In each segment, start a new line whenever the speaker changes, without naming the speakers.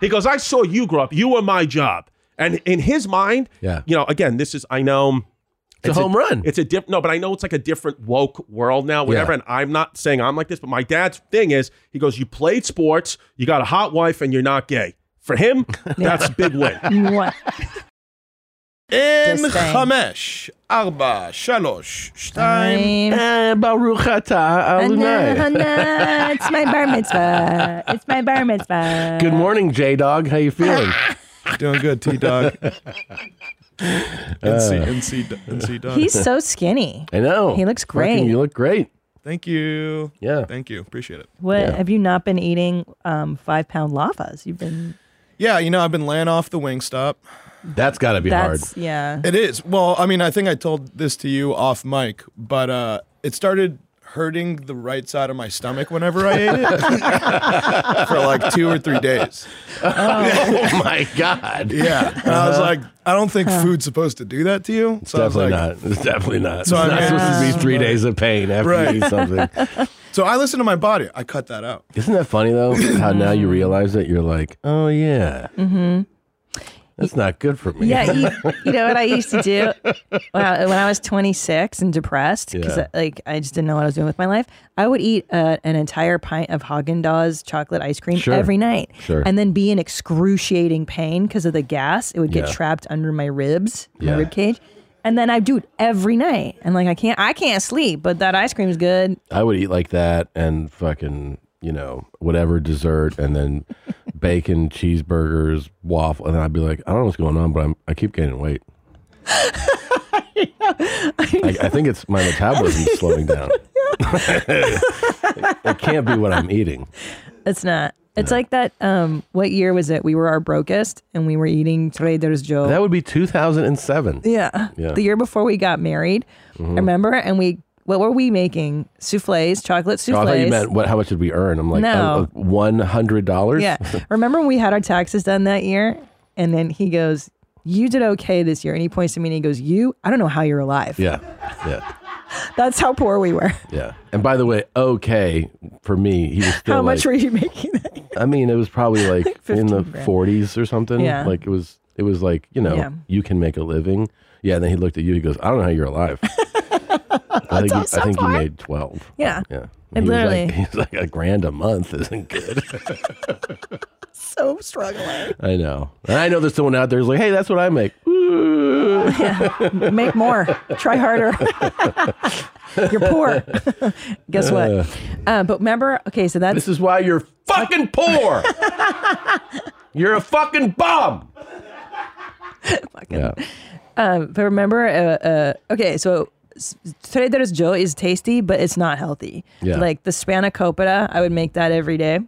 He goes, I saw you grow up. You were my job. And in his mind,
Yeah.
you know, again, this is, I know.
It's a home run.
It's a different, no, but I know it's like a different woke world now, whatever.
Yeah.
And I'm not saying I'm like this, but my dad's thing is he goes, You played sports, you got a hot wife, and you're not gay. For him, that's a big win.
Mwah.
אין
This thing.
חמש, ארבע, שלוsh, שתיים.
Time.
Eh, Baruch atah
Hana,
Adonai.
hana, it's my bar mitzvah. It's my bar mitzvah.
Good morning, J Dog. How you feeling?
Doing good, T Dog.
Uh.
NC, NC, NC Dog.
He's so skinny.
I know.
He looks
Fucking,
great.
You look great.
Thank you.
Yeah.
Thank you. Appreciate it.
What
Yeah.
have you not been eating? Um, five pound lavas. You've been.
Yeah, you know, I've been laying off the wing stop.
That's got to be hard.
That's yeah.
It is. Well, I mean, I think I told this to you off mic, but uh, it started hurting the right side of my stomach whenever I ate it for like two or three days.
oh my god.
Yeah. And I was like, I don't think food's supposed to do that to you. So I was
Uh-huh. Definitely
like,
not. It's definitely not.
So
it's
I'm
not supposed to be
asking-
three days of pain after
Right.
you eat something.
So I listened to my body. I cut that out.
Isn't that funny though? How now
Mm-hmm.
you realize that you're like, oh yeah, mm-hmm. that's not good for me.
Yeah, you, you know what I used to do when I, when I was 26 and depressed because
Yeah.
like I just didn't know what I was doing with my life. I would eat uh, an entire pint of Haagen Dazs chocolate ice cream
Sure.
every night,
Sure.
and then be in excruciating pain because of the gas. It would get
Yeah.
trapped under my ribs, my
Yeah.
rib cage, and then I do it every night. And like I can't, I can't sleep, but that ice cream is good.
I would eat like that and fucking you know whatever dessert and then bacon cheeseburgers waffle and I'd be like, I don't know what's going on, but I'm I keep gaining weight. I, I think it's my metabolism's slowing down. it can't be what I'm eating.
It's not. It's like that. Um, what year was it? We were our brokest, and we were eating Trader's Joe.
That would be 2007.
Yeah.
Yeah. Mm-hmm.
The year before we got married, remember? And we, what were we making? Souffles, chocolate
Oh, I
souffles.
thought you meant what? How much did we earn? I'm like, oh,
No.
one hundred dollars.
yeah. remember when we had our taxes done that year? And then he goes, You did okay this year. And he points to me and he goes, You? I don't know how you're alive.
yeah, yeah,
That's how poor we were.
yeah. And by the way, okay for me, he was still
how
like,
much were you making that year?
I mean, it was probably like, in
15
the
grand.
forties or something.
Yeah.
like it was, it was like you know,
Yeah.
you can make a living. Yeah. And then he looked at you. He goes, I don't know how you're alive. I think, you, I think you made twelve.
Yeah.
yeah.
And
he was like-
literally-
he was like a grand a month isn't good.
So struggling.
I know. And I know there's someone out there who's like, hey, that's what I make.
Make more. Try harder. you're poor. Guess what? Uh, but remember, okay, so that's
This is why you're fucking poor. you're a fucking bum. Yeah.
But remember, uh, uh, okay, so s- Trader's Joe is tasty, but it's not healthy.
Yeah.
Like the spanakopita, I would make that every day.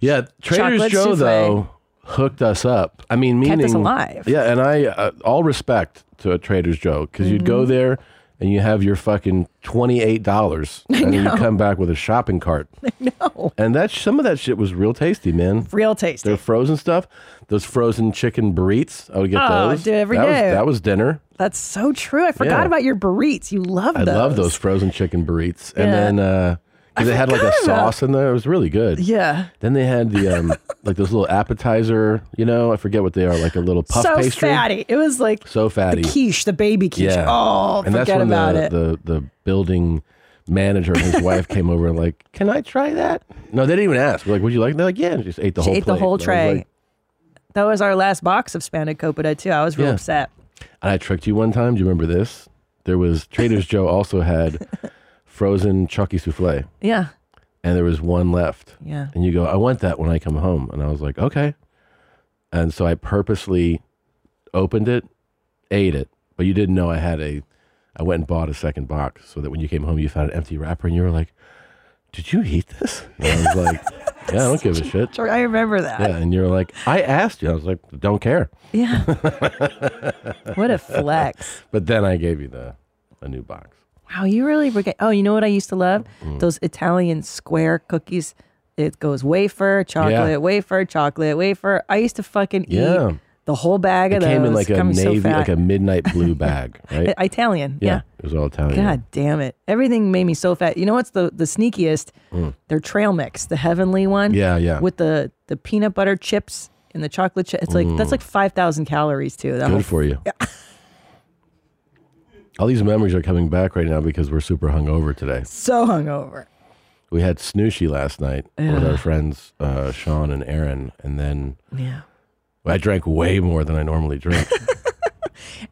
Yeah. Trader's
Chocolate
Joe,
souffle.
though, hooked us up. I mean, meaning.
us alive.
Yeah. And I, uh, all respect to a Trader's Joe, because you'd
Mm-hmm.
go there and you have your fucking $28 and then you come back with a shopping cart. No. And that, some of that shit was real tasty, man.
Real tasty.
Their frozen stuff, those frozen chicken burritos. I would get
Oh,
those.
dude, every
that
day.
Was, that was dinner.
That's so true. I forgot
Yeah.
about your burritos. You love
I
those.
love those frozen chicken burritos. And
Yeah.
then uh 'cause they had like a
forgot about-
sauce in there. It was really good.
Yeah.
Then they had the um like those little appetizer, you know, I forget what they are, like a little puff
so
pastry.
fatty. It was like
So fatty.
quiche, the baby quiche.
yeah.
Oh,
and that's
forget
when
about
the,
it.
the the building manager and his wife came over and like, Can I try that? No, they didn't even ask. We're like, Would you like that? They're like, yeah, and just ate the
she
whole
ate the
plate. And
whole
I was
tray.
like-
that was our last box of spanakopita, too. I was real
Yeah.
upset.
And I tricked you one time. Do you remember this? There was Trader's Joe also had frozen Chucky souffle.
Yeah.
and there was one left.
Yeah.
And you go, I want that when I come home. And I was like, okay. And so I purposely opened it, ate it, but you didn't know I had a. I went and bought a second box so that when you came home, you found an empty wrapper, and you were like, "Did you eat this?" And I was like, "Yeah, I don't give a shit."
Sure, I remember that.
Yeah, and you're like, "I asked you." I was like, "Don't care."
Yeah. what a flex.
But then I gave you the a new box.
Wow, you really forget. Oh, you know what I used to love?
Mm.
Those Italian square cookies. It goes wafer, chocolate, wafer, chocolate, wafer. I used to fucking
Yeah.
eat the whole bag
It
of
came
those.
in like a
Got me
navy,
so fat.
like a midnight blue bag, right?
I- Italian. Yeah.
it was all Italian.
God damn it. Everything made me so fat. You know what's the, the sneakiest? Their trail mix, the heavenly one.
Mm. Yeah, yeah.
With the, the peanut butter chips and the chocolate chip. It's like, that's like 5,000 calories too. That whole-
Mm. Good for you. All these memories are coming back right now because we're super hungover today.
so hungover.
We had snooshy last night with
Yeah.
our friends uh, Sean and Aaron, and then
Yeah.
I drank way more than I normally drink.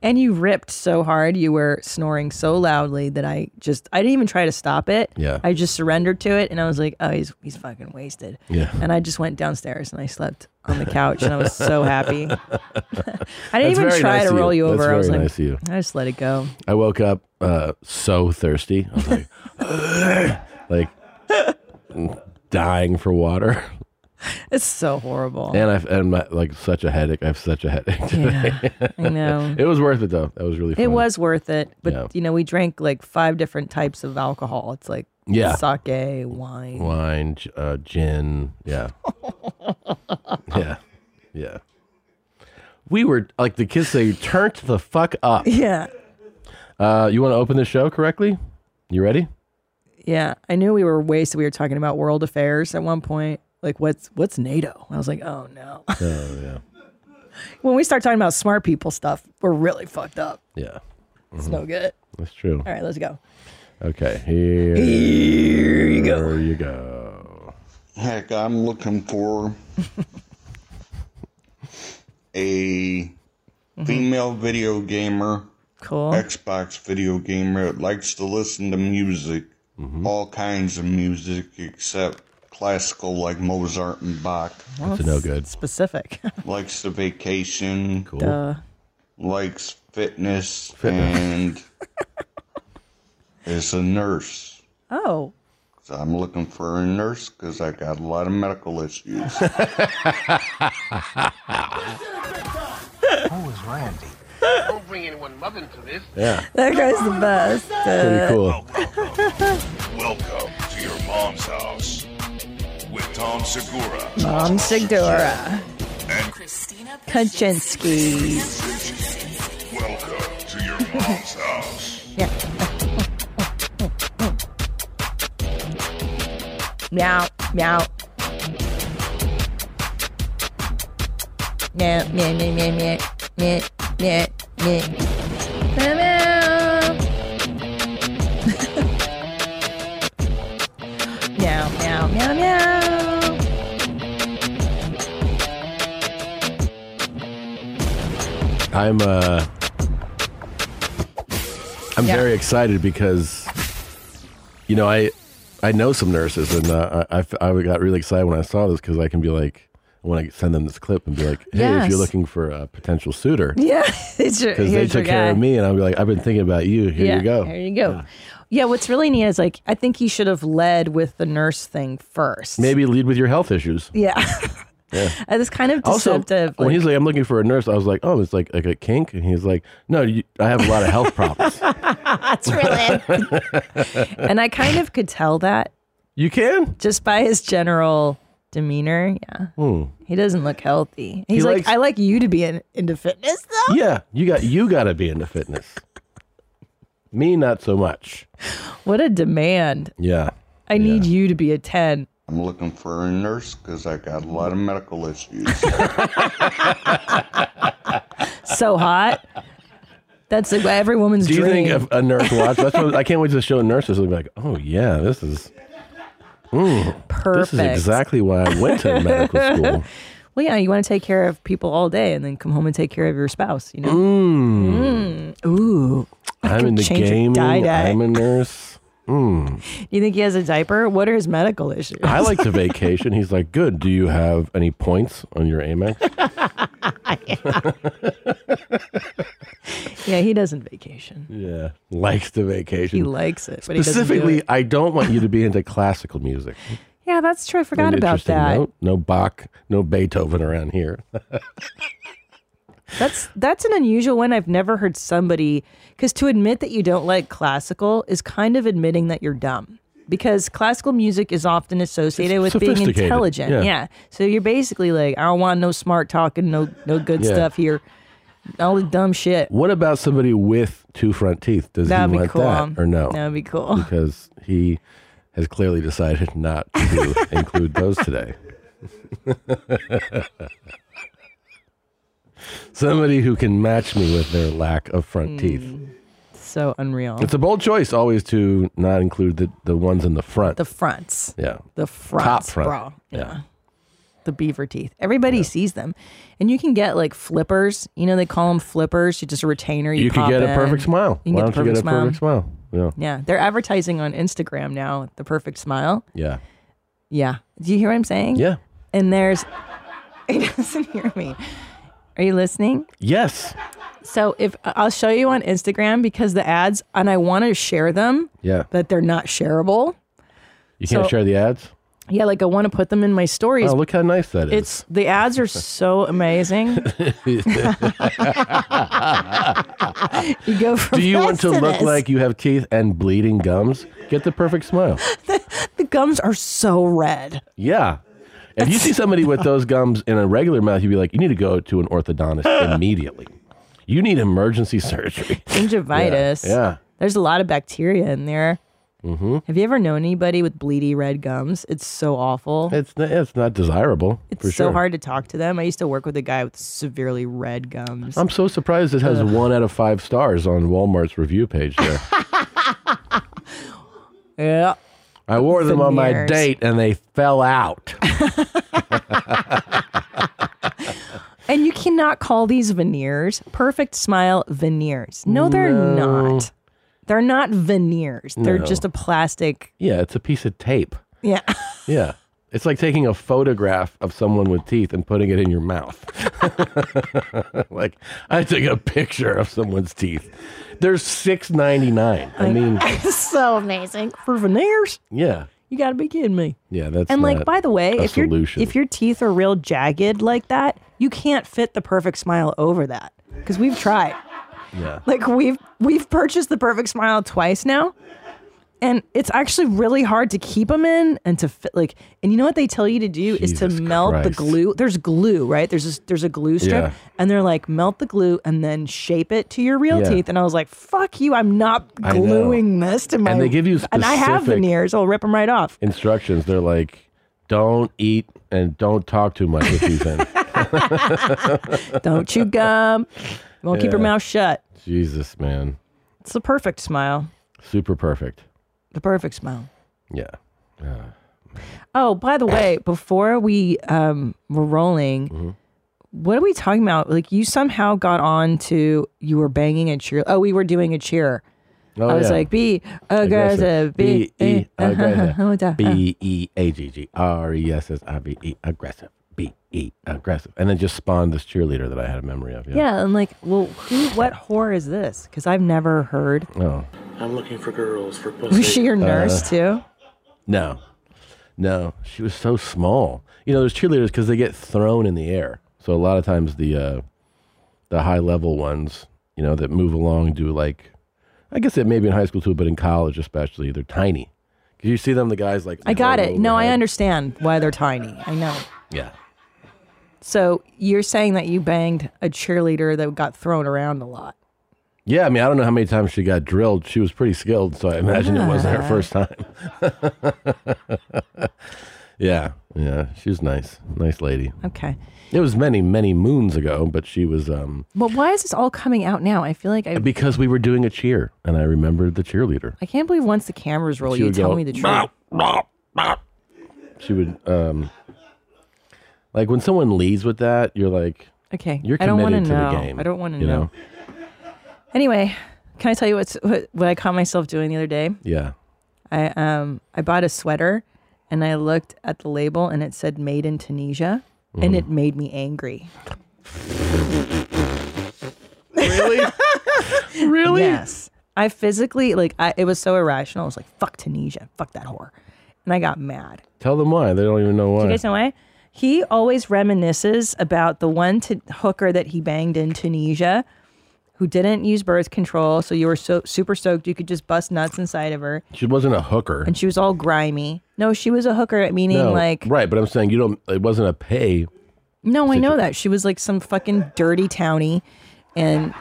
And you ripped so hard. You were snoring so loudly that I just, I didn't even try to stop it.
Yeah.
I just surrendered to it and I was like, oh, he's, he's fucking wasted.
Yeah.
And I just went downstairs and I slept on the couch and I was so happy. I didn't
That's
even
very
try
nice
to
of
roll you,
That's
over.
Very
I was like,
nice of you.
I just let it go.
I woke up uh, so thirsty. I was like, like dying for water,
It's so horrible.
and I and my, like such a headache. I have such a headache.
Yeah, I know.
It was worth it though. That was really fun.
It was worth it, but
Yeah.
you know, we drank like five different types of alcohol. It's like
Yeah.
sake, wine.
wine, g- uh, gin. Yeah. yeah. Yeah. We were like the kids say, turn to the fuck up.
Yeah,
Uh, you want to open the show correctly? You ready?
yeah. I knew we were wasted. We were talking about world affairs at one point. Like, what's what's NATO? I was like, oh no. Oh yeah. when we start talking about smart people stuff, we're really fucked up.
Yeah.
It's
Mm-hmm.
no good.
That's true.
All right, let's go.
Okay. Here, you go. you go.
Heck, I'm looking for a female video gamer,
Cool.
Xbox video gamer that likes to listen to music, all kinds of music except classical like Mozart and Bach.
Well,
That's a no good.
Specific.
likes to vacation,
Cool.
Duh.
likes fitness, and is a nurse.
Oh,
So I'm looking for a nurse because I got a lot of medical issues.
Who is Randy? Don't bring anyone love into this.
Yeah.
that guy's the best.
Pretty cool.
Welcome to your mom's house with Tom Segura
Mom Segura.
Christina
Kaczynski.
Welcome to your mom's house.
Meow, meow. Meow, meow, meow, meow, meow, meow, meow, meow. Meow, meow. Meow, meow, meow, meow.
I'm uh I'm
Yeah.
very excited because you know I I know some nurses and uh, I, I I got really excited when I saw this because I can be like I want to send them this clip and be like hey if
Yes.
you're looking for a potential suitor
Yeah, it's your,
because they
here's your
took care
guy.
of me and I'll be like I've been thinking about you here
yeah,
you go
Here you go. Yeah. what's really neat is like I think he should have led with the nurse thing first.
maybe lead with your health issues
Yeah. And it's kind of
also
deceptive.
when
like-
he's like I'm looking for a nurse I was like oh it's like like a kink and he's like no you, I have a lot of health problems
and I kind of could tell that
you can
just by his general demeanor. Yeah. He doesn't look healthy. He's like,
Hmm. likes-
I like you to be in, into fitness though.
yeah you got you got to be into fitness me not so much.
What a demand.
Yeah.
I need you to be a 10.
I'm looking for a nurse because I got a lot of medical issues.
So hot. That's like every woman's
Do you
dream.
think if a nurse watch? That's what, I can't wait to show nurses. They'll be like, oh yeah, this is
Perfect.
this is exactly why I went to medical school.
Well, yeah, you want to take care of people all day and then come home and take care of your spouse, you know? Mm. Ooh.
I'm
can
in the
change your
game.
dye-dye.
I'm a nurse.
You think he has a diaper? What are his medical issues?
I like to vacation. He's like, good. Do you have any points on your Amex?
yeah, he doesn't vacation.
yeah, likes to vacation.
He likes it, but he doesn't
Mm.
do
Specifically,
it.
I don't want you to be into classical music.
Yeah, that's true. I forgot
An
about
interesting
that.
note. No Bach, no Beethoven around here.
That's that's an unusual one. I've never heard somebody because to admit that you don't like classical is kind of admitting that you're dumb. because classical music is often associated
It's
with being
sophisticated,
intelligent.
yeah.
Yeah. So you're basically like, I don't want no smart talking, no no good
Yeah.
stuff here. All the dumb shit.
What about somebody with two front teeth? Does
That'd
he
be
want
cool.
that or no?
That'd be cool.
Because he has clearly decided not to include those today. somebody who can match me with their lack of front
Hmm.
teeth.
So unreal.
It's a bold choice always to not include the, the ones in the front.
The fronts.
yeah.
The fronts,
Top front.
bro.
Yeah.
The beaver teeth. Everybody sees them. And you can get like flippers. You know, they call them flippers. You just a retainer. You,
You could
pop
get a
in.
perfect smile.
You can
Why
get
don't
the
you get a
perfect smile.
perfect smile? Yeah.
Yeah. They're advertising on Instagram now, the perfect smile.
Yeah.
Yeah. Do you hear what I'm saying?
Yeah.
And there's, it doesn't hear me. Are you listening?
Yes.
So if I'll show you on Instagram because the ads, and I want to share them,
Yeah.
that they're not shareable.
You can't
So-
share the ads?
Yeah, like I want to put them in my stories.
Oh, look how nice that is.
it's the ads are so amazing. you go from
Do you want to
this
look
this.
like you have teeth and bleeding gums? Get the perfect smile.
the gums are so red?
Yeah. If you see somebody with those gums in a regular mouth, you'd be like, you need to go to an orthodontist immediately. You need emergency surgery.
Gingivitis.
Yeah. Mm-hmm.
There's a lot of bacteria in there. Have you ever known anybody with bleedy red gums? It's so awful.
It's, it's not desirable.
It's
for
so
sure.
hard to talk to them. I used to work with a guy with severely red gums.
I'm so surprised it has one out of five stars on Walmart's review page there.
yeah.
I wore them on my
Veneers.
date and they fell out.
And you cannot call these veneers perfect smile veneers. No, they're not. They're not veneers. They're
No.
just a plastic.
Yeah, it's a piece of tape.
Yeah.
Yeah. It's like taking a photograph of someone with teeth and putting it in your mouth. like I took a picture of someone's teeth. They're six ninety nine. I mean,
so amazing. For veneers,
yeah,
you got to be kidding me.
yeah. That's
And like,
not
by the way,
a
if your
solution.
if your teeth are real jagged like that, you can't fit the perfect smile over that because we've tried.
Yeah.
Like we've we've purchased the perfect smile twice now, and it's actually really hard to keep them in and to fit. Like, and you know what they tell you to do is to
Jesus
melt
Christ.
the glue. There's glue, right? There's this, there's a glue strip,
Yeah.
and they're like melt the glue and then shape it to your real
Yeah.
teeth. And I was like, fuck you, I'm not
I know.
gluing this to my.
they give you
and I have
specific-
veneers. I'll rip them right off.
instructions. They're like, don't eat and don't talk too much with teeth in.
Don't chew gum. Won't keep your mouth shut.
Jesus, man,
It's the perfect smile.
super perfect.
The perfect smile.
Yeah.
Oh, by the way, before we um were rolling, what are we talking about? Like you somehow got on to you were banging a cheer. Oh, we were doing a cheer.
Oh,
I was
yeah.
like be aggressive,
B
be
E
eh, uh-huh, uh-huh, uh-huh.
aggressive. B E A G G R E S S I B E aggressive. B E aggressive. And then just spawned this cheerleader that I had a memory of. Yeah.
Yeah, and like, well, who, what whore is this? Because I've never heard.
Oh.
I'm looking for girls for pussy.
Was she your nurse too?
No. No. She was so small. You know, there's cheerleaders because they get thrown in the air. So a lot of times the uh, the high level ones, you know, that move along do like, I guess it may be in high school too, but in college especially, they're tiny. 'Cause you see them, the guys like.
I got
roll
it. No, I
overhead.
understand why they're tiny. I know.
Yeah.
So you're saying that you banged a cheerleader that got thrown around a lot.
Yeah, I mean, I don't know how many times she got drilled. She was pretty skilled, so I imagine it wasn't her
Ah.
first time. yeah, yeah, she was nice, nice lady.
Okay.
It was many, many moons ago, but she was um
But why is this all coming out now? I feel like I
because we were doing a cheer, and I remembered the cheerleader.
I can't believe once the cameras roll,
She
you
would
tell
go,
me the truth.
"Bow, bow, bow." She would um, like when someone leads with that, you're like,
Okay.
you're
I don't want to
committed to
know.
the game.
I don't want to
you
know. Anyway, can I tell you what's what, what I caught myself doing the other day?
Yeah,
I um I bought a sweater and I looked at the label and it said made in Tunisia and it made me angry. really? really? Yes. I physically like I, it was so irrational. I was like, fuck Tunisia, fuck that whore. And I got mad.
tell them why. They don't even know why.
You guys know why? He always reminisces about the one to hooker that he banged in Tunisia. who didn't use birth control, so you were so super stoked you could just bust nuts inside of her,
She wasn't a hooker.
and she was all grimy. No, she was a hooker, meaning
No,
like
right, but I'm saying you don't. It wasn't a pay.
No, I know that she was like some fucking dirty townie, and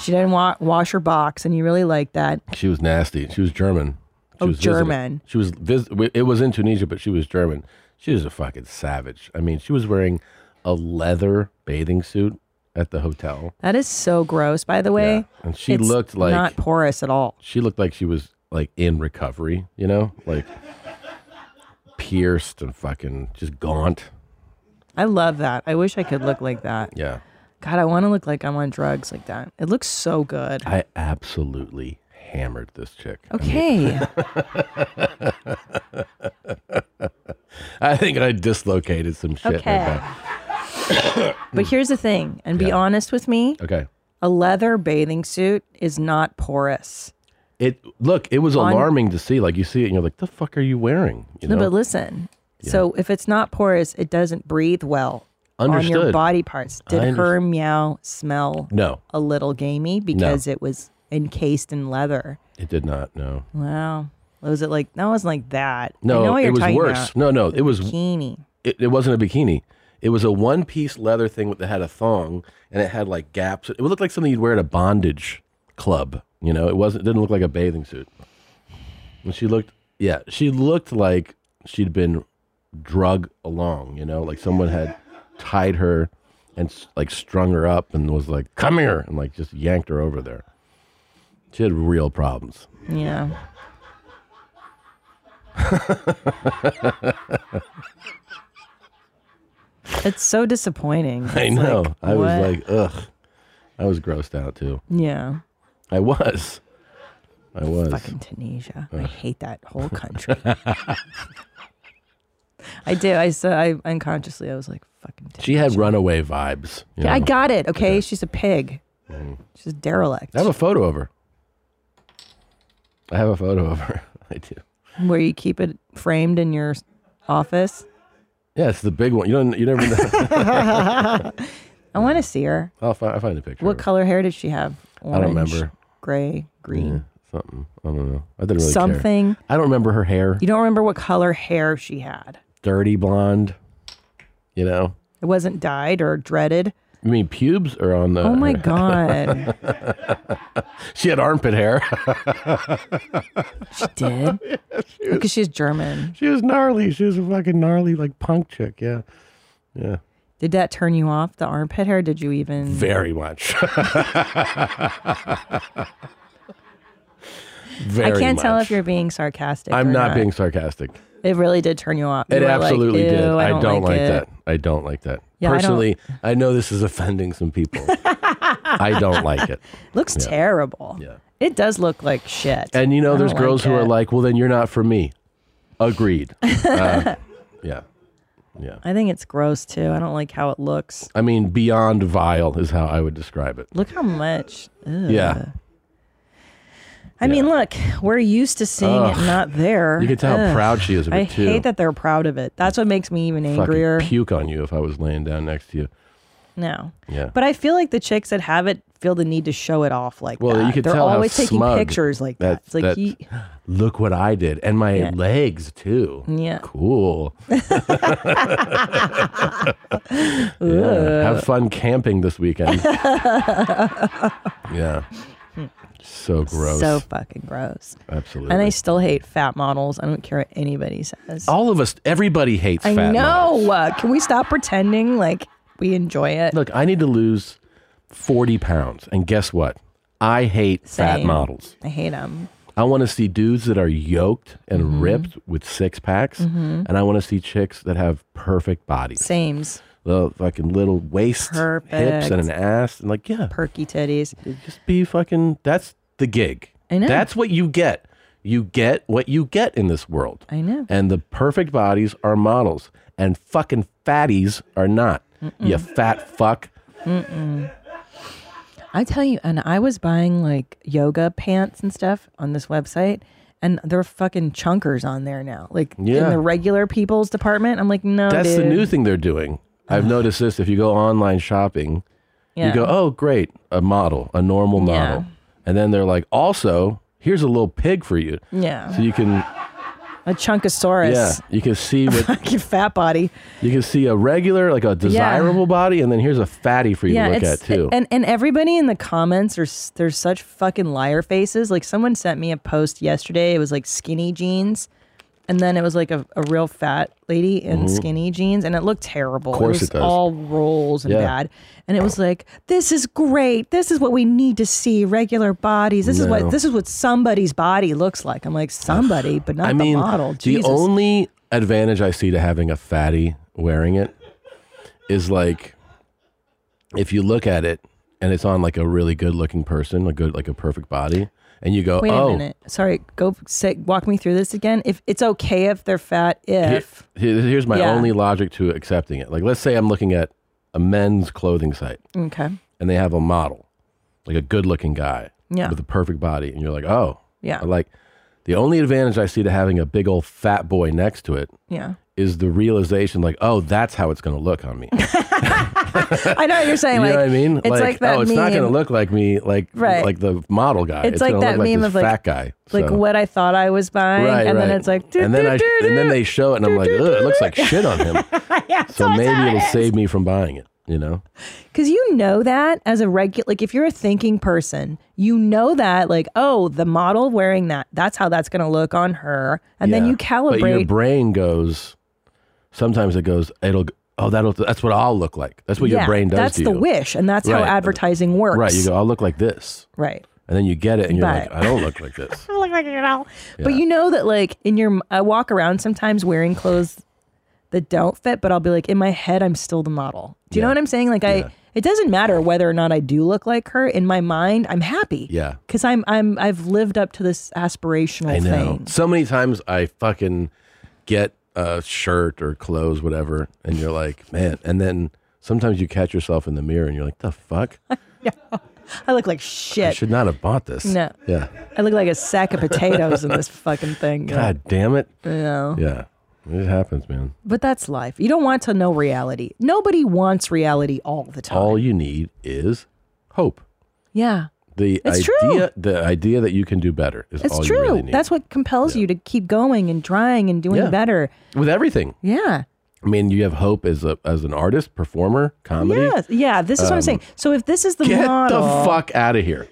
she didn't wa- wash her box, and you really liked that.
She was nasty. She was German. She
Oh,
was visiting-
German.
She was. Vis- it was in Tunisia, but she was German. She was a fucking savage. I mean, she was wearing a leather bathing suit at the hotel,
That is so gross, by the way.
and she
It's
looked like
not porous at all.
she looked like she was like in recovery. You know, like pierced and fucking just gaunt.
I love that. I wish I could look like that.
Yeah,
God, I want to look like I'm on drugs like that. It looks so good.
I absolutely hammered this chick. I mean,
Okay.
I think I dislocated some shit. in her
Okay.
back.
but here's the thing, and be honest with me
Okay.
a leather bathing suit is not porous.
It look, it was
On-
alarming to see. Like you see it, and you're like, "The fuck are you wearing?" You
No,
know?
but listen. So if it's not porous, it doesn't breathe well on your
Understood.
body parts. Did
I
her meow smell
no,
a little gamey because it was encased in leather?
it did not. No,
Wow. Was it like that? Was not like that? I know
no,
what
it
you're
was
talking
worse.
About.
No, no, it was
Bikini.
it, it wasn't a bikini. It was a one piece leather thing that had a thong and it had like gaps. It looked like something you'd wear at a bondage club. You know, it wasn't. It didn't look like a bathing suit. And she looked, yeah, she looked like she'd been drug along. You know, like someone had tied her and s- like strung her up and was like, "Come here," and like just yanked her over there. She had real problems.
Yeah. it's so disappointing.
I
It's like,
know. I was
what?
like, ugh. I was grossed out too.
yeah,
I was. I was.
fucking Tunisia. I hate that whole country. I do. I so I unconsciously I was like, fucking.
She had runaway vibes. you
Yeah, I
know.
got it. Okay, she's a pig.
Mm.
She's a derelict.
I have a photo of her. I have a photo of her. I do.
Where you keep it framed in your office.
Yeah, it's the big one. You don't. You never know.
I want to see her.
I'll find, I'll find a picture.
What
of her.
color hair did she have? Orange,
I don't remember.
Gray, green,
Yeah, something. I don't know. I didn't really care.
something.
I don't remember her hair.
You don't remember what color hair she had.
Dirty blonde. You know.
It wasn't dyed or dreaded.
You mean pubes or on the?
Oh my god,
She had armpit hair.
she did. Because she's German.
she was gnarly. She was a fucking gnarly like punk chick. Yeah. Yeah.
Did that turn you off? The armpit hair? Did you even?
Very much. Very
I can't tell
much.
if you're being sarcastic.
I'm
or
not,
not
being sarctic.
It really did turn you off. You
It
were like,
absolutely did.
"Ew,
I don't, like,
it."
that. I don't like that.
Yeah, I don't-
Personally, I, know this is offending some people. I don't like it.
Looks terrible.
Yeah.
It does look like shit.
And you know,
I
there's
don't
girls who are
it.
like, well, then you're not for me. Agreed. Uh, yeah.
I think it's gross too. I don't like how it looks.
I mean, beyond vile is how I would describe it.
Look how much. Ugh.
Yeah.
I mean, look, we're used to seeing it not there.
You can tell how
Ugh.
proud she is of it,
I
too.
hate that they're proud of it. That's what makes me even
Fucking
angrier.
puke on you if I was laying down next to you.
no.
Yeah.
But I feel like the chicks that have it feel the need to show it off like
Well,
that.
you could
they're
tell how
always taking
smug
pictures like
that-
that. It's like,
that-
ye-
Look what I did. And my
Yeah.
legs, too.
yeah.
Cool. yeah. Have fun camping this weekend. yeah. So gross.
So fucking gross.
Absolutely.
And I still hate fat models. I don't care what anybody says.
All of us, everybody hates
I
Oh, fat
know.
models.
Uh, Can we stop pretending like we enjoy it?
Look, I need to lose 40 pounds. And guess what? I hate fat
Same.
models.
I hate them.
I want to see dudes that are yoked and
Mm-hmm.
ripped with six packs. And I want to see chicks that have perfect bodies.
Sames,
Little fucking little waist, hips,
Perfect.
and an ass. And like, yeah,
perky titties.
just be fucking that's the gig
I know.
that's what you get you get what you get in this world
I know.
and the perfect bodies are models and fucking fatties are not you fat fuck
I tell you, and I was buying like yoga pants and stuff on this website, and there are fucking chunkers on there now. Like in
Yeah.
the regular people's department, I'm like, no,
that's the
dude.
new thing they're doing i've noticed this if you go online shopping
Yeah.
You go, oh, great, a model, a normal
Yeah.
model. And then they're like, also, here's a little pig for you.
Yeah.
So you can,
a chunkosaurus.
yeah, you can see what
Your fat body.
you can see a regular, like a desirable body, and then here's a fatty for you
yeah,
to look at
it's
too.
and and everybody in the comments are s- they're such fucking liar faces. Like someone sent me a post yesterday. It was like skinny jeans, and then it was like a, a real fat lady in skinny jeans, and it looked terrible.
Mm-hmm. Course
it was
it does.
all rolls and
Yeah.
bad. And it was like, this is great. This is what we need to see. Regular bodies. This is
No.
what this is what somebody's body looks like. I'm like somebody, but not
I
the
mean,
model. Jesus.
the only advantage I see to having a fatty wearing it is like if you look at it and it's on like a really good looking person, a good, like a perfect body, and you go,
Wait
oh,
a minute. Sorry. Go say, walk me through this again. If it's okay if they're fat,
Here-
if
here- here's my
Yeah.
only logic to accepting it. Like, let's say I'm looking at a men's clothing site
okay.
and they have a model, like a good looking guy
Yeah.
with a perfect body. And you're like, oh,
Yeah.
Like, the only advantage I see to having a big old fat boy next to it
Yeah.
is the realization, like, oh, that's how it's going to look on me. you
I know what you're saying.
know
like,
what I mean?
It's like, that
oh, it's
meme.
not going to look like me, like
Right.
like the model guy.
It's
It's,
like
going to
that
look like
meme
this
of, like-
fat guy.
like
So-
what I thought I was buying.
Right,
and then
right.
it's like,
and then I,
"Doo-doo-doo-doo."
and then they show it, and I'm like, ugh, it looks like shit on him.
yeah,
So maybe it'll save me from buying it. You know?
Because you know that as a regular, like if you're a thinking person, you know that, like, oh, the model wearing that, that's how that's going to look on her. And then
Yeah.
you
But your
calibrate.
brain goes. Sometimes it goes. It'll. g- Oh, that'll. That's what I'll look like. That's what
Yeah,
your brain does
that's
to
the
you.
wish, and that's how
Right.
advertising works.
Right. You go. I'll look like this,
right.
and then you get it, and you're
But-
like, I don't look like this.
I look like an owl. But you know that, like, in your, I walk around sometimes wearing clothes that don't fit, but I'll be like, in my head, I'm still the model. Do you know
Yeah.
what I'm saying? Like, I, it doesn't matter whether or not I do look like her. In my mind, I'm happy.
Yeah.
Because I'm, I'm, I've lived up to this aspirational
I know.
thing.
So many times I fucking get a shirt or clothes, whatever, and you're like, man. And then sometimes you catch yourself in the mirror, and you're like, the fuck.
I look like
I
shit.
should not have bought this.
No.
Yeah.
I look like a sack of potatoes in this fucking thing. Yeah.
God damn it.
Yeah.
Yeah. It happens, man.
But that's life. You don't want to know reality. Nobody wants reality all the time.
All you need is hope.
yeah.
The
It's true.
idea, the idea that you can do better is
It's
all
true.
you really need.
That's what compels you to keep going and trying and doing
Yeah.
better.
with everything.
Yeah.
I mean, you have hope as a as an artist, performer, comedy.
Yes. Yeah. This is what I'm saying. So if this is the
Um, Get
model,
the fuck out of here!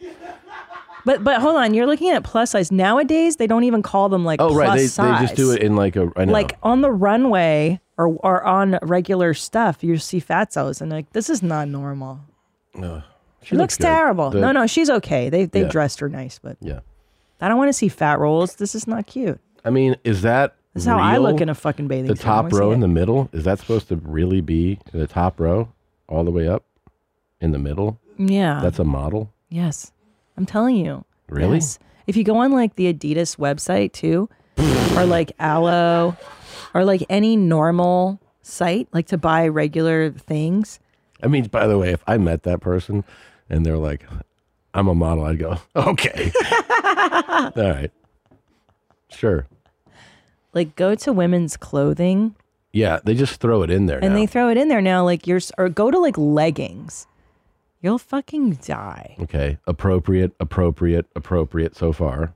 but but hold on, you're looking at plus size nowadays. They don't even call them like
Oh
plus
right, they,
size.
they just do it in like a I know.
like on the runway or or on regular stuff. You see fatzos and like this is not normal.
She
It looks
good.
terrible.
The-
no, no, she's okay. They they
Yeah.
dressed her nice, but
Yeah,
I don't want to see fat rolls. This is not cute.
I mean, is that
This is how I look
real?
in a fucking bathing
the
suit. I don't
top
wanna see
row in
it.
the middle? Is that supposed to really be the top row, all the way up in the middle?
yeah.
That's a model,
Yes. I'm telling you.
Really?
Yes. If you go on like the Adidas website too, or like Aloe, or like any normal site, like to buy regular things.
I mean, by the way, if I met that person and they're like, I'm a model, I'd go, okay. All right. Sure.
Like go to women's clothing
Yeah, they just throw it in there.
and
now.
they throw it in there now. Like yours, or go to like leggings. You'll fucking die.
okay. Appropriate, appropriate, appropriate so far.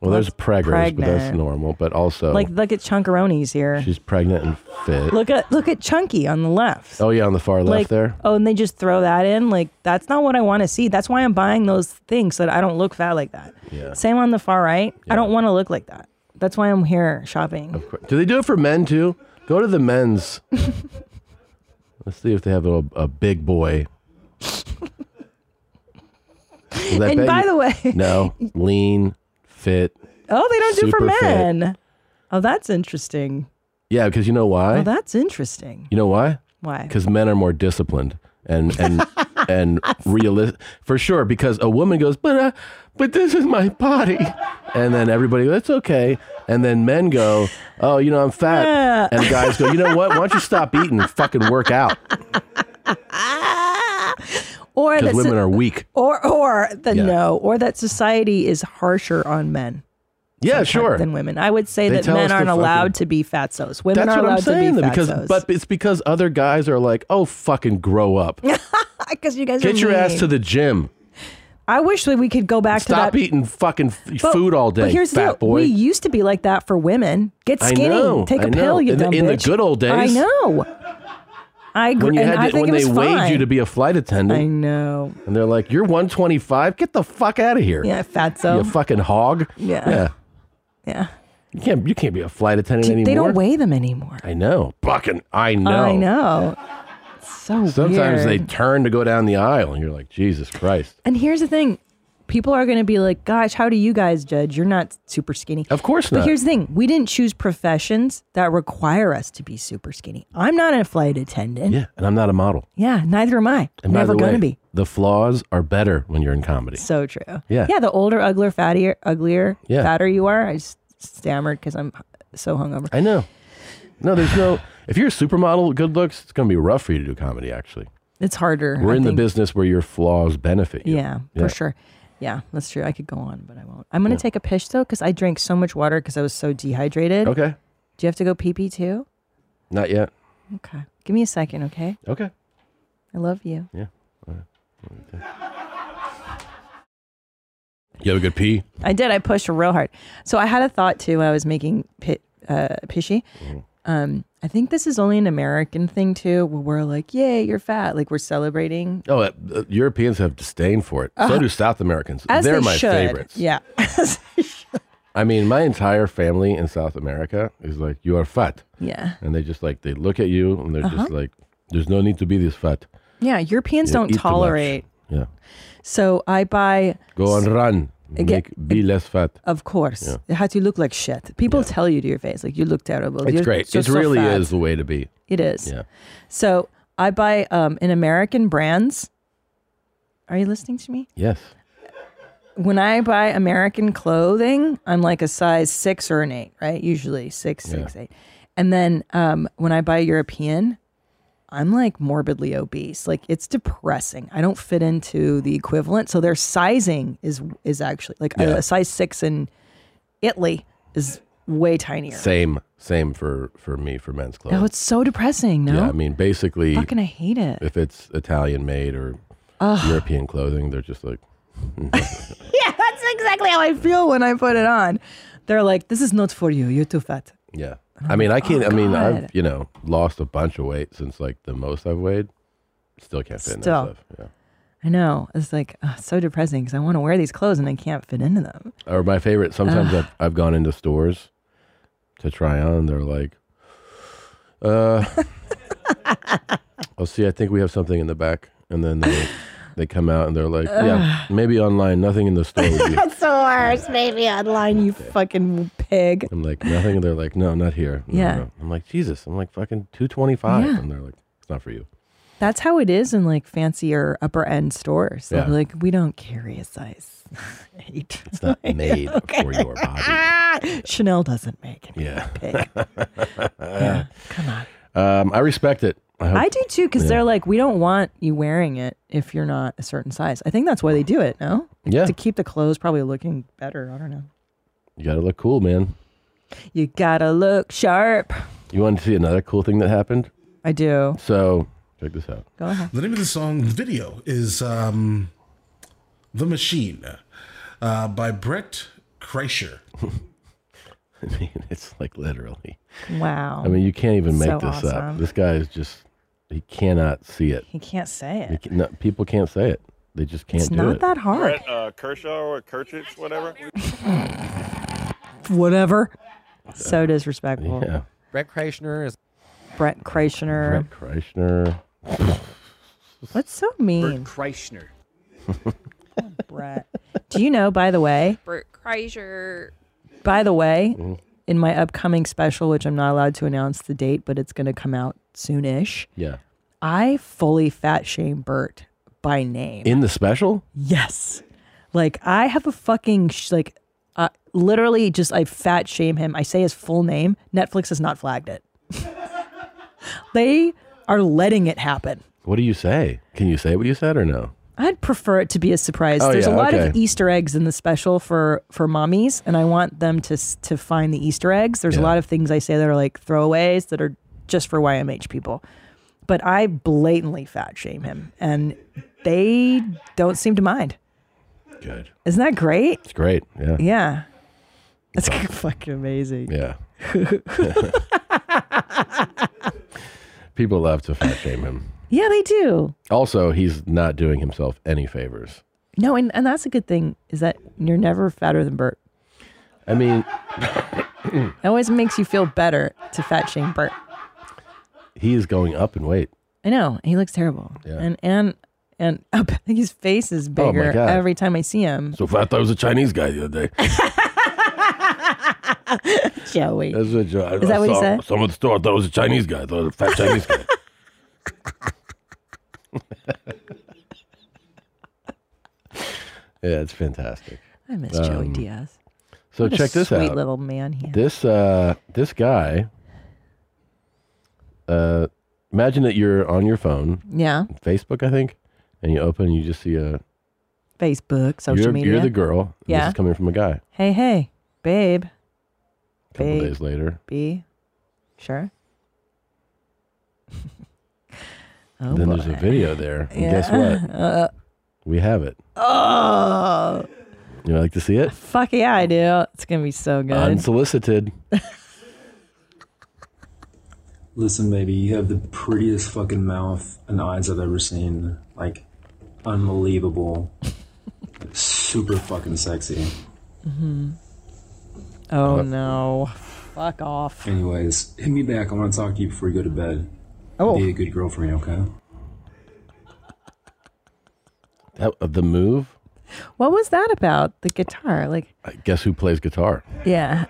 well, there's preggers, but that's
pregnant.
normal. But also,
Like look at chunkaronis here.
she's pregnant and fit.
Look at look at chunky on the left.
oh, yeah, on the far
like
left there.
oh, and they just throw that in. Like that's not what I want to see. That's why I'm buying those things so that I don't look fat like that. Same on the far right. I don't want to look like that. That's why I'm here shopping.
Do they do it for men too? Go to the men's. Let's see if they have a, a big boy. 'Cause I
And
bet
by
you-
the way,
No, lean, fit.
oh, they don't do it for
Super fit.
men. Oh, that's interesting.
Yeah, because you know why?
Oh, that's interesting.
you know why?
Why?
Because men are more disciplined and and and realistic for sure. Because a woman goes, but uh, but this is my body, and then everybody, that's okay. And then men go, oh, you know, I'm fat, and guys go, you know what? Why don't you stop eating and fucking work out?
Ah! Or that
Because
so-
women are weak.
or or the
Yeah.
no, or that society is harsher on men.
Yeah,
sometimes
sure.
than women. I would say
They
that
tell
men
us to
aren't
fucking-
allowed to be fatsos. Women
That's
are
what
allowed
I'm saying.
to be
though, because
fatsos.
but it's because other guys are like, oh, fucking grow up,
because you guys
get
are
your ass
mean.
to the gym,
I wish that we could go back to
stop
that
eating fucking f-
But-
food all day,
But here's
fat
the deal.
boy.
We used to be like that for women. Get
I
skinny.
know,
Take a
I know.
pill. You
In the-
dumb
in the
bitch.
good old days.
I know. I agree.
when you
and
had
I
to,
think
when
it
they
was
weighed
fine.
you to be a flight
I
attendant,
know.
and they're like, you're 125, get the fuck out of here,
Yeah,
you
fatso.
fucking hog.
Yeah.
yeah,
yeah.
you can't you can't be a flight attendant anymore.
They don't weigh them anymore.
I know, fucking, I know.
I know. It's so
Sometimes
weird.
they turn to go down the aisle, and you're like, Jesus Christ.
And here's the thing. People are going to be like, gosh, how do you guys judge? You're not super skinny.
Of course
But
not.
here's the thing we didn't choose professions that require us to be super skinny. I'm not a flight attendant.
Yeah, and I'm not a model.
Yeah, neither am I.
And by
Never
the
going
way,
to be.
the flaws are better when you're in comedy.
So true.
Yeah.
Yeah. The older, uglier, fattier, uglier,
Yeah.
fatter you are, I s- stammered because I'm so hungover.
I know. No, there's no. If you're a supermodel, with good looks, it's going to be rough for you to do comedy. Actually,
It's harder.
we're
I
in
think.
the business where your flaws benefit you.
Yeah,
Yeah.
for sure. Yeah, that's true. I could go on, but I won't. I'm gonna take a piss though because I drank so much water because I was so dehydrated.
Okay.
Do you have to go pee pee too?
Not yet.
Okay. Give me a second, okay?
Okay.
I love you.
You have a good pee.
I did. I pushed real hard. So I had a thought too. When I was making pit, uh, pishy.
Mm-hmm.
Um, I think this is only an American thing too, where we're like, "Yay, you're fat!" Like we're celebrating
Oh, uh, uh, Europeans have disdain for it. so do South Americans.
Uh-huh. As
They're
they
my
should.
favorites.
Yeah.
I mean, my entire family in South America is like, "You are fat,"
yeah.
and they just like they look at you and they're
Uh-huh.
just like, "There's no need to be this fat."
Yeah. Europeans
You eat
don't
too much."
tolerate.
Yeah.
So I buy,
Go and run. Make, be less fat.
of course, it had to look like shit. People tell you to your face, like, you look terrible.
It's
You're
great. It
just so
really
fat."
is the way to be.
It is.
Yeah.
So I buy um, in American brands. Are you listening to me?
Yes.
When I buy American clothing, I'm like a size six or an eight, right? Usually six, six, eight. And then um, when I buy European, I'm like morbidly obese. Like it's depressing. I don't fit into the equivalent. So their sizing is is actually like a,
Yeah.
a size six in Italy is way tinier.
Same. Same for for me for men's clothes.
Oh, it's so depressing. No,
Yeah. I mean, basically,
fucking, I hate it.
if it's Italian made or European clothing, they're just like,
Yeah, that's exactly how I feel when I put it on. They're like, this is not for you. You're too fat.
yeah. I mean, I can't. I mean,
"Oh, God.
I've you know lost a bunch of weight since like the most I've weighed. Still can't fit in that
Still.
stuff. Yeah.
I know. It's like, oh, it's so depressing because I want to wear these clothes and I can't fit into them.
Or my favorite. Sometimes I've I've gone into stores to try on. and They're like, uh, oh, see, I think we have something in the back, and then they they come out and they're like, yeah, maybe online, nothing in the store. Would be.
That's the worst, baby. Online, you fucking pig.
I'm like, nothing. And they're like, no, not here. No,
Yeah.
no. I'm like, Jesus. I'm like, fucking 225.
Yeah.
And they're like, it's not for you.
That's how it is in like fancier upper end stores. They're
Yeah.
like, we don't carry a size eight.
It's not made for your body.
Ah, Chanel doesn't make it.
Yeah.
Pig. yeah. Come on.
Um, I respect it. I hope.
I do too because they're like, we don't want you wearing it if you're not a certain size. I think that's why they do it. No,
yeah.
to keep the clothes probably looking better. I don't know.
You got to look cool, man.
You gotta look sharp.
You want to see another cool thing that happened?
I do.
So check this out.
Go ahead.
The name of the song video is um, The Machine uh, by Brett Kreischer.
I mean, it's like literally.
Wow.
I mean, you can't even make
So
this
awesome.
up. This guy is just, he cannot see it.
he can't say
He
it.
can, no, people can't say it. They just can't
It's
do
not
it.
that hard.
Uh, Kershaw or Kerchitz, whatever.
Whatever. So disrespectful.
yeah.
Brett Kreischer is
Brett Kreischer.
Brett Kreischer.
What's so mean? Brett. Do you know, by the way,
Bert Kreischer.
by the way,
Mm-hmm.
in my upcoming special, which I'm not allowed to announce the date, but it's going to come out soonish,
Yeah.
I fully fat shame Bert by name.
In the special?
Yes. Like I have a fucking sh- like uh, literally just I fat shame him. I say his full name. Netflix has not flagged it. they are letting it happen.
What do you say? Can you say what you said or no?
I'd prefer it to be a surprise.
Oh,
There's
yeah,
a lot of
okay.
Easter eggs in the special for for mommies, and I want them to s- to find the Easter eggs. There's
Yeah.
a lot of things I say that are like throwaways that are just for YMH people, but I blatantly fat shame him, and they don't seem to mind.
Good.
Isn't that great?
It's great. Yeah.
Yeah, that's fucking amazing.
Yeah. People love to fat shame him.
Yeah, they do.
Also, he's not doing himself any favors.
No, and, and that's a good thing is that you're never fatter than Bert.
I mean,
It always makes you feel better to fat shame Bert.
he is going up in weight.
I know he looks terrible,
Yeah. Oh
and and and his face is
my
bigger
God.
every time I see him.
So fat, I was a Chinese guy the other day.
Joey,
That's a joke.
Is that what he said?
Someone at the store I thought it was a Chinese guy. I thought it was a fat Chinese guy. yeah, it's fantastic.
I miss Joey Diaz.
Um, So
What a
check this
sweet
out.
little man here.
This uh, this guy. Uh, imagine that you're on your phone,
yeah,
Facebook, I think, and you open, and you just see a.
Facebook, social
you're,
media.
you're the girl. and This
Yeah.
is coming from a guy.
hey, hey, babe,
A couple
Babe.
days later,
be sure. oh
then
boy. Uh.
there's a video there. And guess what? we have it.
oh,
You like to see it?
fuck yeah, I do. It's gonna be so good.
Unsolicited.
Listen, baby, you have the prettiest fucking mouth and eyes I've ever seen. Like, unbelievable. Super fucking sexy.
oh no, fuck off.
Anyways, hit me back. I want to talk to you before you go to bed.
Oh.
Be a good girl for me, okay?
That, uh, the move.
What was that about? The guitar, like.
I guess who plays guitar?
Yeah.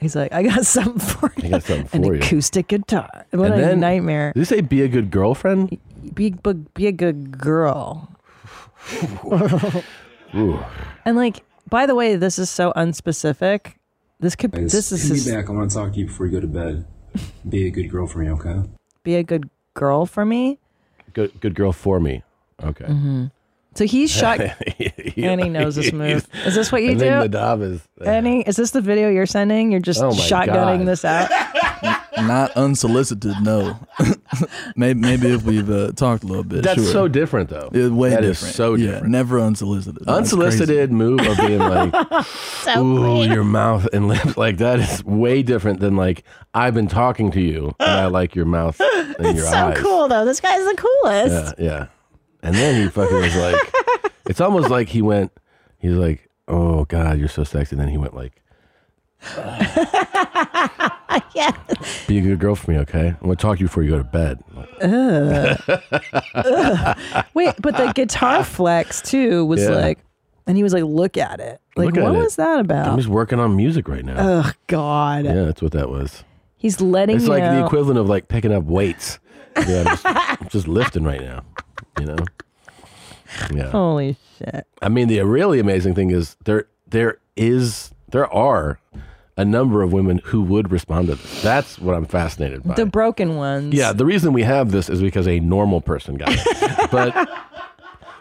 He's like, I got something for you.
I got something
An
for you.
acoustic guitar. What
And
a
then-
nightmare.
Did you say be a good girlfriend?
Be, be, be a good girl.
Ooh.
And like, by the way, this is so unspecific. This could
Anyways,
this is
hit
his-
me back. I want to talk to you before you go to bed. Be a good girl for me, okay?
be a good girl for me.
Good good girl for me. Okay.
So he's shot Mm-hmm. and
and
he knows this move. Is this what you
and
do?
then Nadav is.
Annie, is this the video you're sending? You're just
Oh my
shotgunning
God.
this out.
Not unsolicited, no. maybe, maybe if we've uh, talked a little bit.
That's
sure.
so different though.
Yeah, way
That is
different.
so
Yeah,
different.
never unsolicited. That's
Unsolicited move of being like, ooh, your mouth and lips like that is way different than like I've been talking to you and I like your mouth and your
so
eyes.
cool though. This guy's the coolest.
Yeah, Uh, yeah. And then he fucking was like, it's almost like he went, he's like, oh God, you're so sexy. And then he went like,
Yeah.
be a good girl for me, okay? I'm gonna talk to you before you go to bed. I'm like,
Wait, but the guitar flex too was
Yeah.
like, and he was like, look at it. Like,
Look at
what
it.
was that about?
I'm just working on music right now.
Oh God,
yeah, that's what that was.
he's letting
It's
you
like the
know-
equivalent of like picking up weights. Yeah, I'm just, I'm just lifting right now, you know? Yeah.
Holy shit!
I mean, the really amazing thing is there there is there are a number of women who would respond to this. That's what I'm fascinated by.
The broken ones.
Yeah, the reason we have this is because a normal person got it. but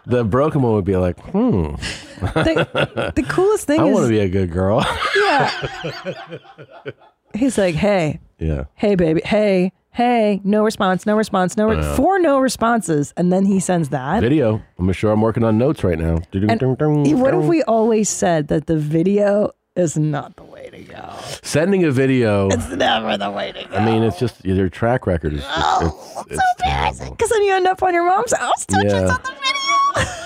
the broken one would be like, hmm,
The, the coolest thing
I want to
is
be a good girl.
he's like, hey,
yeah.
hey, baby, hey, hey, no response, no response, no re- four no responses, and then he sends that.
Video. I'm sure I'm working on notes right now.
And what if we always said that the video is not the way to go?
Sending a video.
It's never the way to go.
I mean, it's just their track record is just,
Oh,
it's, it's terrible.
because then you end up on your mom's house touching
Yeah.
on the video.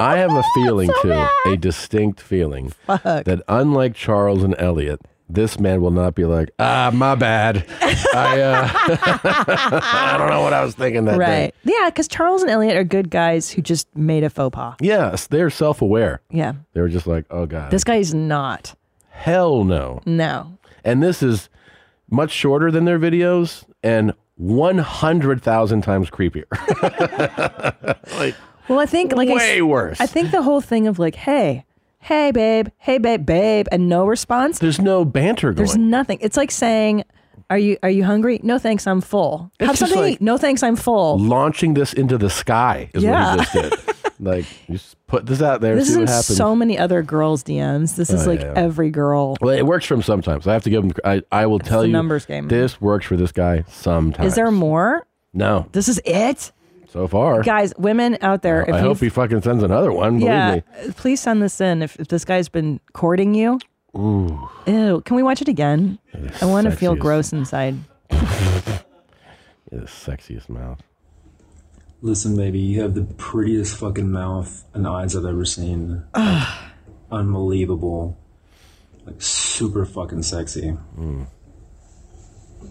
I have a feeling
So
too,
bad.
a distinct feeling
Fuck.
that unlike Charles and Elliot, this man will not be like, ah, my bad. I, uh, I don't know what I was thinking that day.
Right. Yeah, because Charles and Elliot are good guys who just made a faux pas.
Yes, they're self aware.
Yeah.
They were just like, oh God.
This guy's not.
hell no.
No.
And this is much shorter than their videos and 100,000 times creepier.
Well, I think like I s-
Way worse.
I think the whole thing of like, hey, hey, babe, hey, babe, babe, and no response.
There's no banter going.
There's nothing. It's like saying, "Are you are you hungry? No, thanks. I'm full.
It's
Have
just
something to
like-
eat. No, thanks. I'm full."
Launching this into the sky is
Yeah.
what he just did. Like, you just put this out there.
this
see
is in
what happens.
so many other girls' DMs. This is
Oh,
like
yeah.
every girl.
well, it works for him sometimes. I have to give him. I, I will tell
a
you,
numbers game.
This works for this guy sometimes.
Is there more?
no?
This is it,
So far,
guys. Women out there, if
I hope he
you've-
fucking sends another one. Believe
yeah,
me.
please send this in. If, if this guy's been courting you,
Ooh,
ew. Can we watch it again? I want to feel
sexiest.
gross inside.
the sexiest mouth.
Listen, baby, you have the prettiest fucking mouth and eyes I've ever seen. Unbelievable. Like, super fucking sexy.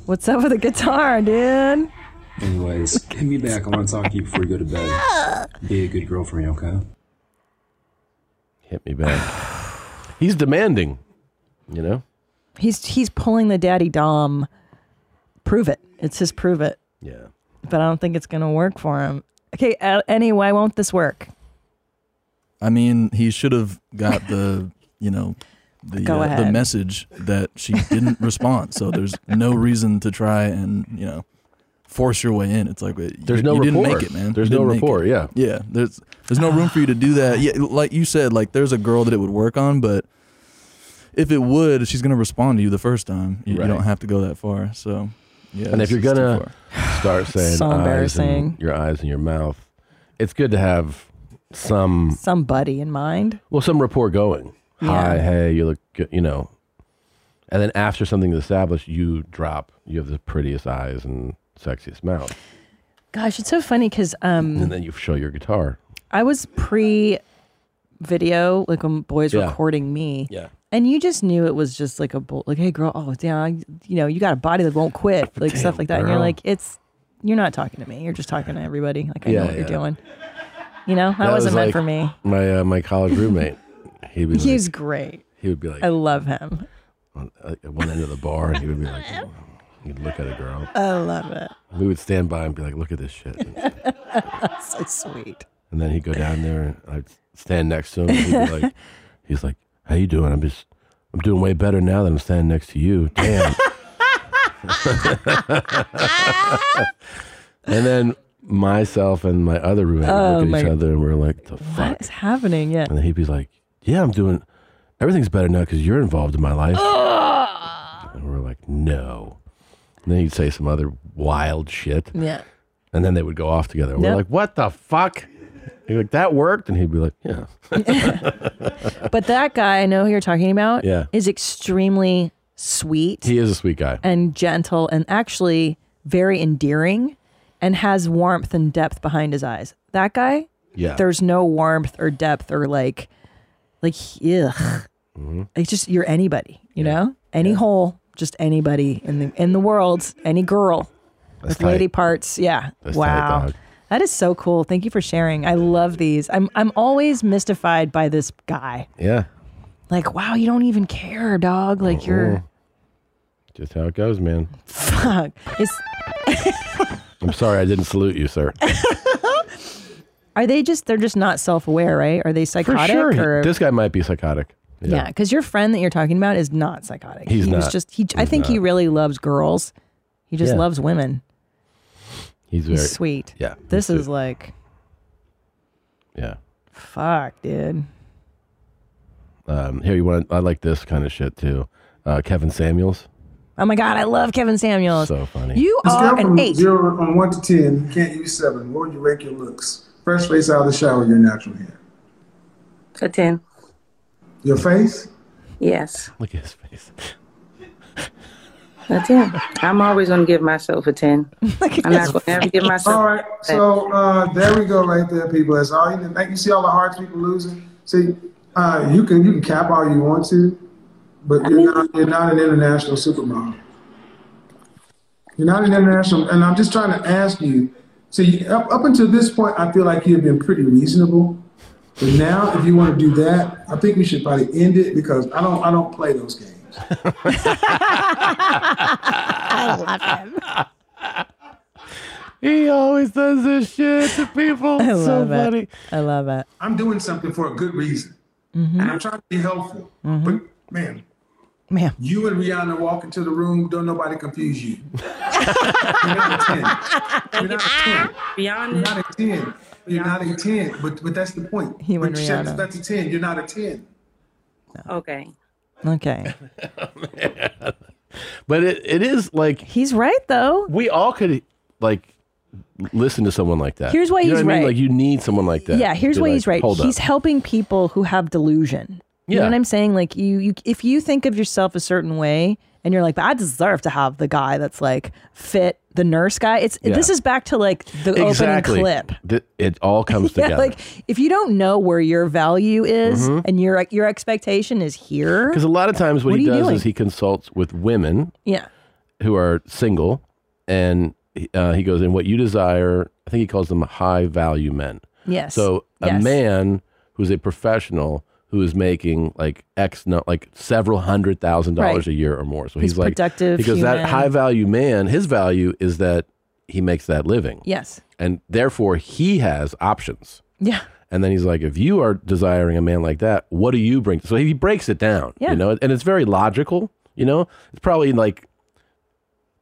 What's up with the guitar, dude?
Anyways, hit me back. I want to talk to you before you go to bed. Be a good girl for me, okay?
Hit me back. He's demanding. You know.
He's he's pulling the daddy dom. Prove it. It's his prove it.
Yeah.
But I don't think it's gonna work for him. Okay. Uh, anyway, why won't this work?
I mean, he should have got the, you know, the,
uh,
Go
the
ahead.
message that she didn't respond. So there's no reason to try and, you know, force your way in. It's like, wait,
There's
you,
no
you didn't
rapport.
make it, man.
There's
You
no
didn't make
rapport,
it.
yeah.
Yeah. There's there's no room for you to do that. Yeah. Like you said, like there's a girl that it would work on, but if it would, she's going to respond to you the first time. You, you
Right.
don't have to go that far. So, yeah.
and if
it's-
you're
it's too
gonna start saying
So
eyes and
embarrassing.
your eyes and your mouth, it's good to have some
Somebody in mind.
well some rapport going. Hi, hey, you look good, you know. And then after something's established, you drop. You have the prettiest eyes and sexiest mouth,
Gosh, it's so funny because um,
and then you show your guitar.
I was pre video, like when boys
Yeah.
recording me.
Yeah.
And you just knew it was just like a bull, like, hey, girl, oh, damn, you know, you got a body that won't quit, like stuff like that. And you're
girl.
like, it's, you're not talking to me. You're just talking to everybody. Like, I
Yeah,
know what you're
yeah.
doing. You know, that, wasn't meant
like
for me.
My uh, my college roommate, he'd be
He's
like,
great.
he would be like
I love him.
on, at one end of the bar, and he would be like, he'd look at a girl.
I love it.
We would stand by and be like, look at this shit.
so sweet.
And then he'd go down there, and I'd stand next to him. And he'd be like, he's like, "How you doing? I'm just, I'm doing way better now that I'm standing next to you. Damn." and then myself and my other roommate would
Oh,
look at each
my-
other, and we're like, "The fuck?"
What is happening? Yeah.
And then he'd be like, "Yeah, I'm doing, everything's better now because you're involved in my life." And we're like, "No." And then he'd say some other wild shit.
Yeah.
And then they would go off together. We're
Yep.
like, what the fuck? He'd be like, that worked? And he'd be like, yeah.
But that guy, I know who you're talking about,
Yeah.
is extremely sweet.
he is a sweet guy.
and gentle and actually very endearing and has warmth and depth behind his eyes. That guy,
Yeah.
there's no warmth or depth or like, like, ugh.
Mm-hmm.
It's just you're anybody, you know, any hole, just anybody in the in the world, any girl
That's
with lady
tight.
parts. Yeah,
That's tight,
wow.
dog.
that is so cool. Thank you for sharing. I love these. I'm I'm always mystified by this guy.
Yeah.
Like, wow, you don't even care, dog. Like you're
Just how it goes, man. Mm-hmm.
fuck. It's
I'm sorry I didn't salute you, sir.
Are they just? They're just not self-aware, right? Are they
For
psychotic?
sure. he-
Or,
This guy might be psychotic.
yeah, because your friend that you're talking about is not psychotic.
He's
he was
not.
just. He. I
He's
think he
not.
really loves girls. He just
Yeah.
loves women.
He's very
He's sweet.
Yeah. he's
This is
sweet.
like
Yeah.
fuck, dude.
Um, here, you want I like this kind of shit too. Uh, Kevin Samuels.
Oh my god, I love Kevin Samuels.
So funny.
You
Let's
are
count
an
from
eight.
zero on one to ten. You can't use seven. Where would you rank your looks? Fresh face out of the shower, your natural hair.
A 10.
Your face?
Yes.
Look at his face.
A 10. I'm always going to give myself a 10. I'm not going to ever give myself
All right, so uh, there we go, right there, people. That's all you need. Like, You see all the hearts people losing. See, uh, you can you can cap all you want to, but you're not you're not an international supermodel. You're not an international, and I'm just trying to ask you. See, up up until this point, I feel like you've been pretty reasonable. But now, if you want to do that, I think we should probably end it because I don't I don't play those games.
I love him.
He always does this shit to people.
I
It's so
love it.
funny.
I love it.
I'm doing something for a good reason, and I'm trying to be helpful. But man,
Ma'am.
You and Rihanna walk into the room, don't nobody confuse you. You're
Rihanna.
not a 10. You're not a 10. But but that's the point.
He went
But you said
Rihanna.
That's a 10. You're not a 10.
Okay.
Okay.
but it, it is like
he's right though.
We all could like listen to someone like that.
Here's why
You know
he's
what I mean?
right.
Like you need someone like that.
Yeah, here's
to,
why
like,
he's right.
hold
He's
up.
helping people who have delusion. You know
Yeah.
what I'm saying? Like you, you, if you think of yourself a certain way, and you're like, "But I deserve to have the guy that's like fit, the nurse guy." It's
Yeah.
this is back to like the
exactly.
opening clip.
Th- It all comes
Yeah,
together.
like if you don't know where your value is
Mhm.
and your your expectation is here,
Because a lot of times, what,
What
he
are you
does
doing?
is he consults with women
yeah,
who are single, and uh, he goes, "And what you desire, I think he calls them high value men."
Yes.
So a
Yes.
man who's a professional who is making like X, no, like several hundred thousand dollars
Right.
a year or more. So
He's
he's, like
productive,
because that
human.
high value man, his value is that he makes that living.
yes,
and therefore he has options.
yeah,
And then he's like, if you are desiring a man like that, what do you bring? So he breaks it down,
Yeah.
you know, and it's very logical, you know, it's probably like,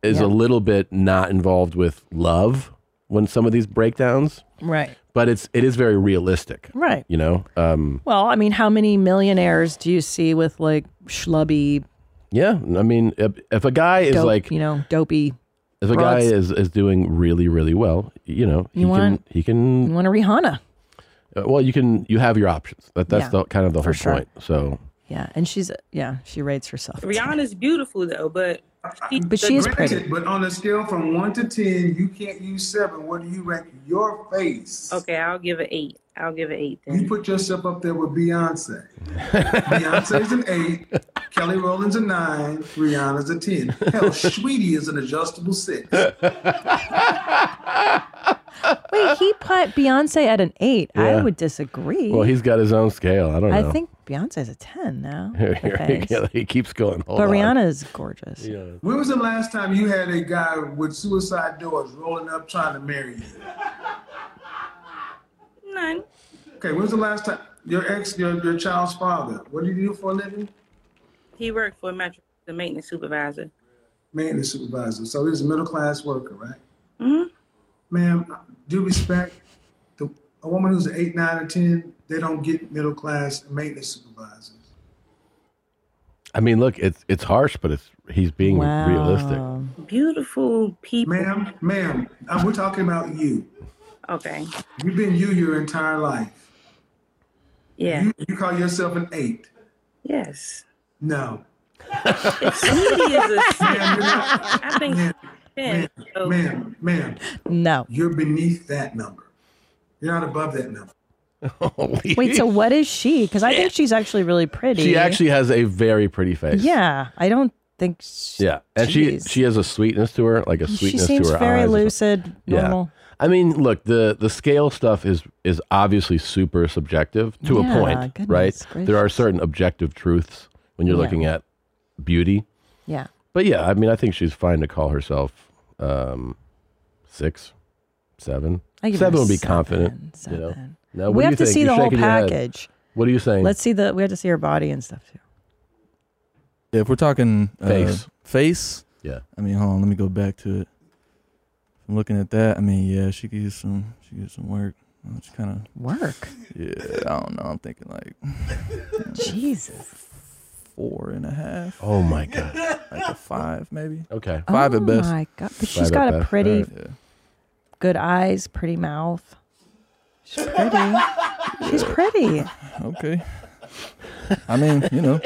is
Yeah.
a little bit not involved with love when some of these breakdowns,
right,
but it's, it is very realistic,
right.
you know? Um,
Well, I mean, how many millionaires do you see with like schlubby,
yeah. I mean, if, if a guy is
dope,
like,
you know, dopey?
if a guy
broads?
is, is doing really, really well, you know, he
You
can,
want-
he can,
you want a Rihanna?
uh, well, you can, you have your options. That, that's
Yeah,
the, kind of the
for
whole
sure.
point. So
Yeah, and she's yeah, she rates herself.
Rihanna's beautiful though, but
But she is pretty.
But on a scale from 1 to 10, you can't use 7. What do you rank your face?
Okay, I'll give it eight. I'll give it eight
You
then.
put yourself up there with Beyonce. Beyonce's an eight, Kelly Rowland's a nine, Rihanna's a ten. Hell, Sweetie is an adjustable six.
Wait, he put Beyonce at an eight. I
Yeah.
would disagree.
Well, he's got his own scale. I don't know.
I think Beyonce's a ten now.
Here,
her
here,
face.
yeah, he keeps going. Hold
but
on.
Rihanna is gorgeous.
When was the last time you had a guy with suicide doors rolling up trying to marry you?
None.
Okay, when was the last time your ex, your, your child's father? What do you do for a living?
He worked for Metro, the maintenance supervisor.
Maintenance supervisor. So he's a middle class worker, right? Ma'am, due respect, the, a woman who's an eight, nine, or ten, they don't get middle class maintenance supervisors.
I mean, look, it's it's harsh, but it's he's being
Wow.
realistic.
Beautiful people.
Ma'am, ma'am, uh, we're talking about you.
Okay.
You've been you your entire life.
Yeah.
You, you call yourself an eight.
Yes.
No.
Sweetie is a
Ma'am, you're not-
I think she's ten. So
ma'am, ma'am.
No.
You're beneath that number. You're not above that number.
Wait, so what is she? Because I think she's actually really pretty.
She actually has a very pretty face.
Yeah, I don't think she,
Yeah, and
Jeez.
she she has a sweetness to her, like a
she
sweetness
seems
to her
very
eyes.
lucid,
Yeah.
normal.
I mean, look, the the scale stuff is is obviously super subjective to
Yeah,
a point,
goodness
right? There are
gracious.
certain objective truths when you're
Yeah.
looking at beauty.
Yeah.
But yeah, I mean, I think she's fine to call herself um, six, seven.
I give her
seven
a
would be
seven,
confident. You know?
seven.
Now,
We
what do
have
you
to
think?
see
You're
the whole
shaking your head.
package.
What are you saying?
Let's see the we have to see her body and stuff too.
Yeah, if we're talking uh,
Face.
face.
Yeah.
I mean, hold on. Let me go back to it. If I'm looking at that. I mean, yeah, she could use some. She could use some work. Uh, It's kind of
work.
Yeah, I don't know. I'm thinking like
Jesus.
four and a half.
Oh my god.
Like a five, maybe.
Okay.
Five
Oh
at best.
my God, but she's Five at got a best, pretty- alright. Good eyes, pretty mouth. She's pretty. she's pretty.
Okay. I mean, you know.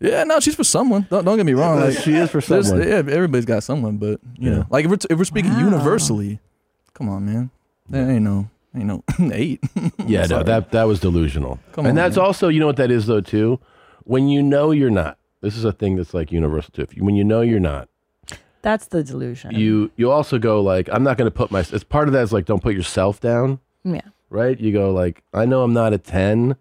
Yeah, no, she's for someone. Don't, don't get me wrong. Like
She is for
there's-
someone.
Yeah, everybody's got someone, but
Yeah.
you know, like if we're, if we're speaking
Wow.
universally, come on, man. There ain't no, ain't no eight.
Yeah, no,
Sorry.
that that was delusional.
Come on,
and that's
man.
also, you know what that is though too? When you know you're not. This is a thing that's like universal too. If you, when you know you're not,
That's the delusion.
you you also go like, I'm not going to put my. It's part of that is like, don't put yourself down,
yeah.
right? You go like, I know I'm not a ten,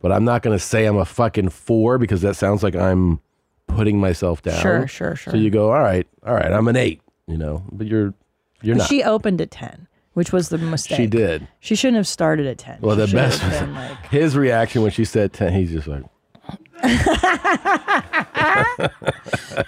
but I'm not going to say I'm a fucking four because that sounds like I'm putting myself down.
Sure, sure, sure.
So you go, all right, all right, I'm an eight, you know, but you're you're
But
not.
She opened at ten, which was the mistake.
she did.
She shouldn't have started at ten.
Well,
She
the
should
best
have
was
been like-
his reaction when she said ten. He's just like,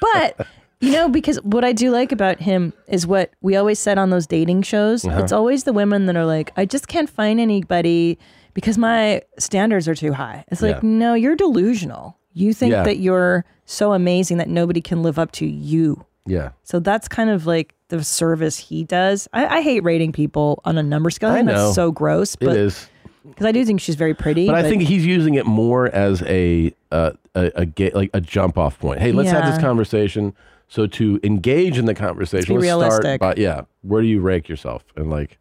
but you know, because what I do like about him is what we always said on those dating shows.
Uh-huh.
It's always the women that are like, I just can't find anybody because my standards are too high. It's like,
Yeah.
no, you're delusional. You think
Yeah.
that you're so amazing that nobody can live up to you.
Yeah.
So that's kind of like the service he does. I, I hate rating people on a number scale. I,
I
think
know.
that's so gross.
It
But,
is.
Because I do think she's very pretty.
But I think he's using it more as a uh, a, a ga- like a jump off point. Hey, let's have
Yeah.
this conversation. So to engage in the conversation,
Let's be
let's
realistic.
start by yeah, where do you rank yourself? And like,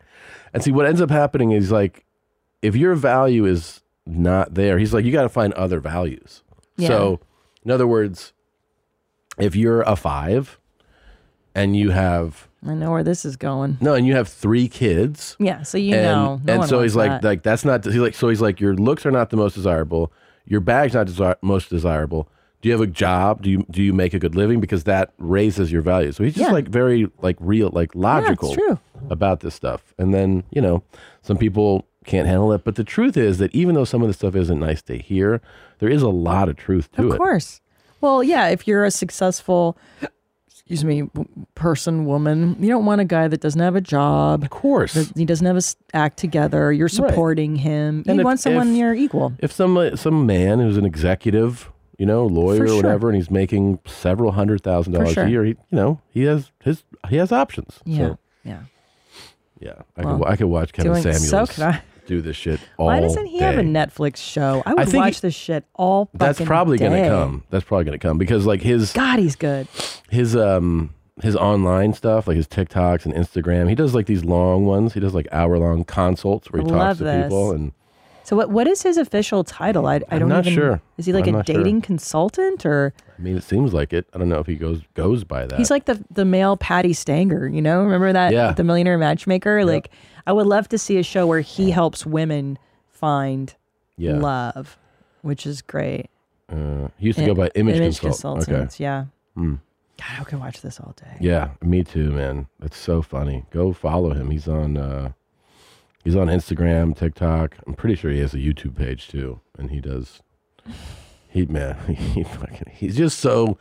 and see what ends up happening is like, if your value is not there, he's like, you got to find other values.
Yeah.
So, in other words, if you're a five, and you have
I know where this is going.
no, and you have three kids.
Yeah, so you
and,
know. No
and
one
so
wants
he's like,
that.
like that's not. He's like, so he's like, your looks are not the most desirable. Your bag's not desi- most desirable. Do you have a job? Do you do you make a good living? Because that raises your value. So he's just
Yeah.
like very like real, like logical
true.
about this stuff. And then you know, some people can't handle it. But the truth is that even though some of the stuff isn't nice to hear, there is a lot of truth to it.
Of course. Well, yeah, if you're a successful, excuse me, w- person, woman, you don't want a guy that doesn't have a job. Of
course.
he doesn't have his act together. You're
Right.
supporting him.
And
you
if-
want someone
if-
you're equal.
If some uh, some man who's an executive, you know, lawyer
For
or
sure.
whatever, and he's making several hundred thousand
For
dollars
sure.
a year, he, you know, he has his he has options.
Yeah.
So,
yeah.
yeah, I
Well,
could I could watch Kevin
doing-
Samuels
so could I.
do this shit all
Why doesn't he have a
day.
Netflix show? I
I
would
think
watch
he-
this shit all
That's
fucking
probably
day.
gonna come. That's probably gonna come because like his
God, he's good.
his um his online stuff, like his TikToks and Instagram, he does like these long ones. He does like hour long consults where he
Love
talks to
this.
people and
So what what is his official title? I, I
I'm
don't
not
even
sure.
Is he like
I'm
a
not sure.
dating consultant or
I mean it seems like it. I don't know if he goes goes by that.
He's like the the male Patty Stanger, you know? Remember that
Yeah.
the millionaire matchmaker? Like I would love to see a show where he helps women find
Yeah.
love, which is great.
Uh, he used to go by image, consult. Okay.
consultants, yeah.
Hmm.
God, I could watch this all day.
Yeah, me too, man. That's so funny. Go follow him. He's on uh he's on Instagram, TikTok. I'm pretty sure he has a YouTube page too, and he does he man, he fucking he's just so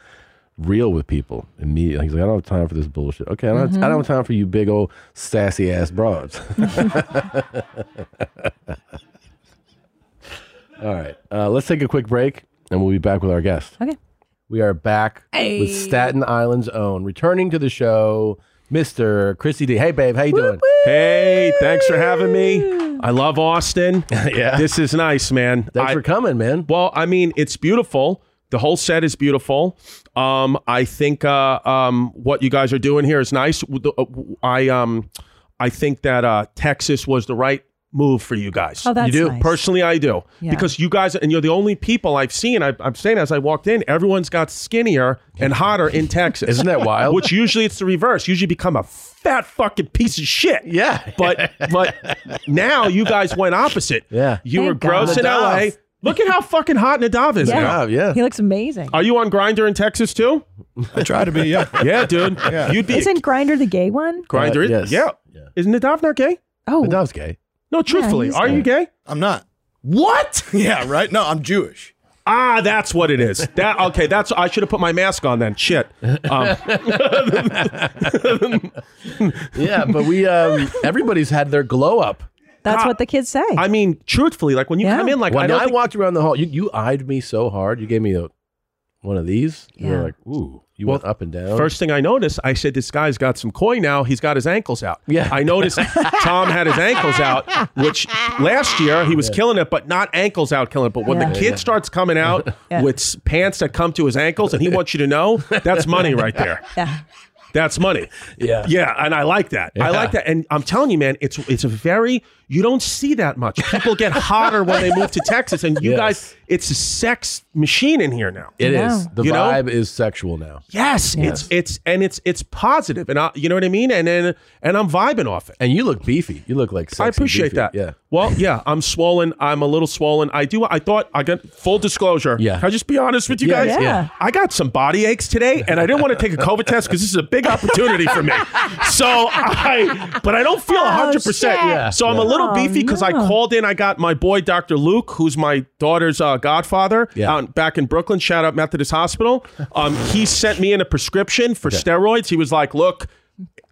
real with people immediately. He's like, I don't have time for this bullshit. Okay, I don't, have, I
Mhm.
don't have time for you big old sassy ass broads. All right. Uh, let's take a quick break and we'll be back with our guest.
Okay.
We are back
Hey.
with Staten Island's own, returning to the show, Mr. Chrissy D. Hey, babe, how you doing?
Hey, thanks for having me. I love Austin.
yeah.
This is nice, man.
Thanks for coming, man.
Well, I mean, it's beautiful. The whole set is beautiful. Um, I think uh, um, what you guys are doing here is nice. W- the- uh, w- I um, I think that uh, Texas was the right move for you guys.
Oh, that's
you do
nice.
personally. I do
Yeah.
because you guys and you're the only people I've seen. I, I'm saying as I walked in, everyone's got skinnier and hotter in Texas.
Isn't that wild?
Which usually it's the reverse. Usually become a fat fucking piece of shit.
Yeah.
But but now you guys went opposite.
Yeah.
You were
Thank
gross
God.
in LA.
Nadav.
Look at how fucking hot Nadav is now.
He looks amazing.
Are you on Grinder in Texas too? I try to be. Yeah. yeah, dude. You'd be
Isn't Grinder the gay one?
Grinder. Yeah. Isn't Nadav not gay?
Oh,
Nadav's gay.
No, truthfully,
he's
are you gay?
I'm not.
What?
Yeah, right? No, I'm Jewish.
Ah, that's what it is. That okay? That's I should have put my mask on then. Shit. Um,
yeah, but we um, everybody's had their glow up.
That's what the kids say.
I mean, truthfully, like when you come in, like
when
I, don't
I,
think-
walked around the hall, you, you eyed me so hard. You gave me a, one of these. You
Yeah.
were like, ooh, you went up and
Oh.
down.
First thing I noticed, I said, "This guy's got some koi now. He's got his ankles out."
Yeah.
I noticed Tom had his ankles out, which last year he was killing it, but not ankles out killing it. But when
Yeah.
the kid
Yeah.
starts coming out
Yeah.
with s- pants that come to his ankles, and he wants you to know that's money right there.
Yeah.
That's money.
Yeah.
Yeah, and I like that. I
Yeah.
like that. And I'm telling you, man, it's it's a very you don't see that much. People get hotter when they move to Texas, and you
Yes.
guys, it's a sex machine in here now.
It is. The
You know?
vibe is sexual now.
Yes,
Yes.
it's it's and it's it's positive, and I, you know what I mean. And and and I'm vibing off it.
And you look beefy. You look like sexy
I appreciate
beefy.
that.
Yeah.
Well, yeah, I'm swollen. I'm a little swollen. I do. I thought I got full disclosure. Yeah. Can I just be honest with you
Yeah,
guys?
yeah.
I got some body aches today, and I didn't want to take a COVID test because this is a big opportunity for me. So I, but I don't feel
Oh,
hundred percent.
shit. Oh,
So I'm
Yeah.
a little little beefy because I called in. I got my boy Dr. Luke, who's my daughter's uh, godfather, out back in Brooklyn. Shout out Methodist Hospital. Um, he sent me in a prescription for steroids. He was like, "Look,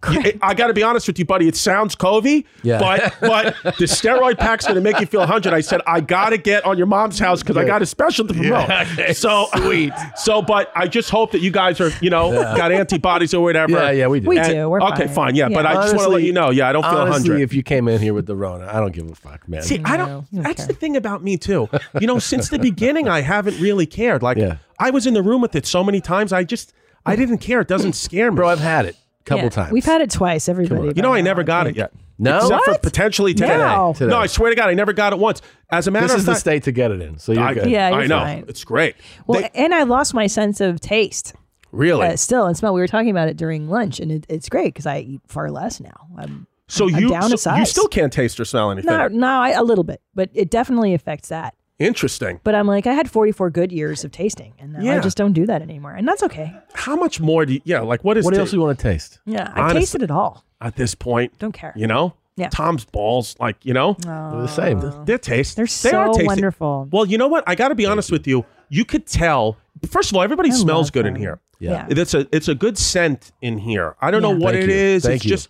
y- I got to be honest with you, buddy. It sounds covey,
Yeah.
but but the steroid pack's going to make you feel 100." I said, "I got to get on your mom's house because I got a special to promote."
Yeah.
So sweet. So, but I just hope that you guys are, you know,
Yeah.
got antibodies or whatever.
Yeah, yeah, we do.
And- okay, fine. Yeah, but I just want to let
Honestly-
you know. Yeah, I don't feel
honestly,
100.
If you came in here with the Rona, I don't give a fuck, man.
See, I don't. That's the thing about me too. You know, since the beginning, I haven't really cared. Like, I was in the room with it so many times. I just, I didn't care. It doesn't scare me. Bro, I've
had it a
Yeah. We've had it twice. Everybody.
You know, I never got it yet.
No?
except for
What?
potentially
Today.
today. No.
Today.
I swear to God, I never got it once. As a matter
This
of
is the
fact-
state to get it in, so you're
I,
good.
Yeah, you're
I know.
fine.
It's great.
Well, and I lost my sense of taste.
Really?
Uh, still and smell. We were talking about it during lunch, and it, it's great because I eat far less now. I'm
So
I'm- I'm
you,
down
so
a size.
you still can't taste or smell anything.
no, no, I, a little bit, but it definitely affects that.
Interesting.
But I'm like, I had 44 good years of tasting, and now I
Yeah.
just don't do that anymore, and that's okay.
How much more do you? Yeah, like what is?
What else do you want
to taste?
Yeah, I
Honestly.
tasted it all.
At this point,
Don't care.
You know.
Yeah.
Tom's balls, like you know,
they're
the same.
They're taste. They're
so wonderful.
Well, you know what? I got to be honest with you. You could tell. First of all, everybody smells good in here.
Yeah.
it's a it's a good scent in here. I don't
Yeah.
know what
Thank
it
you.
is.
Thank
it's
you.
just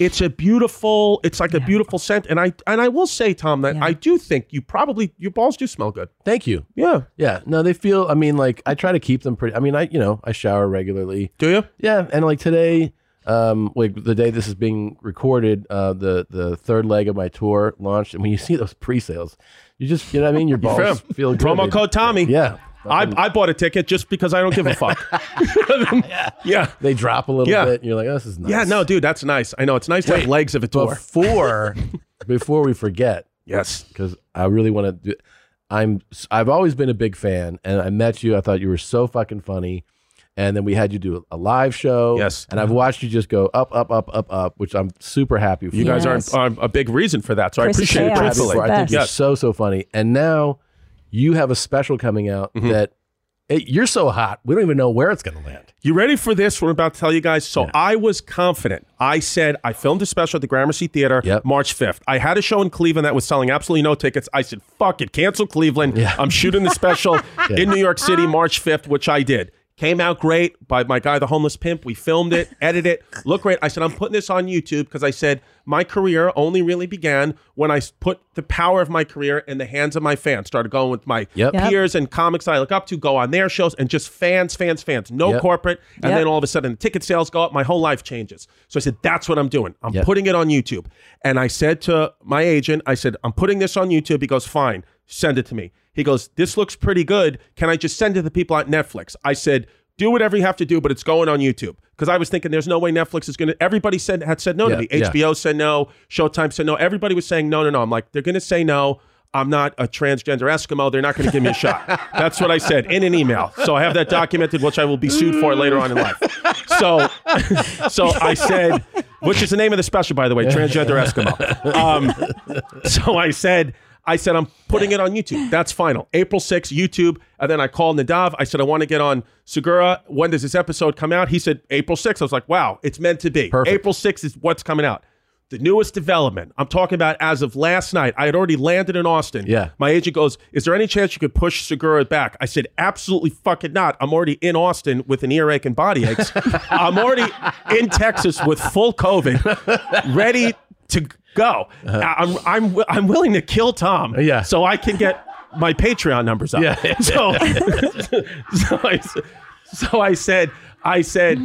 it's a beautiful. It's like a beautiful scent. And I and I will say, Tom, that I do think you probably your balls do smell good.
Thank you.
Yeah.
Yeah. No, they feel. I mean, like I try to keep them pretty. I mean, I you know I shower regularly.
Do you?
Yeah. And like today, um, like the day this is being recorded, uh, the the third leg of my tour launched, and when you see those pre-sales, you just you know what I mean. Your balls
Fam,
feel good.
promo
They-
code Tommy.
Yeah.
I, I bought a ticket just because I don't give a fuck. yeah.
They drop a little
Yeah.
bit. And you're like, oh, this is nice.
Yeah, no, dude, that's nice. I know it's nice to have
Wait,
legs of a tour.
Before, before we forget,
yes,
because I really want to. do I'm. I've always been a big fan, and I met you. I thought you were so fucking funny, and then we had you do a live show. Yes, and I've watched you just go up, up, up, up, up, which I'm super happy for.
You guys aren't are a big reason for that, so
I
I appreciate it truthfully.
I think you're
Yes.
so so funny, and now you have a special coming out
Mm-hmm.
that it, you're so hot. We don't even know where it's going to land.
You ready for this? We're about to tell you guys. So I was confident. I said I filmed a special at the Gramercy Theater March 5th. I had a show in Cleveland that was selling absolutely no tickets. I said, fuck it, cancel Cleveland. I'm shooting the special in New York City March 5th, which I did. Came out great by my guy, the homeless pimp. We filmed it, edited it, looked great. I said, I'm putting this on YouTube because I said my career only really began when I s- put the power of my career in the hands of my fans. Started going with my
Yep.
peers and comics I look up to, go on their shows, and just fans, fans, fans. No
Yep.
corporate. And
Yep.
then all of a sudden, the ticket sales go up. My whole life changes. So I said, that's what I'm doing. I'm putting it on YouTube. And I said to my agent, I said, I'm putting this on YouTube. He goes, fine, send it to me. He goes, this looks pretty good. Can I just send it to the people at Netflix? I said, do whatever you have to do, but it's going on YouTube. Because I was thinking there's no way Netflix is going to. Everybody said had said no
Yeah,
to me.
yeah.
HBO said no. Showtime said no. Everybody was saying no, no, no. I'm like, they're going to say no. I'm not a transgender Eskimo. They're not going to give me a shot. That's what I said in an email. So I have that documented, which I will be sued for later on in life. So, so I said, which is the name of the special, by the way, transgender Eskimo. Um, so I said, I said I'm putting it on YouTube. That's final. April 6th, YouTube. And then I called Nadav. I said I want to get on Segura. When does this episode come out? He said April 6th. I was like, wow, it's meant to be. April 6th is what's coming out. The newest development. I'm talking about as of last night. I had already landed in Austin.
Yeah.
My agent goes, "Is there any chance you could push Segura back?" I said, "Absolutely fucking not. I'm already in Austin with an earache and body aches. I'm already in Texas with full COVID, ready to go. I'm I'm wi- I'm willing to kill Tom. Yeah. So I can get my Patreon numbers up.
Yeah.
So so I, so I said, I said,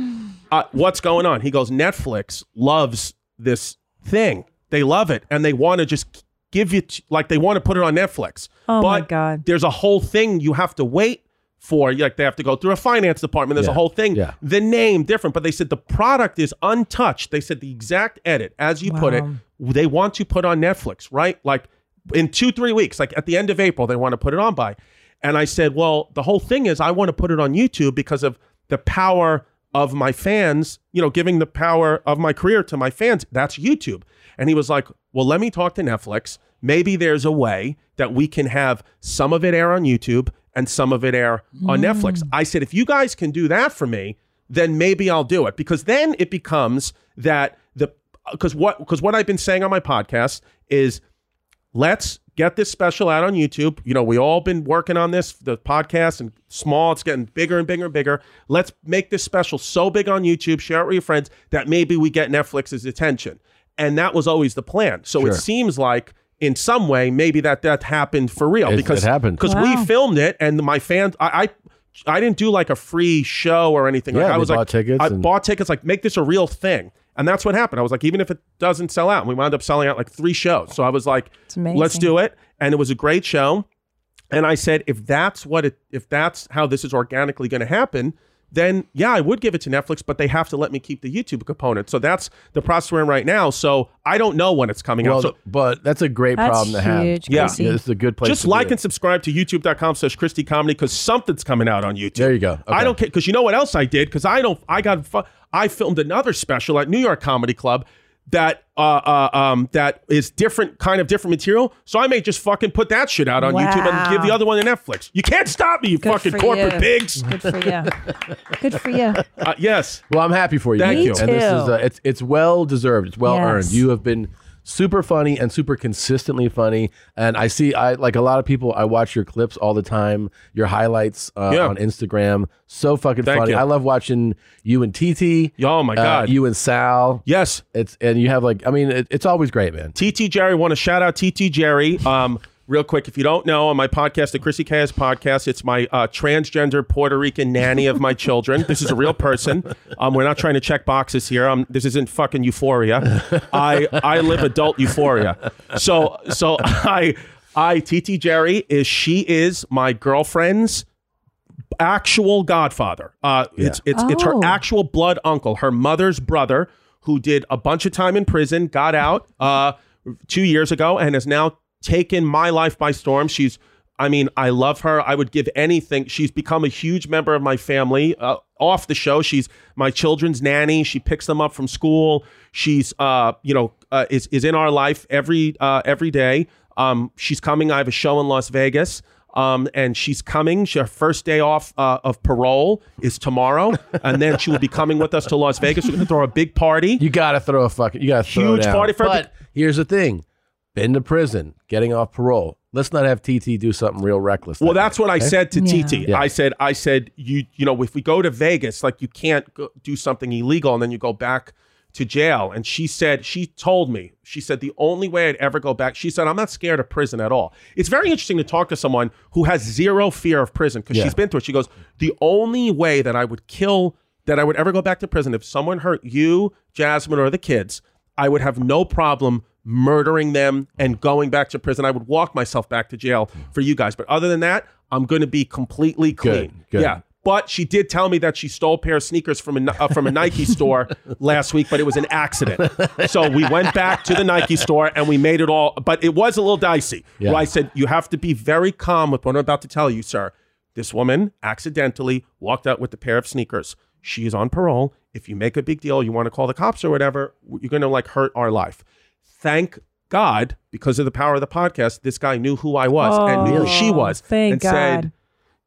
uh, what's going on? He goes, Netflix loves this thing. They love it, and they want to just give you t- like they want to put it on Netflix.
Oh, my
But
God.
There's a whole thing you have to wait for. Like they have to go through a finance department. There's a
Yeah.
whole thing.
Yeah.
The name different, but they said the product is untouched. They said the exact edit, as you put it,
Wow.
they want to put on Netflix, right? Like in two, three weeks, like at the end of April, they want to put it on by. And I said, well, the whole thing is I want to put it on YouTube because of the power of my fans, you know, giving the power of my career to my fans. That's YouTube. And he was like, well, let me talk to Netflix. Maybe there's a way that we can have some of it air on YouTube and some of it air on Netflix. I said, if you guys can do that for me, then maybe I'll do it because then it becomes that the because what because what I've been saying on my podcast is let's get this special out on YouTube. You know, we all been working on this, the podcast and small, it's getting bigger and bigger and bigger. Let's make this special so big on YouTube, share it with your friends that maybe we get Netflix's attention. And that was always the plan. So
Sure.
it seems like in some way, maybe that that happened for real
It-
because
it happened.
because
Wow.
we filmed it and my fans, I, I I didn't do like a free show or anything.
Yeah,
like, I
we
was
bought
like,
tickets
I
and-
bought tickets. Like, make this a real thing, and that's what happened. I was like, even if it doesn't sell out, and we wound up selling out like three shows. So I was like,
amazing.
let's do it, and it was a great show. And I said, if that's what it, if that's how this is organically going to happen, then yeah, I would give it to Netflix, but they have to let me keep the YouTube component. So that's the process we're in right now. So I don't know when it's coming
Well,
out. So,
but that's a great
That's
problem to have.
huge, Yeah.
yeah,
Chrissy.
this is a good place.
just
to do
like
it.
and subscribe to youtube.com slash Christy Comedy because something's coming out on YouTube. There
you go.
I don't care because you know what else I did? Because I don't, I got, fu- I filmed another special at New York Comedy Club that, uh, uh, um, that is different, kind of different material. So I may just fucking put that shit out on YouTube and give the
Wow.
other one to Netflix. You can't stop me, you
Good
fucking
for
corporate
you.
pigs.
Good for you. Good for you.
Uh, yes.
Well, I'm happy for you.
Thank
man.
you.
And this
too.
is uh, it's it's well deserved. It's well
Yes.
earned. You have been super funny and super consistently funny. And I see I like a lot of people. I watch your clips all the time. Your highlights uh,
Yeah.
on Instagram. So fucking
Thank
funny.
you.
I love watching you and TT.
Oh my
uh,
God.
you and Sal.
Yes.
It's and you have like I mean it, it's always great, man.
TT Jerry, want to shout out TT Jerry. Um, real quick, if you don't know, on my podcast, the Chrissy Chaos podcast, it's my uh, transgender Puerto Rican nanny of my children. This is a real person. Um, we're not trying to check boxes here. Um, this isn't fucking euphoria. I I live adult euphoria. So so I I TT Jerry is she is my girlfriend's actual godfather. Uh, It's it's it's her
Oh.
actual blood uncle, her mother's brother, who did a bunch of time in prison, got out uh, two years ago, and has now taken my life by storm. She's I mean, I love her. I would give anything. She's become a huge member of my family. Uh, off the show, she's my children's nanny. She picks them up from school. She's, uh, you know, uh, is is in our life every uh, every day. Um, she's coming. I have a show in Las Vegas um, and she's coming. She, her first day off uh, of parole is tomorrow, and then she will be coming with us to Las Vegas. We're going to throw a big party.
You gotta throw a fucking you gotta throw
huge
down.
party for her.
But here's the thing: been to prison, getting off parole. Let's not have TT do something real reckless.
Well, that's what I said to
Yeah.
TT. I said, I said, you, you know, if we go to Vegas, like you can't go, do something illegal and then you go back to jail. And she said, she told me, she said, the only way I'd ever go back, she said, I'm not scared of prison at all. It's very interesting to talk to someone who has zero fear of prison because
Yeah.
she's been through it. She goes, the only way that I would kill, that I would ever go back to prison, if someone hurt you, Jasmine, or the kids, I would have no problem murdering them and going back to prison. I would walk myself back to jail for you guys. But other than that, I'm going to be completely clean.
good.
Yeah. But she did tell me that she stole a pair of sneakers from a uh, from a Nike store last week, but it was an accident. So we went back to the Nike store and we made it all. But it was a little dicey.
Yeah.
Where I said you have to be very calm with what I'm about to tell you, sir. This woman accidentally walked out with a pair of sneakers. She is on parole. If you make a big deal, you want to call the cops or whatever, you're going to like hurt our life. Thank God, because of the power of the podcast, this guy knew who I was and knew who
Oh,
she was.
thank
and said,
God.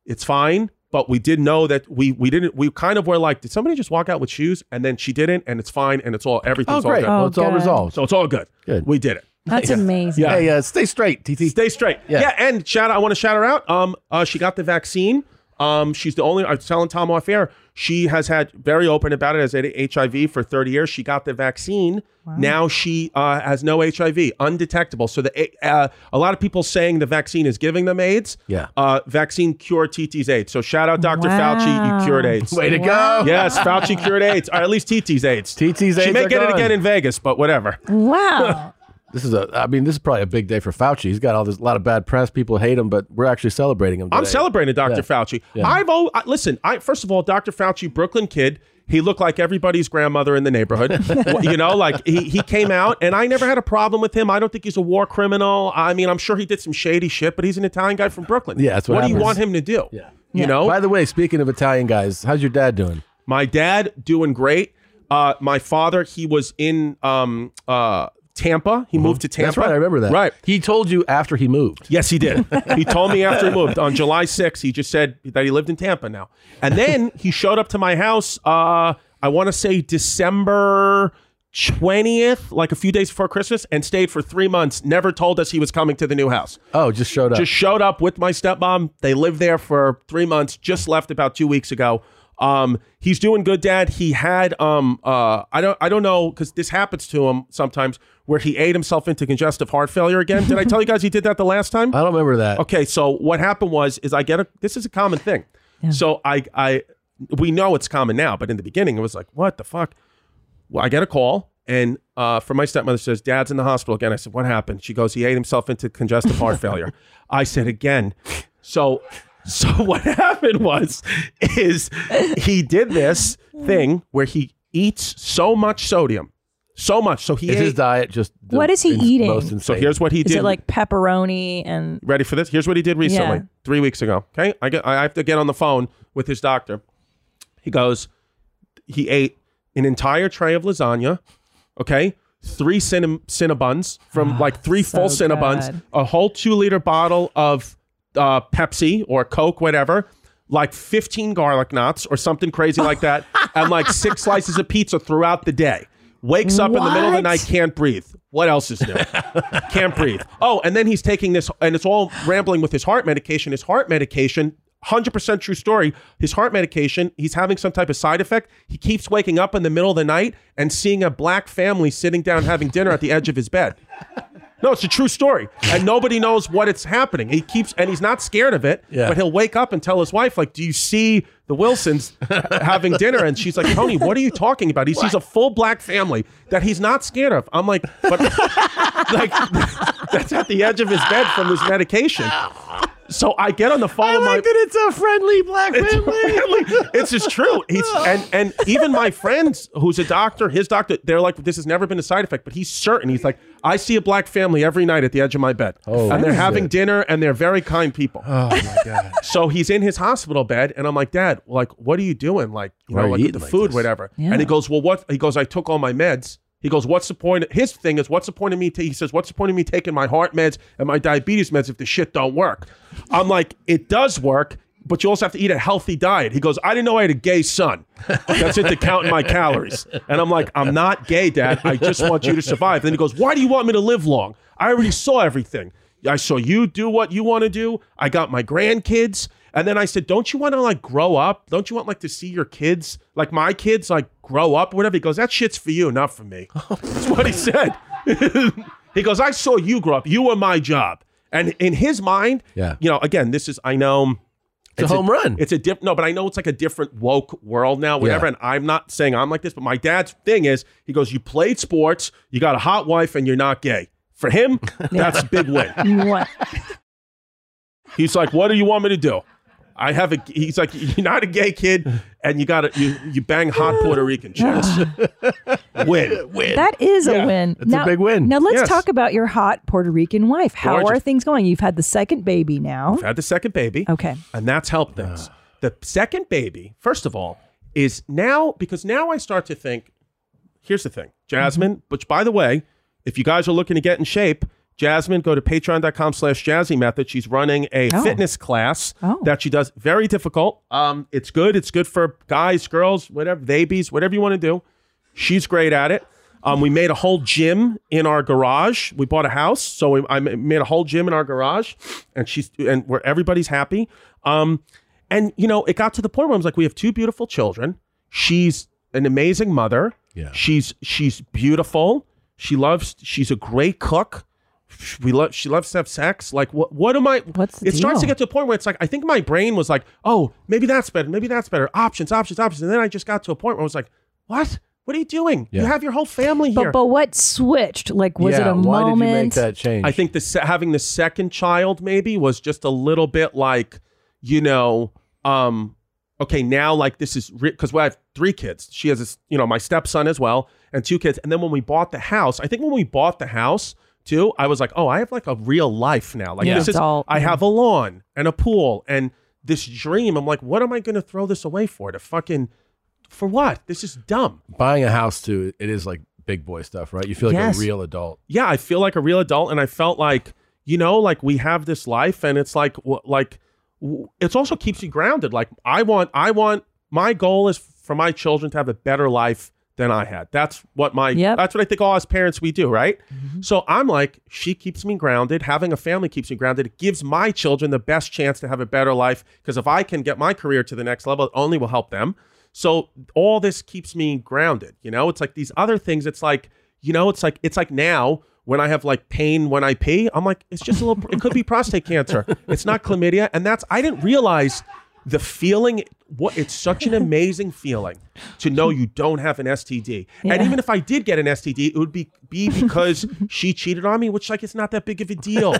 it's fine. But we did know that we we didn't we kind of were like, did somebody just walk out with shoes? And then she didn't, and it's fine, and it's all everything's
Oh,
all
great.
good.
Well, it's all Oh, good. resolved.
So it's all good. Good. We did it.
That's amazing.
Yeah.
Hey, uh, stay straight, TT.
Stay straight. Yeah. and shout out, I want to shout her out. Um, uh, she got the vaccine. Um, she's the only. I was telling Tom off air. She has had very open about it as had HIV for 30 years. She got the vaccine. Now she uh, has no HIV, undetectable. So the A- uh, a lot of people saying the vaccine is giving them AIDS.
Yeah.
Uh, vaccine cured TT's AIDS. So shout out Dr. Fauci, you cured AIDS.
Way to go.
Yes, Fauci cured AIDS, or at least TT's AIDS. TT's
AIDS
She may
are
get it
gone.
again in Vegas, but whatever.
Wow.
This is a. I mean, this is probably a big day for Fauci. He's got all this a lot of bad press. People hate him, but we're actually celebrating him.
I'm
today.
celebrating Dr.
Yeah.
Fauci.
Yeah.
I've oh, I, listen. I first of all, Dr. Fauci, Brooklyn kid. He looked like everybody's grandmother in the neighborhood. Well, you know, like he, he came out, and I never had a problem with him. I don't think he's a war criminal. I mean, I'm sure he did some shady shit, but he's an Italian guy from Brooklyn.
Yeah, that's what
do you
happens.
want him to do? Yeah. You
Yeah.
know?
By the way, speaking of Italian guys, how's your dad doing?
My dad doing great. Uh, my father, he was in um, uh, Tampa. He moved to Tampa.
Mm-hmm. That's right. I remember that.
Right.
He told you after he moved.
Yes, he did. he told me after he moved on July 6th, he just said that he lived in Tampa now. And then he showed up to my house, uh, I want to say December 20th, like a few days before Christmas, and stayed for three months. Never told us he was coming to the new house.
Oh, just showed up.
Just showed up with my stepmom. They lived there for three months. Just left about two weeks ago. Um, he's doing good, Dad. He had um, uh, I don't I don't know because this happens to him sometimes where he ate himself into congestive heart failure again. Did I tell you guys he did that the last time?
I don't remember that.
Okay, so what happened was is I get a this is a common thing. So I I we know it's common now, but in the beginning it was like what the fuck. Well, I get a call and uh, from my stepmother says, "Dad's in the hospital again." I said, "What happened?" She goes, "He ate himself into congestive heart failure." I said, "Again." So, so what happened was, is he did this thing where he eats so much sodium, so much. So he
Is
ate,
his diet just
What is he eating?
So here's what he did.
Is it like pepperoni and
Ready for this? Here's what he did recently,
Yeah.
three weeks ago. Okay, I get, I have to get on the phone with his doctor. He goes, he ate an entire tray of lasagna. Okay, three cinna- cinnabuns from like three full
Ah, so
cinnabuns,
good.
a whole two liter bottle of uh, Pepsi or Coke, whatever. Like 15 garlic knots or something crazy like that, and like six slices of pizza throughout the day. Wakes up in the middle of the
What?
night, can't breathe. What else is new? can't breathe. Oh, and then he's taking this, and it's all rambling with his heart medication. His heart medication, 100% true story. His heart medication, he's having some type of side effect. He keeps waking up in the middle of the night and seeing a black family sitting down having dinner at the edge of his bed. No, it's a true story, and nobody knows what it's happening. He keeps, and he's not scared of it.
Yeah.
But he'll wake up and tell his wife, like, "Do you see the Wilsons having dinner?" And she's like, "Tony, what are you talking about?" He sees a full black family that he's not scared of. I'm like, but like that's at the edge of his bed from his medication. So I get on the phone. I like that
it's a friendly black
family. It's just true. It's and and even my friends, who's a doctor, his doctor, they're like, this has never been a side effect. But he's certain. He's like, I see a black family every night at the edge of my bed,
Oh,
and they're
shit.
having dinner, and they're very kind people.
Oh my god.
So he's in his hospital bed, and I'm like, Dad, like, what are you doing? Like, you
Why
know,
are you
like with
eating
the
like
food,
this?
whatever.
Yeah.
And he goes, Well, what? He goes, I took all my meds. He goes, What's the point? His thing is, What's the point of me? ta- he says, What's the point of me taking my heart meds and my diabetes meds if the shit don't work? I'm like, It does work, but you also have to eat a healthy diet. He goes, I didn't know I had a gay son. That's it to counting my calories. And I'm like, I'm not gay, Dad. I just want you to survive. Then he goes, Why do you want me to live long? I already saw everything. I saw you do what you want to do. I got my grandkids. And then I said, Don't you want to like grow up? Don't you want like to see your kids, like my kids, like grow up, whatever? He goes, That shit's for you, not for me.
Oh.
That's what he said. he goes, I saw you grow up. You were my job. And in his mind,
Yeah.
you know, again, this is, I know.
It's a home run.
It's a different, no, but I know it's like a different woke world now, whatever.
Yeah.
And I'm not saying I'm like this, but my dad's thing is he goes, You played sports, you got a hot wife, and you're not gay. For him, that's a big win.
what?
He's like, "What do you want me to do?" I have a. He's like, "You're not a gay kid, and you got to you you bang hot Puerto Rican chicks. win, win.
That is a win. Now- Now let's
Yes.
talk about your hot Puerto Rican wife. How
Gorgeous.
are things going? You've had the second baby now.
I've had the second baby.
Okay.
And that's helped things. The second baby, first of all, is now because now I start to think here's the thing, Jasmine, which by the way, if you guys are looking to get in shape, Jasmine, go to patreon.com slash jazzy method. She's running a
Oh.
fitness class that she does. Very difficult. Um, it's good. It's good for guys, girls, whatever, babies, whatever you want to do. She's great at it. Um, we made a whole gym in our garage. We bought a house, so we, I ma- made a whole gym in our garage, and she's and where everybody's happy. Um, and you know, it got to the point where I was like, we have two beautiful children. She's an amazing mother. Yeah, she's she's beautiful. She loves. She's a great cook. We love. She loves to have sex. Like, what? What am I? What's
the
It starts to
deal?
get to a point where it's like, I think my brain was like, oh, maybe that's better. Maybe that's better. Options, options, options. And then I just got to a point where I was like, what? What are you doing? You
Yeah.
have your whole family here.
But, but what switched? Like, was it a moment?
change? I think the se- having the second child maybe was just a little bit like, you know, um, okay, now like this is because we have three kids. She has, this, you know, my stepson as well and two kids. And then when we bought the house, I think when we bought the house too, I was like, oh, I have like a real life now. Like
Yeah.
this is,
It's all-
I have a lawn and a pool and this dream. I'm like, what am I going to throw this away for? To fucking, for what? This is dumb.
Buying a house too, it is like big boy stuff, right? You feel like
Yes.
a real adult.
yeah, I feel like a real adult, and I felt like you know, like we have this life, and it's like wh- like it also keeps you grounded. Like I want, I want my goal is for my children to have a better life than I had. That's what my that's what I think all us parents we do, right? So I'm like, she keeps me grounded. Having a family keeps me grounded. It gives my children the best chance to have a better life because if I can get my career to the next level, it only will help them. So all this keeps me grounded. You know, it's like these other things. It's like you know, it's like it's like now when I have like pain when I pee, I'm like, it's just a little. It could be prostate cancer. It's not chlamydia, and that's I didn't realize the feeling. What it's such an amazing feeling to know you don't have an STD, and
Yeah.
even if I did get an STD, it would be be because she cheated on me, which like it's not that big of a deal,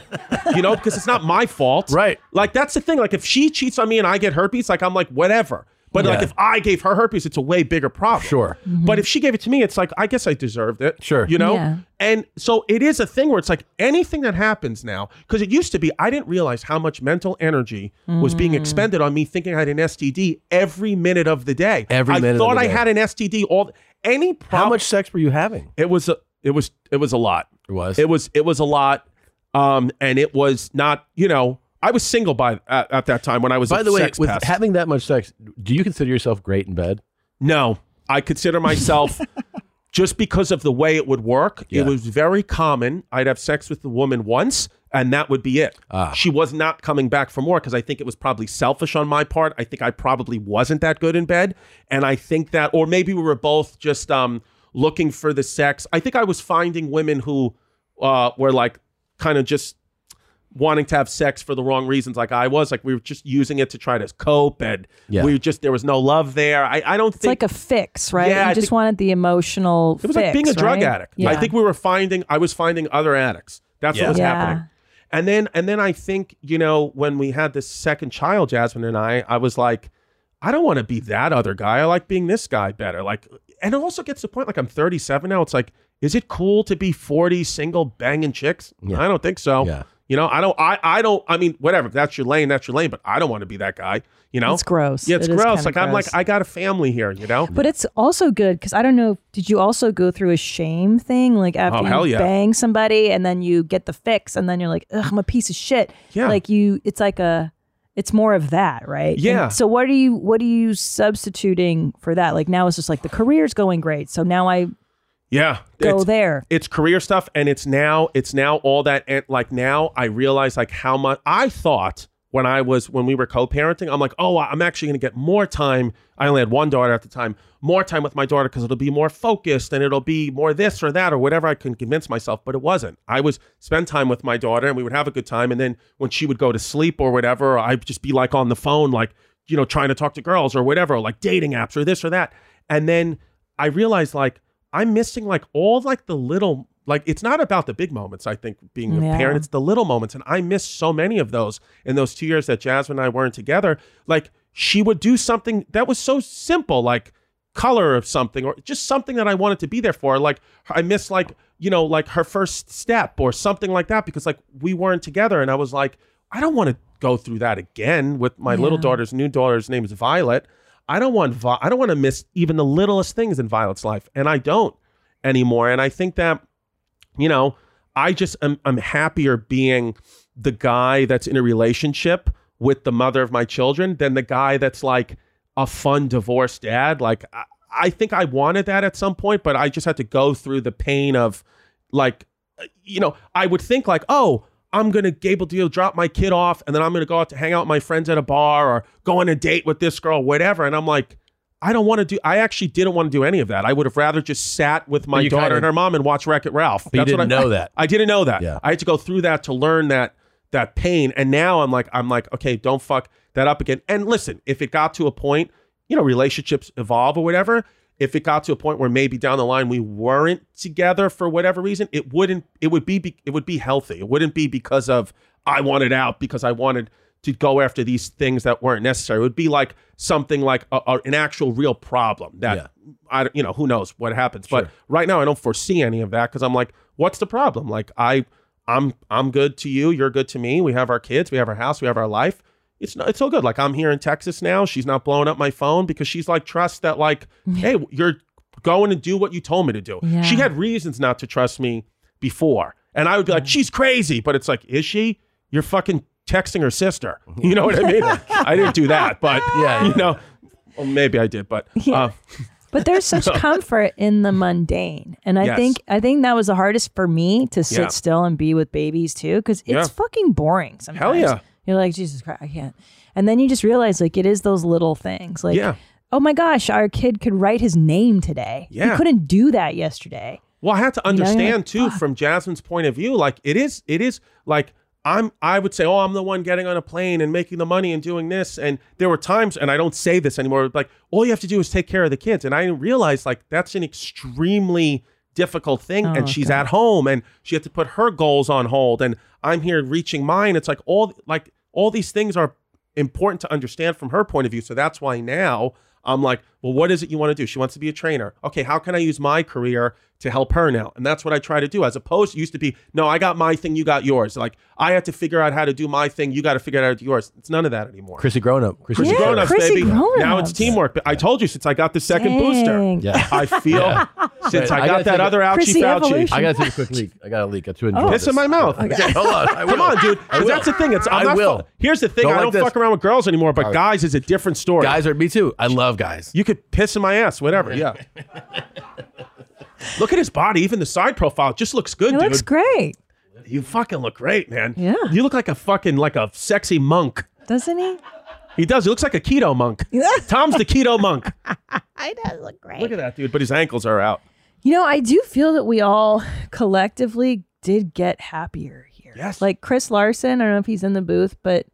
you know, because it's not my fault, right? Like that's the thing. Like if she cheats on me and I get herpes, like I'm like whatever. But like
Yeah.
if I gave her herpes, it's a way bigger problem. Sure. But if she gave it to me, it's like I guess I deserved it. Sure. You know?
Yeah.
And so it is a thing where it's like anything that happens now, because it used to be I didn't realize how much mental energy was being
Mm.
expended on me thinking I had an STD every minute of the day.
Every
I
minute of
thought
the
I
day.
had an STD all any problem. How much sex were you having? It was a it was it was a lot. It was. It was it was a lot. Um and it was not, you know, I was single by at, at that time when I was
By
a
the way,
sex
with
pest.
having that much sex, do you consider yourself great in bed?
No, I consider myself just because of the way it would work. It was very common. I'd have sex with the woman once, and that would be it. She was not coming back for more because I think it was probably selfish on my part. I think I probably wasn't that good in bed, and I think that, or maybe we were both just um, looking for the sex. I think I was finding women who uh, were like kind of just wanting to have sex for the wrong reasons like I was like we were just using it to try to cope and
Yeah.
we just there was no love there I, I don't
It's like
think
a fix, right?
Yeah,
you
I
just
think-
wanted the emotional.
it was like being a drug addict.
Yeah.
I think we were finding I was finding other addicts. That's
Yeah.
what was
Yeah.
happening. And then and then I think, you know, when we had this second child, Jasmine and I, I was like, I don't want to be that other guy. I like being this guy better. Like and it also gets to the point like I'm 37 now. It's like, is it cool to be 40 single banging chicks? I don't think so. Yeah. You know, I don't I I don't I mean, whatever, if that's your lane, that's your lane, but I don't want to be that guy. You know?
It's gross.
Yeah, it's
It is
gross.
kinda
Like I'm like,
gross.
I got a family here, you know?
But it's also good because I don't know. Did you also go through a shame thing? Like after
Oh, hell
you
yeah.
bang somebody and then you get the fix and then you're like, Ugh, I'm a piece of shit.
Yeah.
Like you, it's like a, it's more of that, right? And
Yeah.
so what are you, what are you substituting for that? Like now it's just like the career's going great. So now I
Yeah.
Go
it's-
there.
It's career stuff and it's now it's now all that and like now I realize like how much I thought when I was when we were co-parenting, I'm like, oh, I'm actually gonna get more time. I only had one daughter at the time, more time with my daughter because it'll be more focused and it'll be more this or that or whatever I can convince myself, but it wasn't. I was spend time with my daughter and we would have a good time, and then when she would go to sleep or whatever, I'd just be like on the phone, like, you know, trying to talk to girls or whatever, or like dating apps or this or that. And then I realized like I'm missing like all like the little like it's not about the big moments. I think being a
Yeah.
parent, it's the little moments, and I missed so many of those in those two years that Jasmine and I weren't together. Like she would do something that was so simple, like color of something or just something that I wanted to be there for. Like I missed like you know like her first step or something like that because like we weren't together, and I was like I don't want to go through that again with my little daughter
Yeah.
daughter's new daughter's name is Violet. I don't want Vi- I don't want to miss even the littlest things in Violet's life, and I don't anymore. And I think that you know, I just am I'm happier being the guy that's in a relationship with the mother of my children than the guy that's like a fun divorced dad. Like I, I think I wanted that at some point, but I just had to go through the pain of like you know, I would think like, oh, I'm gonna able to drop my kid off, and then I'm gonna go out to hang out with my friends at a bar or go on a date with this girl, whatever. And I'm like, I don't want to do. I actually didn't want to do any of that. I would have rather just sat with my
you
daughter
kinda-
and her mom and watch Wreck It Ralph.
But you
That's what
didn't
I-
know that.
I didn't know that. I had to go through that to learn that that pain. And now I'm like, I'm like, okay, don't fuck that up again. And listen, if it got to a point, you know, relationships evolve or whatever. If it got to a point where maybe down the line we weren't together for whatever reason, it wouldn't. It would be, be. It would be healthy. It wouldn't be because of I wanted out because I wanted to go after these things that weren't necessary. It would be like something like a, a- an actual real problem that I, don't- you know, who knows what happens. But right now, I don't foresee any of that because I'm like, what's the problem? Like I, I'm, I'm good to you. You're good to me. We have our kids. We have our house. We have our life. It's not, it's all good. Like I'm here in Texas now. She's not blowing up my phone because she's like trust that like, hey, you're going to do what you told me to do.
Yeah.
She had reasons not to trust me before, and I would be like, she's crazy. But it's like, is she? You're fucking texting her sister. You know what I mean? I didn't do that, but yeah, you know, well, maybe I did, but uh,
But there's such comfort in the mundane. And I
Yes.
think I think that was the hardest for me to sit
Yeah.
still and be with babies too, because it's
Yeah.
fucking boring sometimes.
yeah.
You're like, Jesus Christ, I can't. And then you just realize like it is those little things. Like
Yeah.
oh my gosh, our kid could write his name today.
Yeah.
He couldn't do that yesterday.
Well, I had to
You know, you're like,
understand too from Jasmine's point of view. Like it is, it is like I'm. I would say, oh, I'm the one getting on a plane and making the money and doing this. And there were times, and I don't say this anymore. but, Like all you have to do is take care of the kids. And I realized like that's an extremely difficult thing.
Oh,
and she's
God.
at home, and she had to put her goals on hold. And I'm here reaching mine. It's like all like all these things are important to understand from her point of view. So that's why now I'm like, well, what is it you want to do? She wants to be a trainer. Okay, how can I use my career to help her now? And that's what I try to do. As opposed, it used to be, no, I got my thing, you got yours. Like I have to figure out how to do my thing, you got to figure out how to do yours. It's none of that anymore.
Chrissy grown up. Chrissy
Chrissy
grown
grown
up.
ups, baby. Now it's teamwork. But I told you since I got the second booster,
Dang. Yeah.
I feel
Yeah.
since
Right,
I, got
I gotta
that
take a-
other ouchie
Chrissy
fouchie.
evolution. I gotta take a quick leak. I got to leak. I too enjoy
Piss
this.
in my mouth.
Okay, hold on. I
Come
will.
on, dude.
I
'Cause
will.
that's the thing. It's I'm
I
not fu-
will.
Here's the thing.
Don't
I
like
don't
this.
fuck around with girls anymore, but
All right.
guys is a different story.
Guys are me too. I love guys.
You could piss in my ass, whatever. Yeah. Look at his body. Even the side profile just looks good,
It
dude.
looks great,
You fucking look great, man. Yeah. You look like a fucking like a sexy monk.
doesn't he?
He does. He looks like a keto monk. Tom's the keto monk.
I does look great.
Look at that, dude. But his ankles are out.
You know, I do feel that we all collectively did get happier here. Yes. Like Chris Larson, I don't know if he's in the booth, but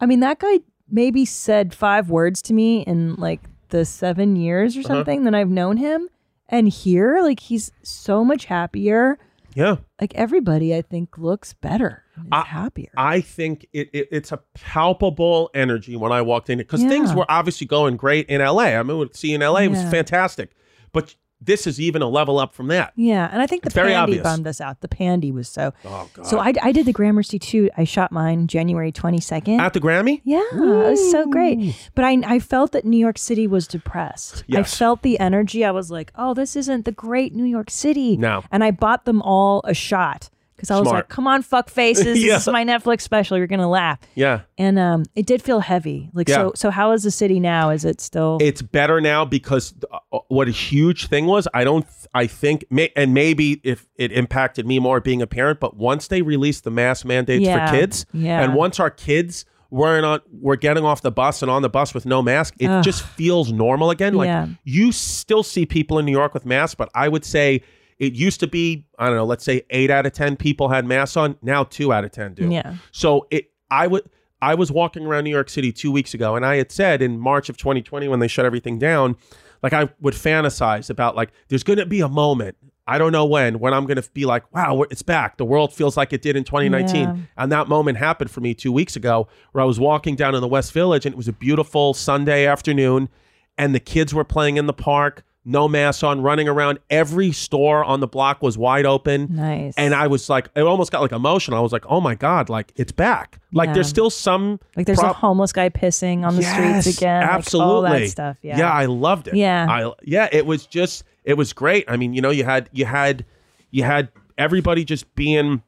I mean, that guy maybe said five words to me in like the seven years or
Uh-huh.
something that I've known him. And here, like, he's so much happier.
Yeah.
Like, everybody, I think, looks better.
I,
happier.
I think it, it, it's a palpable energy when I walked in because
Yeah.
things were obviously going great in LA. I mean, what see in LA was
Yeah.
fantastic, but this is even a level up from that.
Yeah, and I think
It's
the
very
pandy
obvious.
bummed us out. The pandy was so.
Oh god.
So I, I did the Gramercy too. I shot mine January twenty second
At the Grammy?
Yeah, it was so great. But I I felt that New York City was depressed.
Yes.
I felt the energy. I was like, oh, this isn't the great New York City.
No.
And I bought them all a shot because I was
Smart.
like, come on, fuck faces.
Yeah.
This is my Netflix special. You're gonna laugh.
Yeah.
And um, it did feel heavy. Like
Yeah.
so. So how is the city now? Is it still?
It's better now because uh, what a huge thing was. I don't. I think, may, and maybe if it impacted me more being a parent, but once they released the mask mandates
Yeah.
for kids,
Yeah.
and once our kids weren't on, were getting off the bus and on the bus with no mask, it
Ugh.
just feels normal again. Like
Yeah.
you still see people in New York with masks, but I would say. It used to be, I don't know, let's say eight out of 10 people had masks on. Now two out of 10 do.
Yeah.
So it, I would, I was walking around New York City two weeks ago, and I had said in March of 2020 when they shut everything down, like I would fantasize about like there's going to be a moment. I don't know when, when I'm going to be like, wow, we're- it's back. The world feels like it did in 2019.
Yeah.
And that moment happened for me two weeks ago where I was walking down in the West Village and it was a beautiful Sunday afternoon and the kids were playing in the park, no masks on, running around. Every store on the block was wide open.
Nice.
And I was like, it almost got like emotional. I was like, oh my God, like it's back. Like
Yeah.
there's still some
Like there's a
prob-
homeless guy pissing on the streets
Yes,
again.
Absolutely.
Like all that stuff. Yeah.
I loved it.
Yeah.
I yeah, it was just it was great. I mean, you know, you had you had you had everybody just being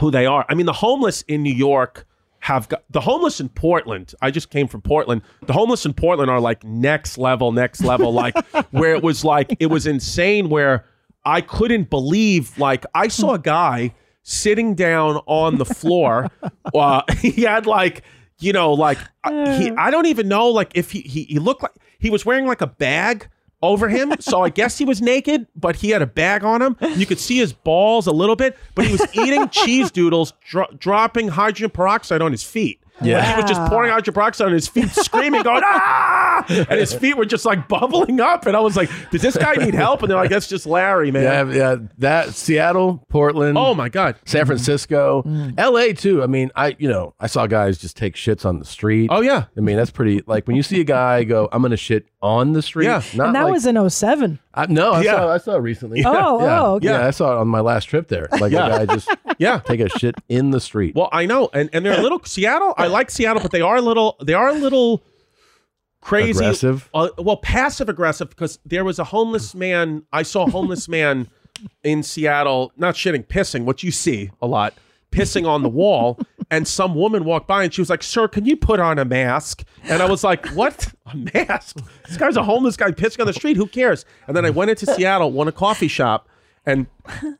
who they are. I mean, the homeless in New York have got the homeless in Portland. I just came from Portland. The homeless in Portland are like next level, next level, like where it was like it was insane where I couldn't believe like I saw a guy sitting down on the floor. Uh, he had like you know like I- he, I don't even know like if he, he he looked like he was wearing like a bag over him. So I guess he was naked, but he had a bag on him. You could see his balls a little bit, but he was eating cheese doodles, dro- dropping hydrogen peroxide on his feet.
Yeah.
Like, he was just pouring hydrogen peroxide on his feet, screaming, going, ah! And his feet were just like bubbling up. And I was like, does this guy need help? And they're like, that's just Larry, man.
Yeah, yeah. That Seattle, Portland. Oh
my God.
San Francisco,
Mm.
L.A. too. I mean, I you know I saw guys just take shits on the street.
Oh yeah.
I mean that's pretty. Like when you see a guy go, I'm gonna shit on the street. Yeah. Not
and that
like-
was in 07.
I, no, I
Yeah.
saw I saw it recently.
Yeah. Oh,
yeah.
oh, okay.
yeah. I saw it on my last trip there. Like
Yeah.
a guy just
yeah
take a shit in the street.
Well, I know, and and they're a little Seattle. I like Seattle, but they are a little. They are a little crazy,
Aggressive?
Uh, well, passive aggressive because there was a homeless man. I saw a homeless man in Seattle, not shitting, pissing. What you see a lot, pissing on the wall, and some woman walked by and she was like, "Sir, can you put on a mask?" And I was like, "What? A mask? This guy's a homeless guy pissing on the street. Who cares?" And then I went into Seattle, won a coffee shop, and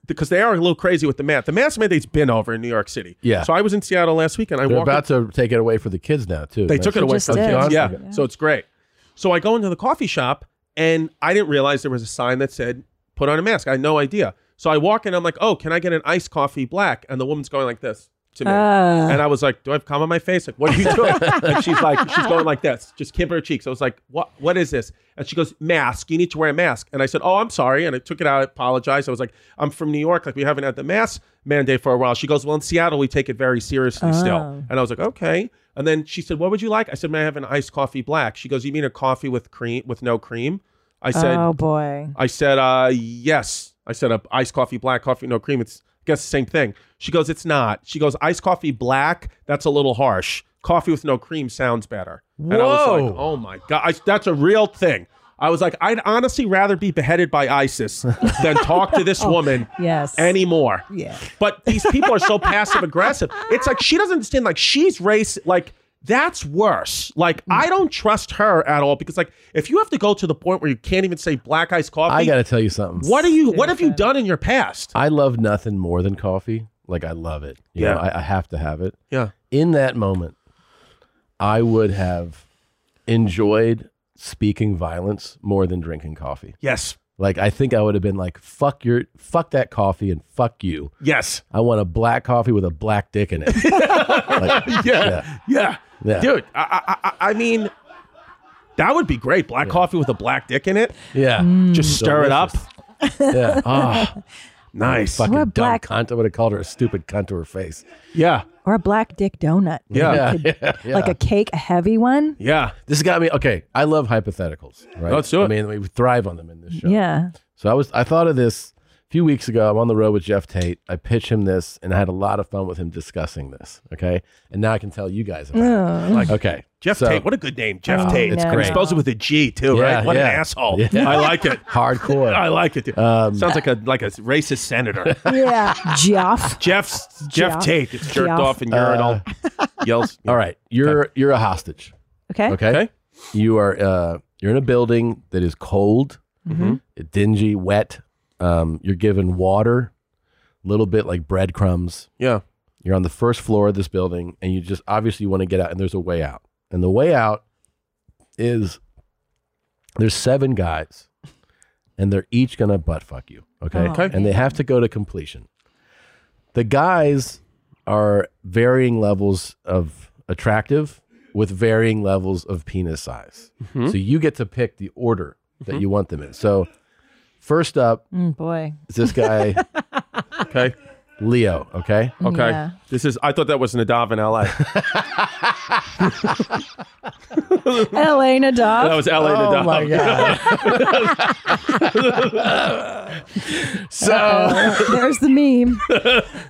because they are a little crazy with the mask, the mask mandate's been over in New York City.
Yeah.
So I was in Seattle last week, and I
They're
walked
about to take it away for the kids now too.
they took it away from kids. Yeah.
Awesome.
So it's great. So I go into the coffee shop and I didn't realize there was a sign that said, put on a mask. I had no idea. So I walk in, I'm like, oh, can I get an iced coffee black? And the woman's going like this to me.
Ah.
And I was like, do I have cum on my face? Like, what are you doing? and she's like, she's going like this, just kimp her cheeks. I was like, what, what is this? And she goes, mask. You need to wear a mask. And I said, oh, I'm sorry. And I took it out, I apologized. I was like, I'm from New York. Like, we haven't had the mask mandate for a while. She goes, well, in Seattle, we take it very seriously
Ah.
still. And I was like, okay. And then she said, what would you like? I said, may I have an iced coffee black? She goes, you mean a coffee with cream, with no cream? I said,
oh boy.
I said, uh, yes. I said, uh, iced coffee, black coffee, no cream. It's, I guess, the same thing. She goes, it's not. She goes, iced coffee, black, that's a little harsh. Coffee with no cream sounds better. And I was like,
Whoa.
oh my God, I, that's a real thing. I was like, I'd honestly rather be beheaded by ISIS than talk to this woman
Yes.
anymore.
Yeah.
But these people are so passive aggressive. It's like she doesn't understand. Like she's race. Like that's worse. Like I don't trust her at all because like if you have to go to the point where you can't even say black iced coffee,
I got to tell you something.
What do you? What have you done in your past?
I love nothing more than coffee. Like I love it. You
Yeah.
know, I, I have to have it.
Yeah.
In that moment, I would have enjoyed speaking violence more than drinking coffee.
Yes.
Like I think I would have been like, "Fuck your, fuck that coffee, and fuck you."
Yes.
I want a black coffee with a black dick in it. Like,
yeah, yeah,
Yeah.
dude. I, I, I- I mean, that would be great. Black coffee with a black dick in it.
Yeah.
Just stir it up.
Yeah. Ah.
nice.
Fucking
Or a
dumb
black-
cunt. I would have called her a stupid cunt to her face.
Yeah.
Or a black dick donut.
Yeah.
Like
Yeah,
a,
yeah.
like a cake, a heavy one.
Yeah.
This got me. Okay. I love hypotheticals. Right.
Let's do it.
I mean, we thrive on them in this show.
Yeah.
So I was I thought of this a few weeks ago. I'm on the road with Jeff Tate. I pitched him this and I had a lot of fun with him discussing this. Okay. And now I can tell you guys about it.
Like,
okay.
Jeff
so-
Tate. What a good name, Jeff
Oh,
Tate.
It's
And he
great.
spells it with a G too,
Yeah,
right? What
yeah.
an asshole.
Yeah.
I like it.
Hardcore.
I like it. Dude. Sounds like a like a racist senator.
Oh. Yeah. Jeff.
Jeff's Jeff,
Jeff.
Tate gets jerked
Jeff.
off in urinal. yells.
All right. You're you're a hostage.
Okay.
Okay. You are uh, you're in a building that is cold,
Mhm.
Mm-hmm. dingy, wet. Um, you're given water, a little bit like breadcrumbs.
Yeah.
You're on the first floor of this building, and you just obviously want to get out. And there's a way out. And the way out is there's seven guys, and they're each gonna butt fuck you. Okay.
Oh, Okay.
And they have to go to completion. The guys are varying levels of attractive with varying levels of penis size.
Mhm.
So you get to pick the order that
Mhm.
you want them in. So first up
Mm, boy.
is this guy.
okay.
Leo. Okay.
Okay.
Yeah.
This is I thought that was Nadav in LA.
LA Nadav.
That was LA Nadav.
Oh my
god. so
Uh, there's the meme.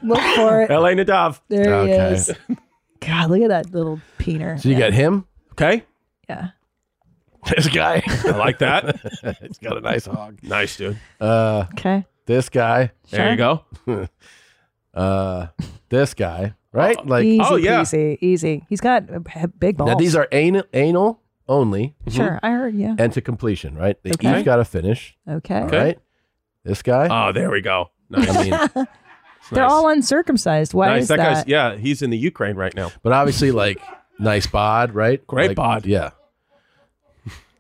Look for it.
LA Nadav.
There he is. God, look at that little peener.
So you got him.
Okay.
Yeah.
This guy.
I like that.
He's got a nice hog.
Nice dude.
Uh,
okay.
This guy.
There you go.
uh, this guy. Right. Like.
easy peasy, easy. He's got a b- big balls.
Now these are anal, anal only.
Sure, I heard, yeah.
And to completion, right? They
Okay.
each got to finish.
Okay. Uh,
All right. This guy.
Oh, there we go. Nice.
I mean,
They're all uncircumcised. Why
nice.
is that?
guy's yeah, he's in the Ukraine right now.
But obviously, like nice bod, right?
Great
Like,
bod.
Yeah.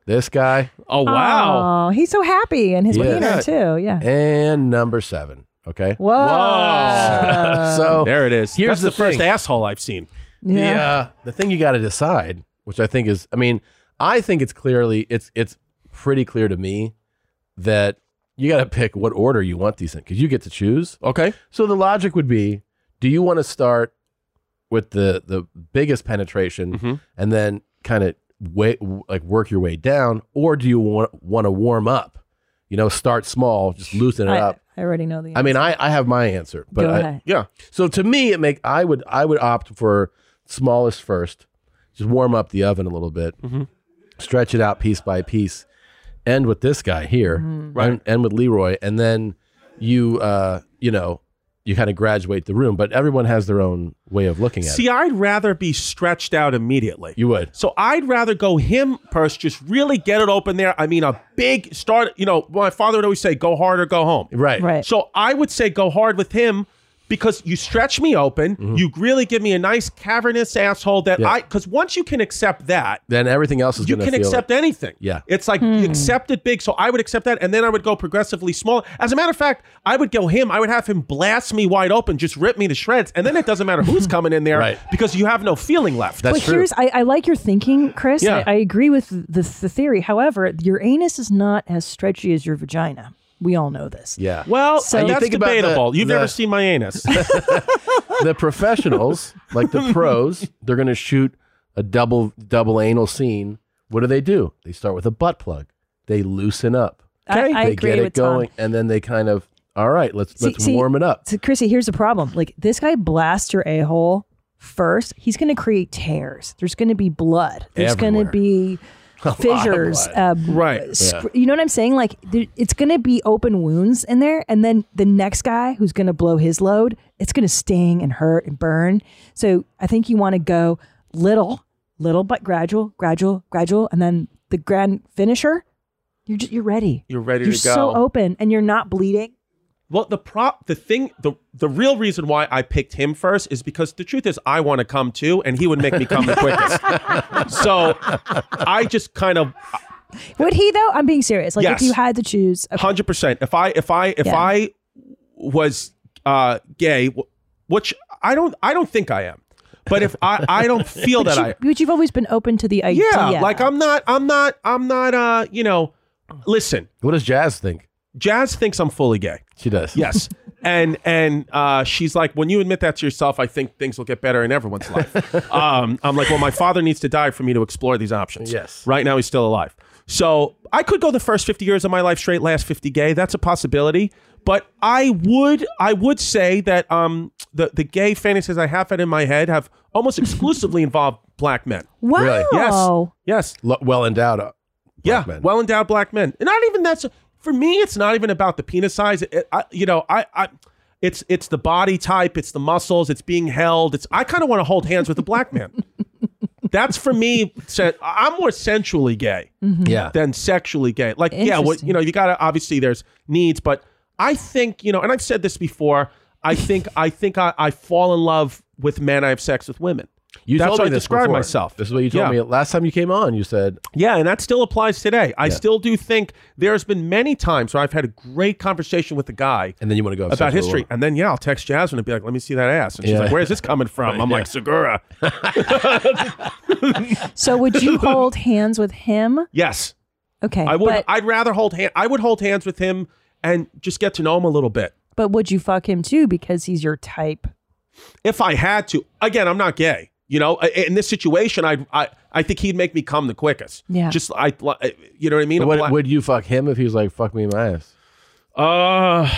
This guy.
Oh
Oh, he's so happy and his
Yes.
wiener too. Yeah.
And number seven. Okay.
Whoa. Whoa.
so
there it is.
Here's
That's the, first
thing.
asshole I've seen.
The, uh, the thing you got to decide, which I think is, I mean, I think it's clearly, it's it's pretty clear to me that you got to pick what order you want these in because you get to choose.
Okay.
So the logic would be, do you want to start with the the biggest penetration and then kind of way like work your way down, or do you want want to warm up? You know, start small, just loosen it
I,
up.
I already know the.
uh, I mean, I, I have my answer, but
Go
I-
ahead.
yeah.
So to me, it make I would I would opt for smallest first, just warm up the oven a little bit,
Mm-hmm.
stretch it out piece by piece, end
Mm-hmm.
with this guy here,
Mhm.
right? End, end with Leroy, and then you uh you know you kind of graduate the room, but everyone has their own way of looking at it.
See, I'd rather be stretched out immediately. You
would.
So I'd rather go him first, just really get it open there. I mean, a big start. You know, my father would always say, go hard or go home.
Right.
Right. So I would say, go hard with him because you stretch me open. You really give me a nice cavernous asshole that
Yeah.
I, because once you can accept that,
Then everything else is
you
gonna
can
feel
accept
like-
anything.
Yeah.
It's like you accept it big. So I would accept that. And then I would go progressively small. As a matter of fact, I would go him. I would have him blast me wide open, just rip me to shreds. And then it doesn't matter who's coming in there because you have no feeling left.
but here's I, I like your thinking, Chris.
Yeah.
I, I agree with the, the theory. However, your anus is not as stretchy as your vagina. We all know this.
Yeah.
Well,
So-
and
You
that's
think about the-
debatable. You've
the-
never seen my anus.
the professionals, like the pros, they're going to shoot a double double anal scene. What do they do? They start with a butt plug. They loosen up.
I- Okay. I
they
agree
get
with
it
Tom.
going, and then they kind of all right. Let's
See-
let's
see,
warm it up.
So, Chrissy, here's the problem. Like, this guy blasts your a hole first. He's going to create tears. There's going to be blood. There's going to
Everywhere.
be
A lot of
fissures.
blood.
um,
Right.
sc-
Yeah.
You know what I'm saying? Like, there, it's going to be open wounds in there. And then the next guy who's going to blow his load, it's going to sting and hurt and burn. So, I think you want to go little, little, but gradual, gradual, gradual. And then the grand finisher, you're, just, you're ready.
You're ready
You're
to go.
so open and you're not bleeding.
Well, the prop, the thing, the the real reason why I picked him first is because the truth is I want to come too, and he would make me come the quickest. So I just kind of
Would he though? I'm being serious. Like
Yes.
if you had to choose, okay.
hundred percent. If I if I if
Yeah.
I was uh, gay, wh- which I don't I don't think I am, but if I I don't feel
but
that
you,
I
but you've always been open to the idea.
yeah, like I'm not, I'm not, I'm not. Uh, you know, listen.
What does Jazz think?
Jazz thinks I'm fully gay.
She does.
Yes, and and uh, she's like, when you admit that to yourself, I think things will get better in everyone's life. um, I'm like, well, my father needs to die for me to explore these options.
Yes.
Right now, he's still alive. So I could go the first 50 years of my life straight, last 50 gay. That's a possibility. But I would, I would say that um, the the gay fantasies I have had in my head have almost exclusively involved black men.
Wow. Really?
Yes. Yes.
well endowed. uh,
yeah. Well endowed black men. And not even that's for me. It's not even about the penis size. It- I, you know, I, I, it's it's the body type. It's the muscles. It's being held. It's I kind of want to hold hands with a black man. That's for me. sen- I'm more sensually gay
Mhm. Yeah.
than sexually gay. Like, yeah, what you know, you gotta obviously there's needs, but I think you know, and I've said this before. I think I think I, I fall in love with men. I have sex with women.
You
That's
told
how I
me this
describe
before.
myself.
This is what you told
Yeah.
me last time you came on. You said
Yeah, and that still applies today. I
Yeah.
still do think there's been many times where I've had a great conversation with a guy.
And then you want to go have
about
sex with a
history.
woman.
And then, yeah, I'll text Jasmine and be like, let me see that ass. And she's
Yeah.
like, where's this coming from? I'm like, Segura.
So would you hold hands with him?
Yes.
Okay.
I would.
But,
I'd rather hold hand. I would hold hands with him and just get to know him a little bit.
but would you fuck him too because he's your type?
if I had to. Again, I'm not gay. You know, I- in this situation, I'd, I I think he'd make me come the quickest.
Yeah.
Just I, you know what I mean.
But
A
Would,
black-
would you fuck him if he was like fuck me in my ass?
Uh,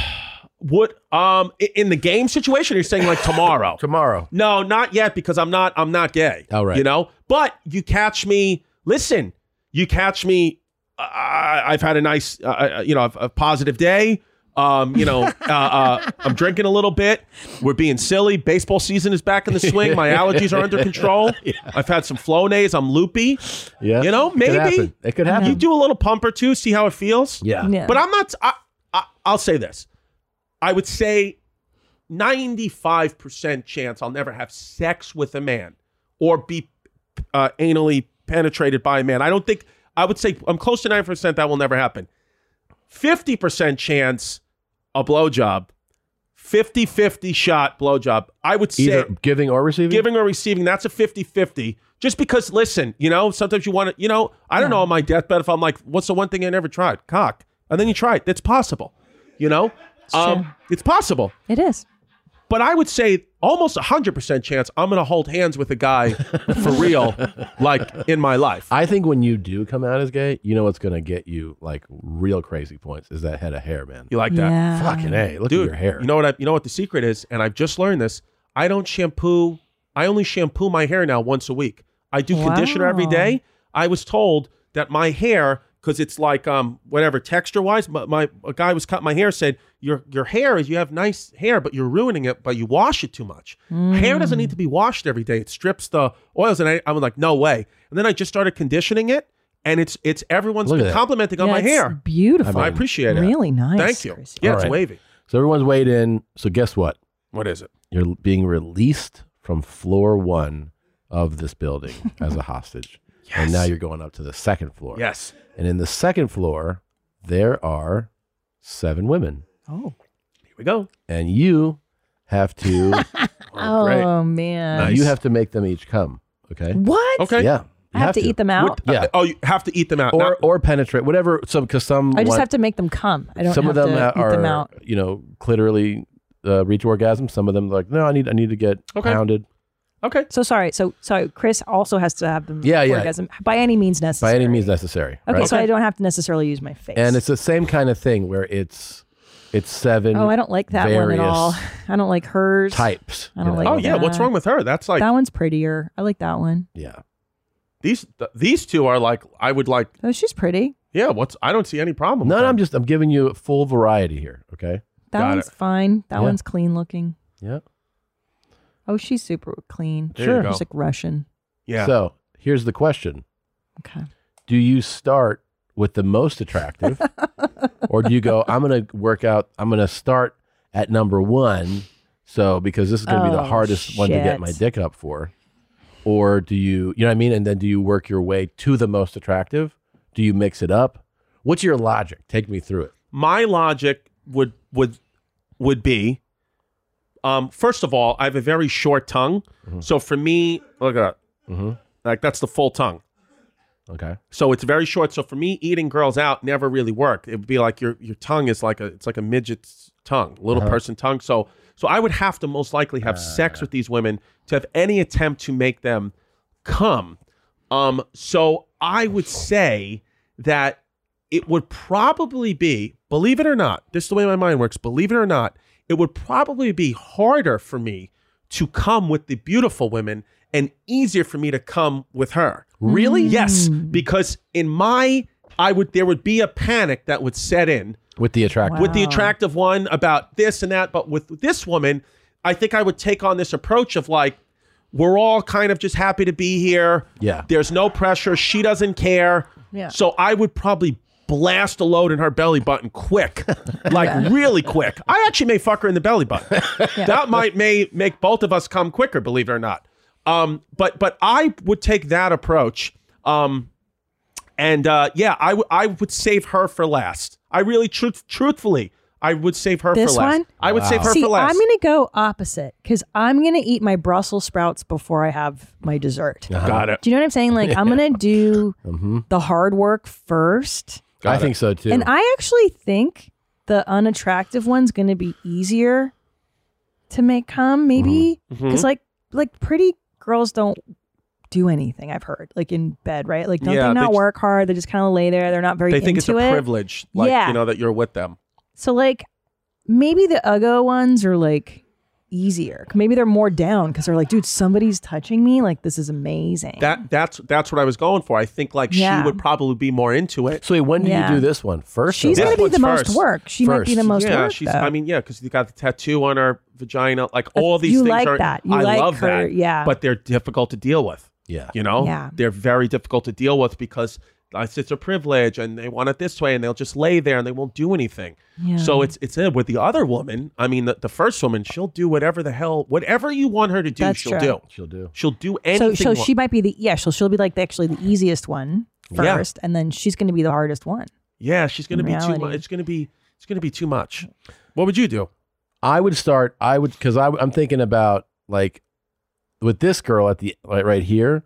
would um i- in the game situation? You're saying like tomorrow.
tomorrow.
No, not yet because I'm not I'm not gay.
All right.
You know, but you catch me. Listen, you catch me. uh, I, I've had a nice, uh, uh, you know, a, a positive day. Um, you know, uh, uh, I'm drinking a little bit. We're being silly. Baseball season is back in the swing. My allergies are under control. I've had some Flonase. I'm loopy.
Yeah,
you know,
it could
maybe
happen. It could happen.
You do a little pump or two, see how it feels.
Yeah. Yeah.
But I'm not. I, I, I'll say this. I would say 95% chance I'll never have sex with a man or be uh, anally penetrated by a man. I don't think, I would say I'm close to 9% that will never happen. 50% chance a blowjob, 50 50 shot blowjob. I would say
Either giving or receiving.
giving or receiving, that's a 50 50. Just because, listen, you know, sometimes you want to, you know, I don't know on my deathbed if I'm like, what's the one thing I never tried? Cock. And then you try it. It's possible, you know? It's,
true.
it's possible.
It is.
But I would say almost 100% chance I'm going to hold hands with a guy for real, like in my life.
I think when you do come out as gay, you know what's going to get you like real crazy points is that head of hair, man.
You like that?
Yeah. Fucking A, look at
Dude,
your hair.
You know what? I, you know what the secret is, and I've just learned this. I don't shampoo. I only shampoo my hair now once a week. I do conditioner every
Wow.
day. I was told that my hair because it's like um whatever texture wise. My, my a guy was cutting my hair said your your hair is you have nice hair, but you're ruining it. But you wash it too much. Hair doesn't
Mm.
need to be washed every day. It strips the oils, and I, I'm like no way. And then I just started conditioning it, and it's it's everyone's
Look at
been
that.
complimenting on
Yeah,
my
it's
hair.
beautiful.
I appreciate it.
Really
nice,
Thank you. Yeah,
All
it's
right.
wavy.
So everyone's weighed in. So guess what?
What is it?
You're being released from floor one of this building as a hostage. And now you're going up to the second floor.
Yes.
And in the second floor, there are seven women.
Oh.
Here we go.
And you have to
Oh,
Uh,
great.
man.
you have to make them each come. Okay.
What?
Okay.
Yeah.
I have, to, eat them out.
yeah.
Oh, you have to eat them out.
Or or penetrate whatever. Some because some
I just
want-
have to make them come. I don't
some
have
of them
to
uh,
eat
are
them out.
you know clitorally uh, reach orgasm. Some of them like no, I need I need to get pounded.
Okay.
So sorry. So so Chris also has to have them
Yeah, yeah.
orgasm by any means necessary.
By any means necessary.
Okay,
right?
so I don't have to necessarily use my face.
And it's the same kind of thing where it's it's seven.
oh, I don't like that one at
various
all. I don't like hers.
Types.
I don't
you
like.
know?
Oh, yeah, what's
that.
wrong with her? That's like-
that one's prettier. I like that one.
Oh, Yeah.
These th- these two are like I would like.
Oh, she's pretty.
Yeah. What's I don't see any problem.
No, no, I'm just I'm giving you full variety here. Okay.
That one's fine. That
Yeah.
one's clean looking.
Yeah.
Oh, she's super clean.
There you Sure. go.
She's like Russian.
So here's the question.
Okay.
Do you start with the most attractive, or do you go? I'm gonna work out. I'm gonna start at number one. So because this is gonna be the
Oh,
hardest one to get
shit.
my dick up for, or do you? You know what I mean? And then do you work your way to the most attractive? Do you mix it up? What's your logic? Take me through it.
my logic would would would be um first of all i have a very short tongue
Mm-hmm.
so for me look at that like that's the full tongue
Okay.
so it's very short so for me eating girls out never really worked it would be like your your tongue is like a it's like a midget's tongue little
Uh-huh.
person tongue so so i would have to most likely have sex with these women to have any attempt to make them come um so i would say that it would probably be, believe it or not, this is the way my mind works, believe it or not, it would probably be harder for me to come with the beautiful women and easier for me to come with her.
Really?
Yes, because in my I would there would be a panic that would set in
With the attractive.
with the attractive one about this and that. But with this woman, I think I would take on this approach of like, we're all kind of just happy to be here.
Yeah.
There's no pressure. She doesn't care.
Yeah.
So I would probably blast a load in her belly button quick, like really quick. I actually may fuck her in the belly button. That might may make both of us come quicker, believe it or not. Um, but but I would take that approach. Um, and uh, yeah, I would I would save her for last. I really, truth, truthfully, I would save her
this
for last.
one?
I would
Uh,
save her
See,
for last.
I'm going to go opposite because I'm going to eat my Brussels sprouts before I have my dessert.
Uh-huh. Got it.
Do you know what I'm saying? Like, I'm going to do
Mhm.
the hard work first.
I think so too.
And I actually think the unattractive one's going to be easier to make come, maybe.
Mhm.
Mm-hmm.
Because,
Mhm.
like, like pretty girls don't do anything, I've heard, like in bed, right? Like, don't
Yeah,
they
they
not
ju-
work hard? They just kind of lay there. They're not very
they think it's
into
a
it.
privilege, like
yeah.
you know that you're with them.
So like maybe the Uggo ones are like easier. Maybe they're more down because they're like, dude, somebody's touching me. Like this is amazing.
That that's that's what I was going for. I think like
Yeah.
she would probably be more into it.
So wait, when
do you Yeah. do this
one
first?
She's gonna be the most work. She might be the most
yeah,
work,
She's,
though.
I mean, yeah, because you got the tattoo on her vagina. Like all these
you
things
like
are.
that. You
I
like
love
her,
that.
yeah.
but they're difficult to deal with.
Yeah,
you know,
Yeah.
they're very difficult to deal with because uh, it's, it's a privilege, and they want it this way, and they'll just lay there and they won't do anything.
Yeah.
So it's it's it. with the other woman. I mean, the, the first woman, she'll do whatever the hell, whatever you want her to do,
That's
she'll
true.
do.
She'll do.
She'll do
so
anything.
so
you
she
want.
might be the yeah, she'll she'll be like the, actually the easiest one
Yeah.
first, and then she's gonna be the hardest one.
Yeah, she's gonna
in
be too much.
reality.
It's gonna be it's gonna be too much. What would you do?
I would start. I would because I'm thinking about like with this girl at the right, right here,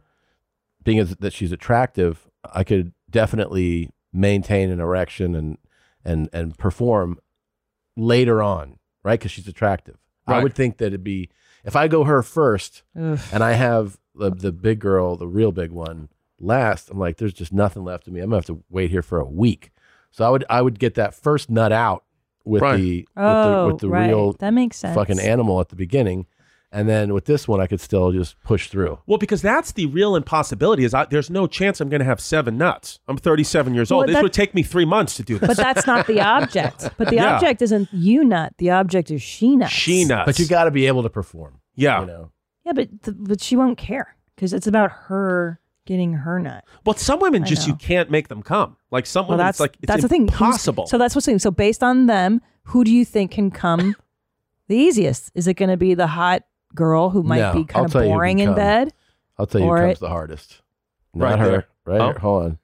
being as, that she's attractive, I could definitely maintain an erection and and and perform later on, right? Because she's attractive. I
Right.
would think that it'd be if I go her first,
Ugh.
and I have the the big girl, the real big one, last. I'm like, there's just nothing left of me. I'm gonna have to wait here for a week. So I would I would get that first nut out with
Right.
the with the,
Oh,
with the
right.
real
That makes sense.
fucking animal at the beginning, And then with this one, I could still just push through.
Well, because that's the real impossibility. Is I, there's no chance I'm going to have seven nuts. I'm 37 years
Well,
old. This
that-
would take me three months to do this.
But that's not the object. But the
Yeah.
object isn't you nut. The object is she nut.
She nuts.
But you got to be able to perform.
Yeah.
Yeah, but th- but she won't care because it's about her getting her nut.
But some women
I
just you can't make them come. Like some
Well,
women,
that's
it's like it's
that's the thing. Who's-
Impossible.
So that's what's saying. So based on them, who do you think can come the easiest? Is it going to be the hot girl who might
No,
be
I'll
kind of
tell you who
boring
can
in
come.
bed?
I'll tell you who
Or
comes
it-
the hardest. Not
Right
her.
there.
Right
Oh.
here. Hold on.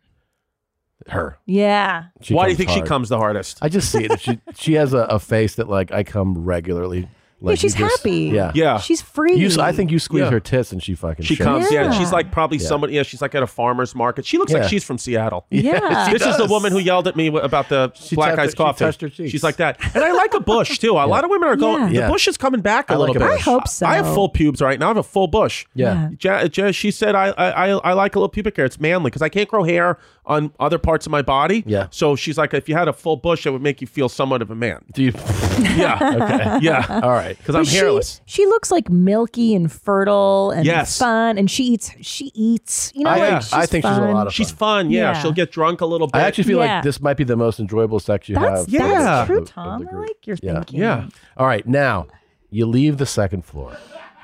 Her.
Yeah.
She
Why do you
comes
think she
hard.
comes the hardest?
I just see it. She she has a, a face that like I come regularly. Like
yeah, she's
you just-
happy.
Yeah,
She's free.
You, s- I think you squeeze
Yeah.
her tits and she fucking.
She
shakes.
comes, yeah.
Yeah.
She's like probably
Yeah.
somebody. Yeah, she's like at a farmer's market. She looks
Yeah.
like she's from Seattle.
Yeah.
this is the woman who yelled at me w- about the black
tapped her-
eyes
she
coffee.
touched her cheeks.
She's like that, and I like a bush too. A lot of women are going.
Yeah.
The bush is coming back a
I like
little
a
bit.
bush. I hope so.
I have full pubes right now. I have a full bush.
Yeah.
Ja- Ja- she said I, I I I like a little pubic hair. It's manly because I can't grow hair on other parts of my body.
Yeah.
So she's like, if you had a full bush, it would make you feel somewhat of a man.
Do you?
yeah. Okay. Yeah.
All right.
Because I'm
But she-
hairless.
She, looks like milky and fertile and
Yes.
fun, and she eats. She eats. You know,
I,
like
yeah,
she's
I think she's a
fun.
lot of.
She's fun. Yeah.
Yeah.
She'll get drunk a little bit.
I actually feel
Yeah.
like this might be the most enjoyable sex you
That's
have.
that's
Yeah.
true,
of the
Tom. I
group.
like your
yeah.
thinking.
Yeah. All right. Now you leave the second floor,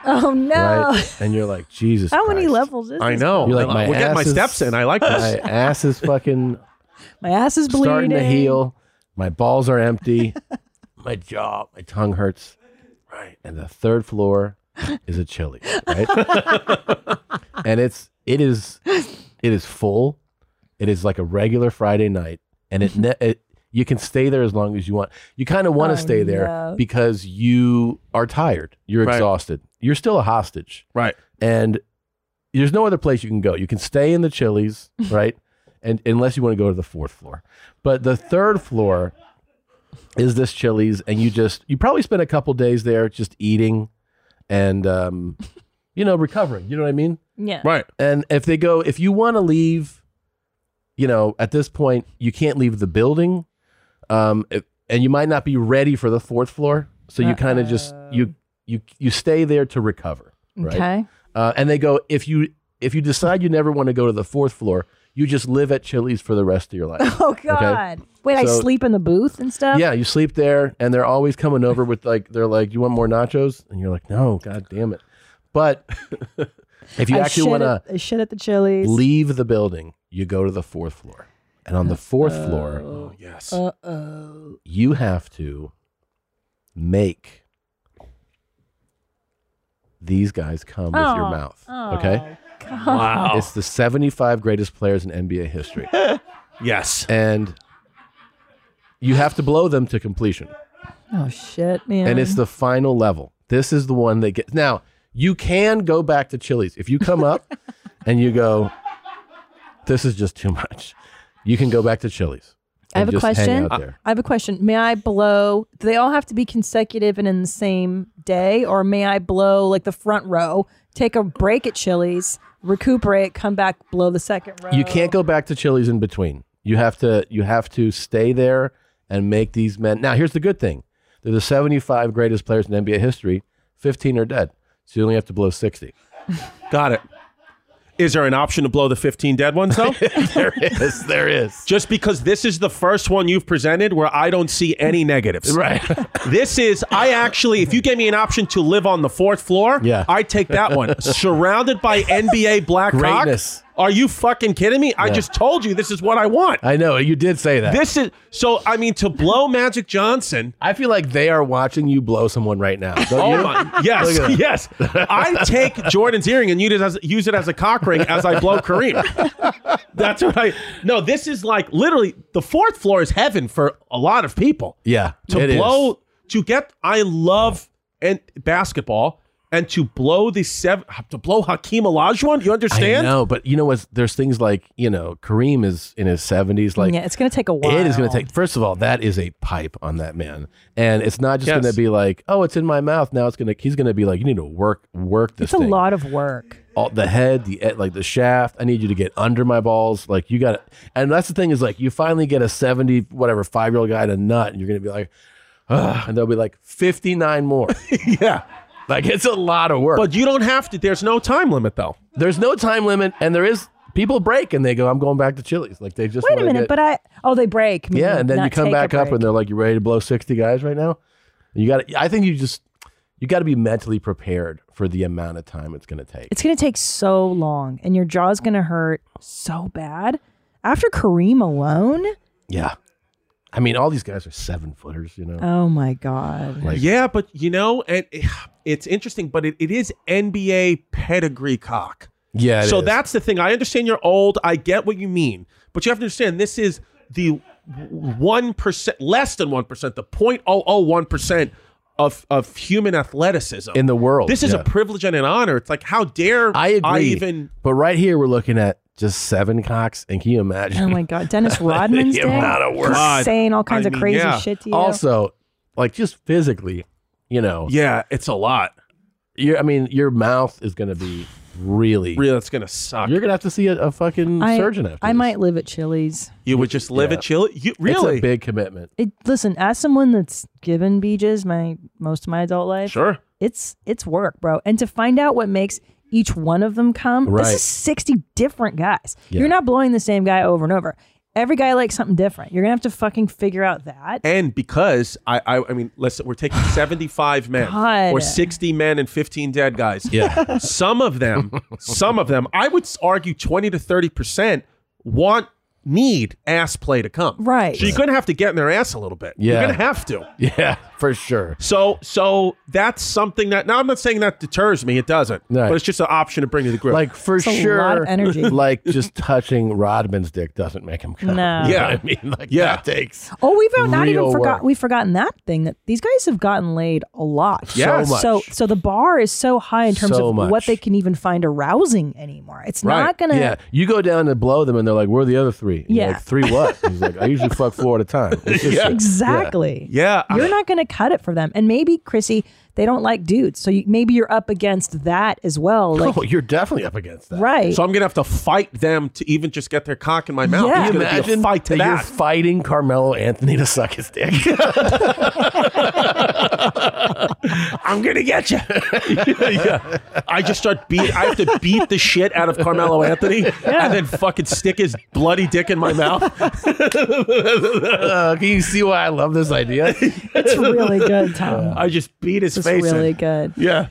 Oh no.
right? And you're like Jesus.
How many
Christ.
levels is
I
this?
know.
You're like my
we'll get my
ass is-
steps in. I like this.
My ass is fucking
My ass is bleeding.
starting to heal. My balls are empty. my jaw, my tongue hurts. Right. And the third floor is a chili, right? and it's it is it is full. It is like a regular Friday night and it, ne- it you can stay there as long as you want. You kind of want to
Oh,
stay there
no.
because you are tired. You're
Right.
exhausted. You're still a hostage.
Right.
And there's no other place you can go. You can stay in the Chili's, right? and unless you want to go to the fourth floor. But the third floor is this Chili's, and you just you probably spend a couple days there just eating and um, you know recovering. You know what I mean?
Yeah.
Right.
And if they go, if you want to leave, you know, at this point you can't leave the building, um, if- and you might not be ready for the fourth floor, so you kind of just you you you stay there to recover. Right?
Okay.
Uh, and they go, if you if you decide you never want to go to the fourth floor, you just live at Chili's for the rest of your life.
Oh God. Wait, I
So-
sleep in the booth and stuff.
Yeah, you sleep there, and they're always coming over with like they're like, "You want more nachos?" And you're like, "No, god damn it!" But if you
I
actually
shit
want to
at- I shit at the Chili's.
leave the building, you go to the fourth floor, and on the 4th floor,
yes.
Uh oh.
you have to make these guys come with your
Oh,
mouth.
oh,
okay.
God.
Wow.
It's the 75 greatest players in NBA history.
yes.
And you have to blow them to completion.
Oh shit, man.
And it's the final level. This is the one that gets. Now, you can go back to Chili's. If you come up and you go, this is just too much, you can go back to Chili's.
I have
and
a
just hang
question.
out there.
I have a question. May I blow? Do they all have to be consecutive and in the same day, or may I blow like the front row, take a break at Chili's, recuperate, come back, blow the second row?
You can't go back to Chili's in between. You have to you have to stay there and make these men. Now, here's the good thing: they're the 75 greatest players in NBA history. 15 are dead, so you only have to blow 60.
Got it. Is there an option to blow the 15 dead ones though?
there is. There is.
Just because this is the first one you've presented where I don't see any negatives.
Right.
this is I actually if you gave me an option to live on the fourth floor,
Yeah.
I'd take that one. Surrounded by NBA black cock.
Greatness.
Are you fucking kidding me? I
Yeah. Uh,
just told you this is what I want.
I know you did say that.
This is so I mean to blow Magic Johnson.
I feel like they are watching you blow someone right now. don't
Oh
you?
my! Yes,
Look at that.
yes. I take Jordan's earring and use it as use it as a cock ring as I blow Kareem. That's what I. No, this is like literally the fourth floor is heaven for a lot of people.
Yeah.
To
it is.
blow to get, I love and basketball and to blow the seven to blow Hakeem Olajuwon. You understand?
I know, but you know what? There's things like you know Kareem is in his 70s. Like
yeah, it's gonna take a while.
It is going to take. First of all, that is a pipe on that man, and it's not just
Yes.
going to be like, oh, it's in my mouth. Now it's going to. He's going to be like, you need to work, work this
It's a
thing.
lot of work.
All, the head, the e- like the shaft. I need you to get under my balls. Like you got. to And that's the thing is like you finally get a seventy whatever five year old guy to nut, and you're going to be like, Ugh, and there'll be like fifty nine more.
yeah.
Like it's a lot of work.
But you don't have to. There's no time limit though.
There's no time limit, and there is people break and they go, "I'm going back to Chili's." Like they just
Wait a
wanna
minute,
get-
but I oh they break. meaning
yeah, and then you
not
come
take a
back up
break.
and they're like, "You ready to blow sixty guys right now?" You got. to I think you just you got to be mentally prepared for the amount of time it's going to take.
It's gonna take so long, and your jaw's gonna hurt so bad after Kareem alone.
Yeah, I mean, all these guys are seven footers, you know.
Oh my god!
yeah, but you know, and it's interesting, but it, it is NBA pedigree cock.
Yeah, it
so
is.
that's the thing. I understand you're old. I get what you mean, but you have to understand this is the one percent, less than one percent, the point oh oh one percent of of human athleticism
In the world,
This is
yeah.
a privilege and an honor. It's like how dare
I agree.
even
but right here we're looking at just seven cocks, and can you imagine?
Oh my god, Dennis Rodman's
the
day?
amount of work.
Just saying all kinds of crazy shit to you.
Also, like just physically, you know.
Yeah, it's a lot.
Your, I mean, your mouth is going to be really,
really. It's going to suck.
You're going to have to see a, a fucking
I,
surgeon after.
I might live at Chili's.
you would just live
Yeah.
a chill. You,
It's
really,
a big commitment.
It, listen, as someone that's given beaches my most of my adult life,
Sure.
it's it's work, bro. And to find out what makes each one of them come,
Right.
this is sixty different guys.
Yeah.
You're not blowing the same guy over and over. Every guy likes something different. You're gonna have to fucking figure out that.
And because I, I, I mean, listen, we're taking seventy-five men
God.
or sixty men and fifteen dead guys.
Yeah.
some of them, some of them, I would argue twenty to thirty percent want need ass play to come.
Right.
So you're gonna have to get in their ass a little bit. You're
Yeah.
gonna have to.
Yeah, for sure.
So, so that's something that now I'm not saying that deters me. It doesn't.
Right.
But it's just an option to bring to the group.
Like for sure,
energy.
like just touching Rodman's dick doesn't make him come.
No.
You know
Yeah.
what I mean, like
Yeah.
that takes
Oh, we've out- not even
Real work.
forgot. We've forgotten that thing that these guys have gotten laid a lot.
Yes. So much.
So, so the bar is so high in terms
So
of
much.
what they can even find arousing anymore. It's not gonna.
Yeah, you go down and blow them, and they're like, "Where are the other three? And you're
Yeah.
like, three what? He's like, "I usually fuck four at a time." It's just-
Exactly.
Yeah.
You're not going to cut it for them. And maybe, Chrissy, they don't like dudes. So you, maybe you're up against that as well. Like,
oh, you're definitely up against that.
Right.
So I'm gonna have to fight them to even just get their cock in my mouth.
Yeah.
It's
Can you
gonna be a
imagine
fight to
that you're
that.
fighting Carmelo Anthony to suck his dick?
I'm gonna get you. yeah. I just start beat. I have to beat the shit out of Carmelo Anthony, and then fucking stick his bloody dick in my mouth.
Uh, can you see why I love this idea?
it's really good, Tom.
I just beat his
It's
face. in.
really good.
Yeah.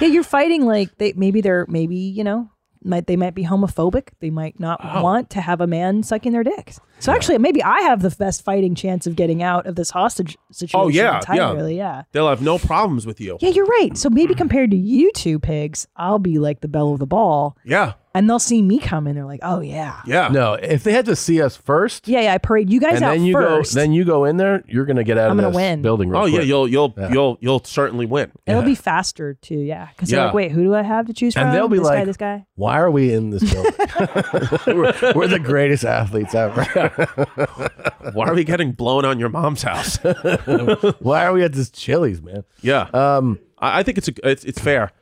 Yeah, you're fighting like they maybe they're maybe, you know, might they might be homophobic. They might not
Oh.
want to have a man sucking their dicks. So actually maybe I have the best fighting chance of getting out of this hostage situation
oh yeah.
entirely.
Yeah.
Yeah.
They'll have no problems with you.
Yeah, you're right. So
Mm.
maybe compared to you two pigs, I'll be like the belle of the ball.
Yeah.
And they'll see me come in. They're like, oh, yeah.
Yeah.
No, if they had to see us first,
Yeah, yeah. I parade you guys
and
out
then you
first.
go, then you go in there, you're gonna get out
I'm
of
gonna
this
win.
building. Real
Oh yeah.
quick.
You'll you'll you'll you'll certainly win.
It'll be faster too. Yeah. Because they're
Yeah.
like, wait, who do I have to choose from?
and they'll be
this
like,
guy, this guy.
"Why are we in this building? we're, we're the greatest athletes ever.
Why are we getting blown on your mom's house?
Why are we at this Chili's, man?
Yeah.
Um,
I, I think it's a, it's, it's fair.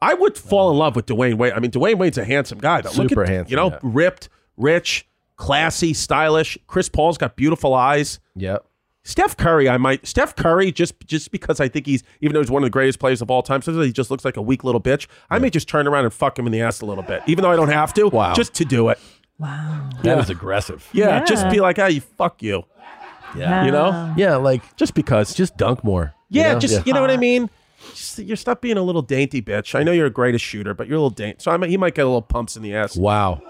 I would fall in love with Dwayne Wade. I mean, Dwayne Wade's a handsome guy. Though.
Super
Look at,
handsome,
You know,
yeah.
ripped, rich, classy, stylish. Chris Paul's got beautiful eyes.
Yep.
Steph Curry, I might Steph Curry just just because I think he's even though he's one of the greatest players of all time, sometimes he just looks like a weak little bitch. I may just turn around and fuck him in the ass a little bit, even though I don't have to. Wow. Just to do it.
That is aggressive.
Yeah. Just be like, ah, you fuck you.
Yeah.
You know?
Yeah, like
just because.
Just dunk more.
Yeah, just you know what I mean. Just you're stop being a little dainty bitch. I know you're a greatest shooter, but you're a little dainty. So I might, he might get a little pumps in the ass.
Wow.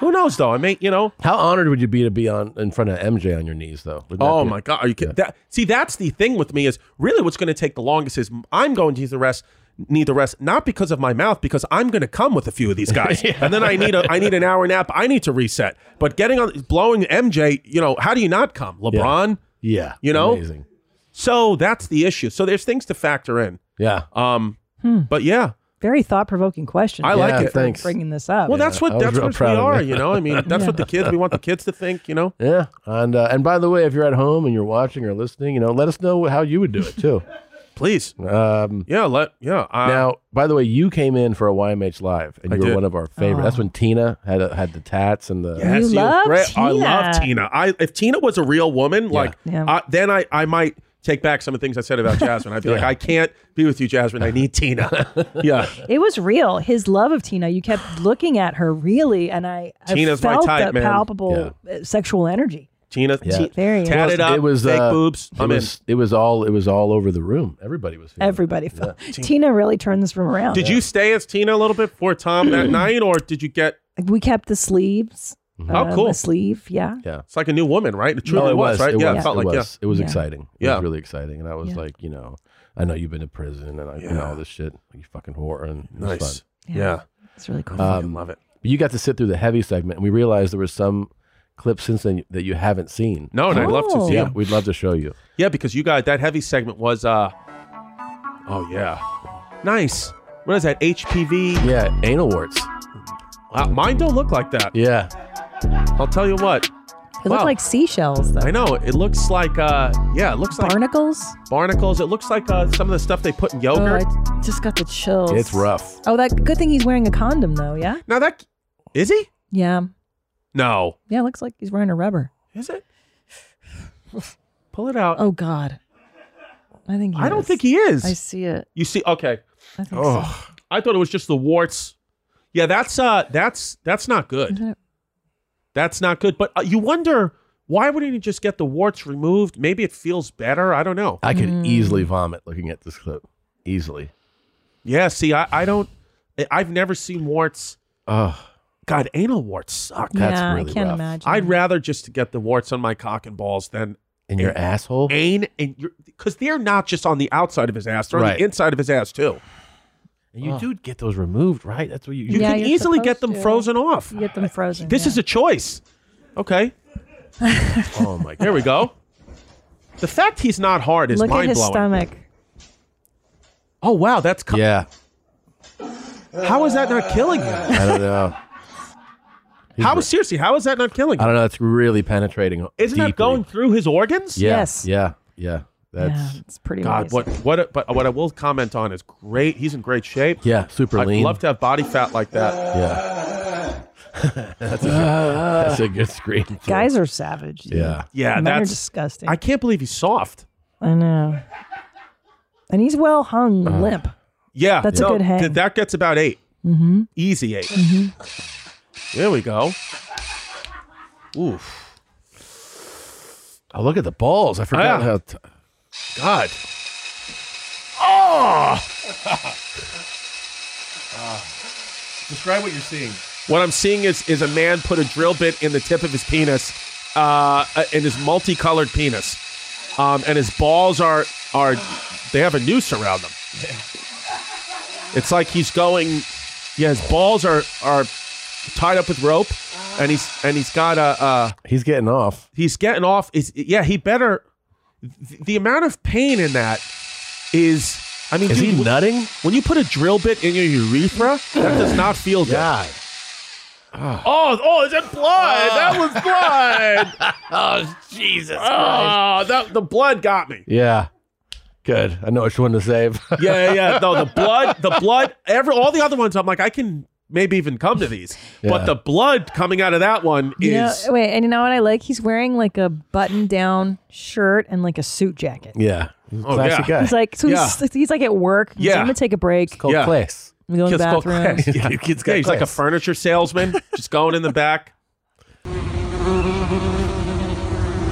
Who knows though? I may, you know.
How honored would you be to be on in front of MJ on your knees though? Wouldn't that
Oh
be-
my god, are you kidding? That see, that's the thing with me is really what's going to take the longest is I'm going to need the rest, need the rest, not because of my mouth, because I'm going to come with a few of these guys,
Yeah.
and then I need a I need an hour nap. I need to reset. But getting on blowing MJ, you know, how do you not come? LeBron,
Yeah.
you know.
Amazing.
So that's the issue. So there's things to factor in.
Yeah.
Um,
Hmm.
but yeah.
Very thought provoking question.
I
Thank
like
you
it.
for
Thanks.
bringing this up.
Well, that's
Yeah, I
what
was
that's
real
what we
proud of
are.
you.
You know, I mean, that's
Yeah.
what the kids we want the kids to think. You know,
Yeah. And uh, and by the way, if you're at home and you're watching or listening, you know, let us know how you would do it too.
please.
Um,
Yeah, let yeah. Uh,
now, by the way, you came in for a YMH live, and
I
you were
did.
one of our favorite.
Oh.
That's when Tina had a, had the tats and the
yes,
You
he was
love
great. I
Tina.
love Tina. I if Tina was a real woman, like
Yeah.
uh, then I I might take back some of the things I said about Jasmine. I'd be like, I can't be with you, Jasmine. I need Tina. yeah.
It was real. His love of Tina. You kept looking at her really, and I, I
Tina's my
felt
type,
that
man.
palpable uh sexual energy.
Tina,
Yeah.
t-
Very
tatted
nice.
up,
it was
fake
uh,
boobs.
It
I'm in.
was, It was all. It was all over the room. Everybody was.
Everybody felt. Tina really turned this room
uh,
around.
Did you stay as Tina a little bit for Tom that night, or did you get?
Like, we kept the sleeves.
Oh, cool.
A sleeve, yeah.
Yeah.
It's like a new woman, right? It truly
no, it
was, right?
It
yeah,
was,
it felt
it
like
was,
yeah.
It was
Yeah.
exciting. It
Yeah.
was really exciting, and I was
Yeah.
like, you know, I know you've been to prison, and I, you know all this shit. You fucking whore, and it was
Nice.
fun.
Yeah. Yeah. Uh,
It's really cool.
I love it.
But you got to sit through the heavy segment, and we realized there was some clips since then that you haven't seen.
No, and I'd love to see
oh.
Yeah,
'em.
we'd love to show you.
Yeah, because you guys that heavy segment was uh Oh yeah. Nice. What is that? HPV?
Yeah, anal warts.
Wow, Uh, mine don't look like that.
Yeah.
I'll tell you what.
It looked
Wow.
like seashells, though.
I know. It looks like uh yeah, it looks like
barnacles.
Barnacles. It looks like uh some of the stuff they put in
Oh,
yogurt.
I just got the chills.
It's rough.
Oh, that good thing he's wearing a condom, though. Yeah.
Now that is he?
Yeah.
No.
Yeah. Looks like he's wearing a rubber.
Is it? Pull it out.
Oh God. I think. He
I don't
is.
think he is.
I see it.
You see okay.
I think so.
Oh, I thought it was just the warts. Yeah, that's uh that's that's not good.
Isn't it?
That's not good. But uh, you wonder why wouldn't you just get the warts removed? Maybe it feels better. I don't know.
I could easily vomit looking at this clip. Easily.
Yeah. See, I, I don't. I- I've never seen warts.
Oh,
God, anal warts suck.
That's Yeah, I really
can't rough. imagine.
I'd rather just to get the warts on my cock and balls than
in your asshole.
Ain and your because they're not just on the outside of his ass; they're on
Right.
the inside of his ass too.
And you
Oh.
do get those removed, right? That's what you.
You can easily get them frozen off.
You get them frozen.
This is a choice. Okay.
oh my!
There we go. The fact he's not hard is
Look at
mind
his
blowing.
stomach.
Oh wow, that's co-
yeah.
How is that not killing him?
I don't know.
How seriously? How is that not killing?
I don't know. It's really penetrating.
Isn't
deeply.
that going through his organs?
Yeah, Yeah. Yeah. That's
it's pretty.
God, what what? a- But what I will comment on is great. He's in great shape.
Yeah, super
I'd
lean.
love to have body fat like that.
Yeah. that's, a good, that's a good screen. too.
Guys are savage. dude.
Yeah.
Yeah,
Men are
that's
disgusting.
I can't believe he's soft.
I know. And he's well hung,
Uh,
limp.
Yeah,
That's a
no,
good hang.
th- That gets about 8
Mm-hmm.
easy 8 There we go. Oof.
Oh, look at the balls. I forgot
Yeah.
how. T-
God.
Ah.
Oh.
Describe what you're seeing.
What I'm seeing is is a man put a drill bit in the tip of his penis, uh, in his multicolored penis, um, and his balls are are they have a noose around them. It's like he's going. Yeah, his balls are are tied up with rope, and he's and he's got a. Uh,
he's getting off.
He's getting off. Is yeah. He better. th- The amount of pain in that is. I mean,
Is
dude,
he
wh-
nutting?
When you put a drill bit in your urethra, that does not feel good.
God.
Oh, oh, is that blood? That
Ah.
was blood.
oh, Jesus.
oh, that the blood got me.
Yeah. Good. I know which one to save.
Yeah, yeah, yeah. No, the blood, the blood. Every all the other ones, I'm like, I can maybe even come to these,
Yeah.
but the blood coming out of that one
You know,
is
wait, and you know what I like? He's wearing like a button down shirt and like a suit jacket.
yeah. He's a
Oh,
classy
yeah.
guy.
He's like, so
Yeah.
he's, he's like at work. He's like,
Yeah.
I'm going to take a break.
called
Yeah.
class.
I'm going to the
Just go
bathroom.
class. Yeah.
Kids got
Yeah, he's like a
class.
furniture salesman, just going in the back.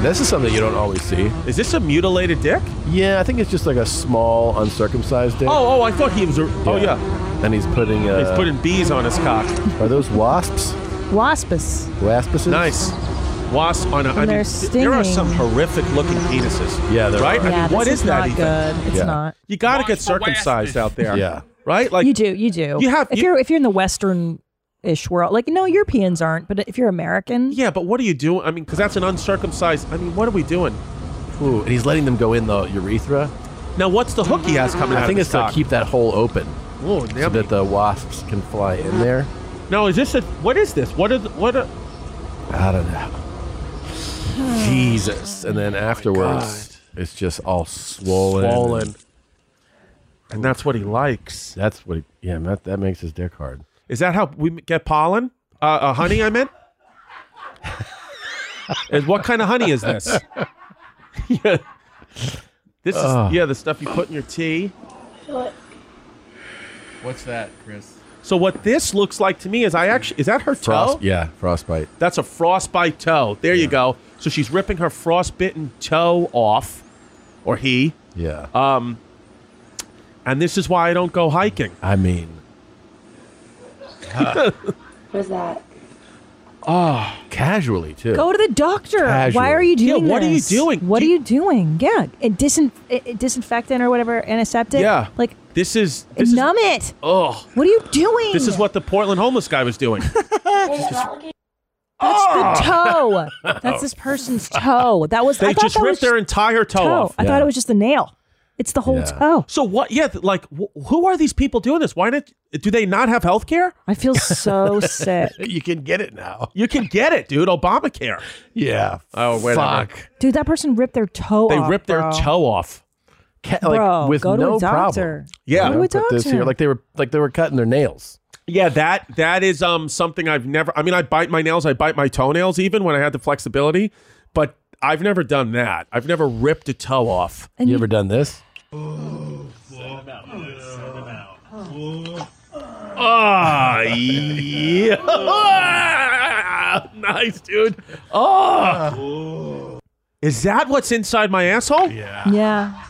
This is something you don't always see.
Is this a mutilated dick?
Yeah, I think it's just like a small uncircumcised dick.
Oh, oh, I thought he was. A, oh yeah,
And he's putting. Uh,
he's putting bees on his cock.
Are those wasps?
Waspus.
Waspuses?
Nice. Wasp on a. I
And
mean,
they're
th- there are some
stinging.
horrific looking penises.
Yeah, there
right.
are.
I
Yeah,
mean, what
this
is,
is
that
not
even?
good. It's
Yeah.
not.
You got to get circumcised out there.
Yeah.
Right. Like
you do. You do.
You have-
If
you-
you, are if you're in the Western ish world, like no Europeans aren't, but if you're American,
Yeah, but what are you doing? I mean, because that's an uncircumcised. I mean, what are we doing?
Ooh, and he's letting them go in the urethra.
Now, what's the hook he has coming out
I think
of
it's
his cock?
to keep that hole open
Oh,
so
damn.
that the wasps can fly in there.
now, is this a? What is this? What are? The, what are?
I don't know. Jesus. And
Oh
then afterwards, it's just all swollen.
Swollen. And that's what he likes.
That's what, he, yeah, that, that makes his dick hard.
Is that how we get pollen? Uh, uh honey, I meant. is what kind of honey is this? yeah. This is
Ugh.
yeah, the stuff you put in your tea.
What's that, Chris?
So what this looks like to me is I actually is that her toe?
Frost, yeah, frostbite.
That's a frostbite toe. There you go. So she's ripping her frostbitten toe off, or he.
Yeah.
Um. And this is why I don't go hiking.
I mean,
Where's that?
oh, casually too.
Go to the doctor.
Casual.
Why are you
Yeah,
doing?
what are you
this?
doing?
What are you doing? Yeah, it disin- it, it disinfectant or whatever, antiseptic.
Yeah.
like
This is this
numb it.
is oh.
What are you doing?
This is what the Portland homeless guy was doing.
That's the toe.
Oh.
That's this person's toe. That was. I
they
thought
just
that was
ripped their entire toe, off.
I thought it was just the nail. It's the whole toe.
So what? Yeah, th- like wh- who are these people doing this? Why did do they not have health care?
I feel so sick.
You can get it now. You can get it, dude. Obamacare. Yeah. Oh, wait. Fuck.
Dude, that person ripped their toe.
They
off,
ripped their
bro.
toe off.
like, Bro, with go to a no problem. doctor.
Yeah.
Go to a Put this here, doctor. like
they were like they were cutting their nails. Yeah, that that is um something I've never. I mean, I bite my nails. I bite my toenails even when I had the flexibility, but I've never done that. I've never ripped a toe off.
And You you- ever done this?
Ah, yeah. Ah, nice, dude. Oh. Is that what's inside my asshole? Yeah.
Yeah.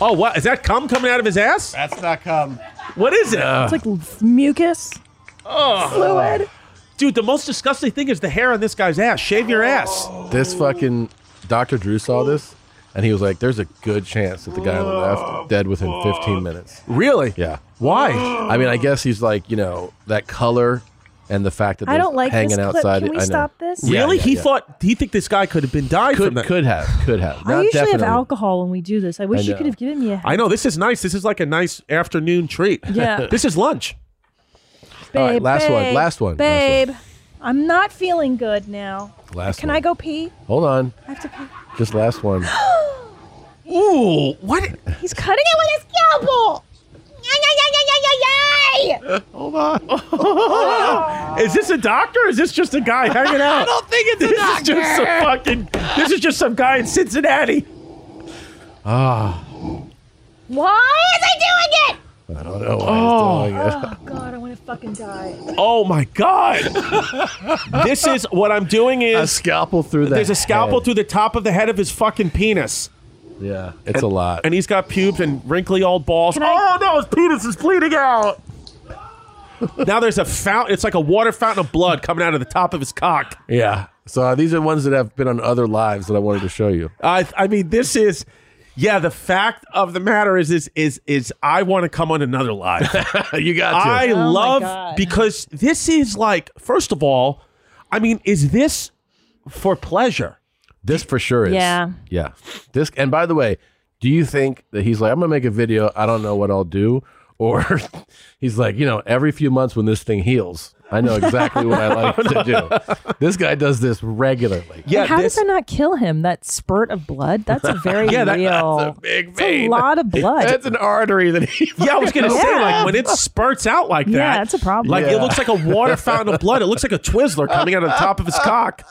Oh, what? Is that cum coming out of his ass? That's not cum. What is it?
It's like l- mucus.
oh.
fluid.
Dude, the most disgusting thing is the hair on this guy's ass. Shave your ass.
This fucking Dr. Drew saw this and he was like, there's a good chance that the guy on the left dead within 15 minutes.
Really?
Yeah.
Oh, Why?
I mean, I guess he's like, you know, that color and the fact that
I
there's
don't like this
hanging
clip.
outside.
Can we
I know.
stop this?
Yeah,
really?
yeah,
he
yeah.
thought he think this guy could have been died
Could-
from that.
could have. Could have.
I
Not
usually
definitely.
have alcohol when we do this. I wish you
know.
could have given me a
I know this is nice. This is like a nice afternoon treat.
Yeah.
this is lunch.
babe.
All right, last one,
babe,
last one, last one.
Babe, I'm not feeling good now.
Last
Can
one.
I go pee?
Hold on.
I have to pee.
Just last one.
Ooh, what?
He's cutting it with his scalpel. Yay, yay, yay, yay, yay, yay, yay.
Hold on. is this a doctor? Or is this just a guy hanging out? I don't think it's a this Is just some fucking. This is just some guy in Cincinnati.
Ah,
Why is I doing it?
I don't know why he's doing it.
Oh God, I want to fucking die.
Oh my god! this is what I'm doing is a
scalpel through the
There's a scalpel
head.
through the top of the head of his fucking penis.
Yeah, it's a lot.
And he's got pubes and wrinkly old balls.
Can I-
oh no, his penis is bleeding out. now there's a fountain. It's like a water fountain of blood coming out of the top of his cock.
Yeah. So uh, these are ones that have been on other lives that I wanted to show you.
I I mean, this is. Yeah, the fact of the matter is, is, is, is I want to come on another live.
you got to.
I
Oh my
love
God.
because this is like, first of all, I mean, is this for pleasure?
This for sure is.
Yeah.
Yeah. This and by the way, do you think that he's like, I'm gonna make a video, I don't know what I'll do? Or he's like, you know, every few months when this thing heals, I know exactly what I like to do. This guy does this regularly.
Like, how does that not kill him? That spurt of blood? That's a very
Yeah, that-
real.
that's a big
it's a lot of blood.
That's an artery that he.
Yeah, I was gonna say
Yeah.
like when it spurts out like that.
Yeah, that's a problem.
Like
Yeah.
it looks like a water fountain of blood. It looks like a Twizzler coming out of the top of his cock.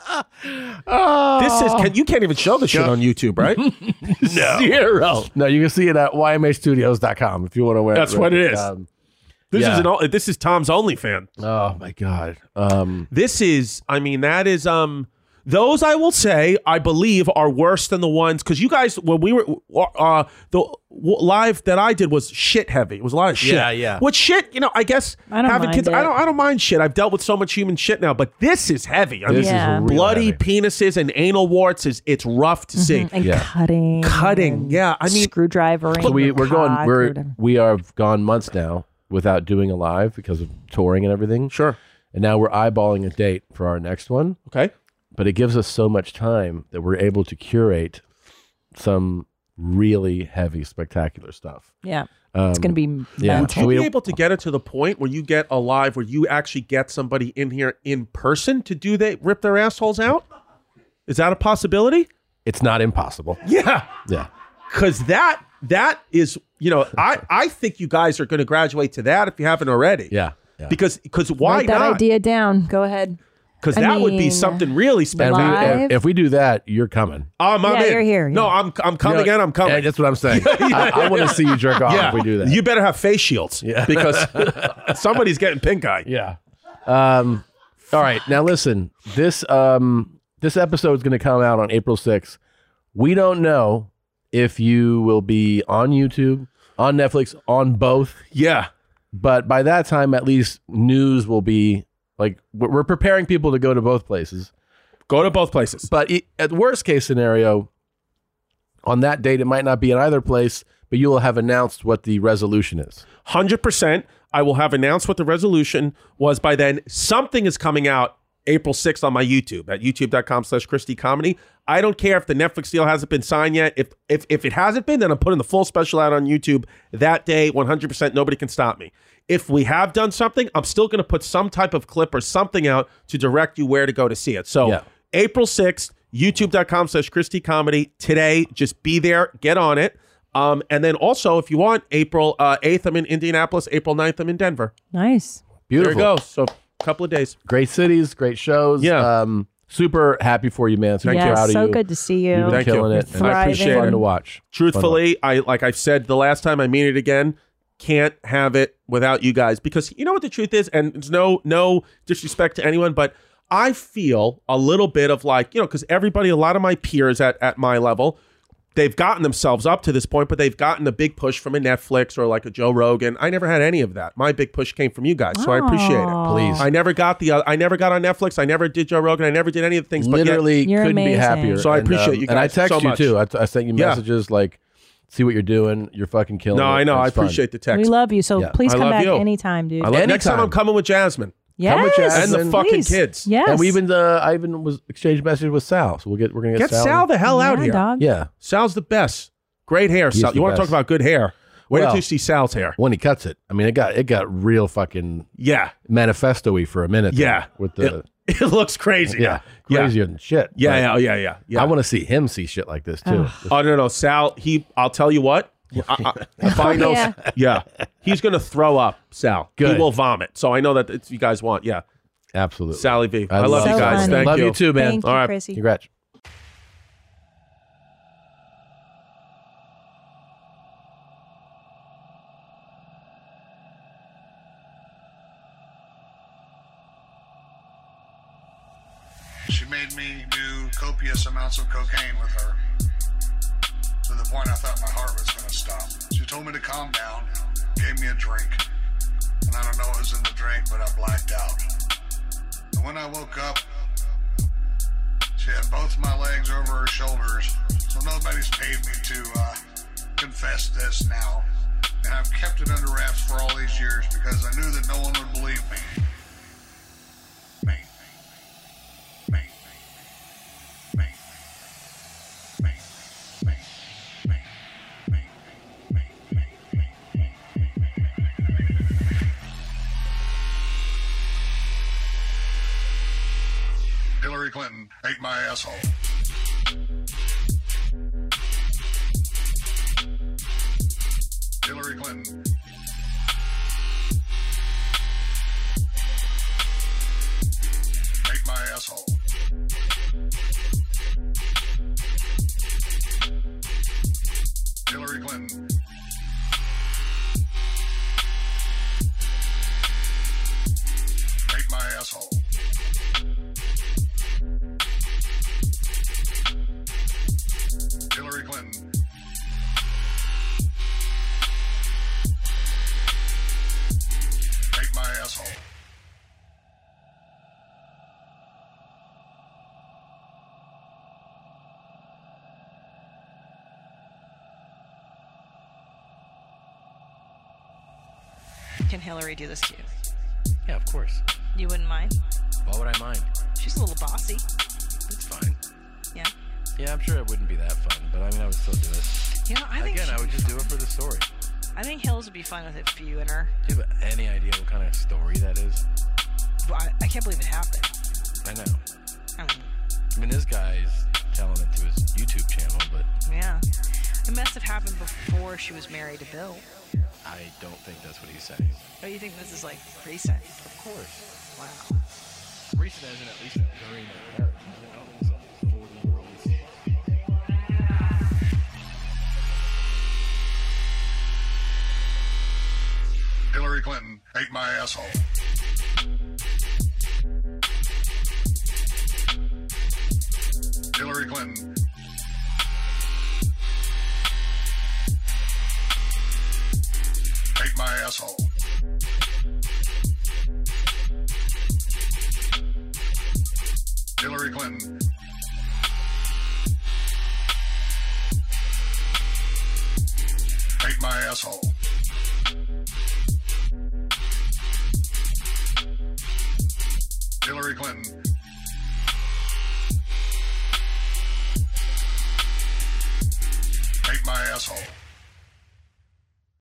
Oh.
This is can, you can't even show the shit on YouTube, right?
no.
Zero.
No, you can see it at ymhstudios.com if you want to wear.
That's what it is. This
yeah.
is an o- this is Tom's only fan.
Oh my god. Um,
this is I mean that is um those I will say I believe are worse than the ones because you guys when we were uh the w- live that I did was shit heavy. It was a lot of shit.
Yeah, yeah.
Which shit you know I guess
I don't
having
mind
kids
it.
I don't I don't mind shit. I've dealt with so much human shit now, but this is heavy. I
This
mean
is Yeah. real
bloody penises and anal warts is it's rough to see.
Mm-hmm. And Mm-hmm. cutting,
cutting. Yeah, I mean
screwdriver.
So we we're going we're we are gone months now without doing a live because of touring and everything.
Sure.
And now we're eyeballing a date for our next one.
Okay.
But it gives us so much time that we're able to curate some really heavy, spectacular stuff.
Yeah. It's gonna be
Um, yeah.
Would
So
you
we-
be able to get it to the point where you get a live where you actually get somebody in here in person to do they rip their assholes out? Is that a possibility?
It's not impossible.
Yeah,
yeah.
because that that is you know I I think you guys are going to graduate to that if you haven't already.
Yeah,
because because why
Write that
not?
idea down. Go ahead.
because
I
that would be
mean,
something really
And
special.
we, if- if we do that, you're coming.
Um, I'm
Yeah,
in.
you're here,
No, I'm I'm coming
Yeah,
in. I'm coming.
yeah, that's what I'm saying. I- I wanna see you jerk off if we do that.
You better have face shields.
Yeah.
Because somebody's getting pink eye.
Yeah. Um, all right, now listen. This um, this episode is going to come out on April 6th. We don't know if you will be on YouTube, on Netflix, on both.
Yeah.
But by that time, at least news will be like we're we're preparing people to go to both places.
Go to both places.
But i at worst case scenario, on that date, it might not be in either place, but you will have announced what the resolution is.
Hundred percent. I will have announced what the resolution was by then. Something is coming out April 6th on my YouTube at youtube.com slash Christie Comedy. I don't care if the Netflix deal hasn't been signed yet. If if if it hasn't been, then I'm putting the full special out on YouTube that day. 100 percent nobody can stop me. If we have done something, I'm still gonna put some type of clip or something out to direct you where to go to see it. So
Yeah.
April 6th, youtube.com slash Christie Comedy today. Just be there, get on it. Um, and then also, if you want, April uh, 8th, I'm in Indianapolis. April 9th, I'm in Denver.
Nice.
Beautiful.
There you go. So, a couple of days.
Great cities, great shows. Yeah. Um, super happy for you, man. Super
Yeah,
proud of
so
you.
good to see you.
You've been
Thank
killing
you.
it.
And I appreciate
Fun
it.
to watch.
Truthfully, I like I've said the last time I mean it again, can't have it without you guys because you know what the truth is and it's no no disrespect to anyone but I feel a little bit of like, you know, cuz everybody a lot of my peers at at my level They've gotten themselves up to this point, but they've gotten a big push from a Netflix or like a Joe Rogan. I never had any of that. My big push came from you guys, so I appreciate it.
Oh.
Aw. Please.
I never got the. uh, I never got on Netflix. I never did Joe Rogan. I never did any of the things. but yet-
Literally couldn't be happier.
So I
And,
appreciate
um,
you guys.
And I text
so
you
much.
too. I, t- I sent you
Yeah.
messages like, see what you're doing. You're fucking killing
No,
it.
I know.
It's
I
fun.
appreciate the text.
We love you. So
Yeah.
please
I
come
love
back
you.
anytime, dude.
I love- next time I'm coming with Jasmine.
Yes,
Come with Jasmine.
And the fucking
please.
kids.
Yes.
And we even uh, I even was exchanged messages with Sal. So we'll get we're gonna get,
Get Sal the hell out
Yeah,
here.
dog.
Yeah.
Sal's the best. Great hair,
He's
Sal.
the
You want to
best.
talk about good hair? Wait
Well,
until you see Sal's hair.
When he cuts it. I mean it got it got real fucking
Yeah.
manifesto y for a minute. there
Yeah.
With the
It, it looks crazy.
Yeah. Crazier than shit.
Yeah, yeah, oh,
But
yeah, yeah, yeah.
I want to see him see shit like this too.
Oh no, no, Sal. He. I'll tell you what. I, I, if I know,
Yeah.
yeah. he's gonna throw up. Sal.
Good.
He will vomit. So I know that it's, you guys want. Yeah.
Absolutely.
Sally V.
I
I love
love
you
So
guys.
funny.
Thank
Love
you.
you too, man.
Thank you,
All right.
Chrissy.
Congrats.
She made me do copious amounts of cocaine with her to the point I thought my heart was going to stop. She told me to calm down, gave me a drink, and I don't know what was in the drink, but I blacked out. And when I woke up, she had both my legs over her shoulders, so nobody's paid me to uh, confess this now. And I've kept it under wraps for all these years because I knew that no one would believe me. Me. Me. Me. Me. Me. Me. Me. Me. Me. Me. Me. Me. Hillary Clinton ate my asshole. Hillary Clinton. Ate my asshole. Hillary Clinton. Ate my asshole. Hillary Clinton. Ate my asshole.
Can Hillary do this to you?
Yeah, of course.
You wouldn't mind?
Why would I mind?
She's a little bossy.
It's fine.
Yeah.
Yeah, I'm sure it wouldn't be that fun, but I mean, I would still do it.
You know, I think
Again, I would just do it for the story.
I think Hills would be fun with it for you and her.
Do you have any idea what kind of story that is?
Well, I, I can't believe it happened.
I know.
I mean,
I mean, this guy's telling it to his YouTube channel, but
yeah. It must have happened before she was married to Bill.
I don't think that's what he's saying.
Oh, you think this is like recent? Of
course.
Wow.
Reese isn't at least during their marriage. Elton's a 40-year-old.
Hillary Clinton ate my asshole. Hillary Clinton. Ate my asshole. Hillary Clinton. Ate my asshole. Hillary Clinton. Ate my asshole.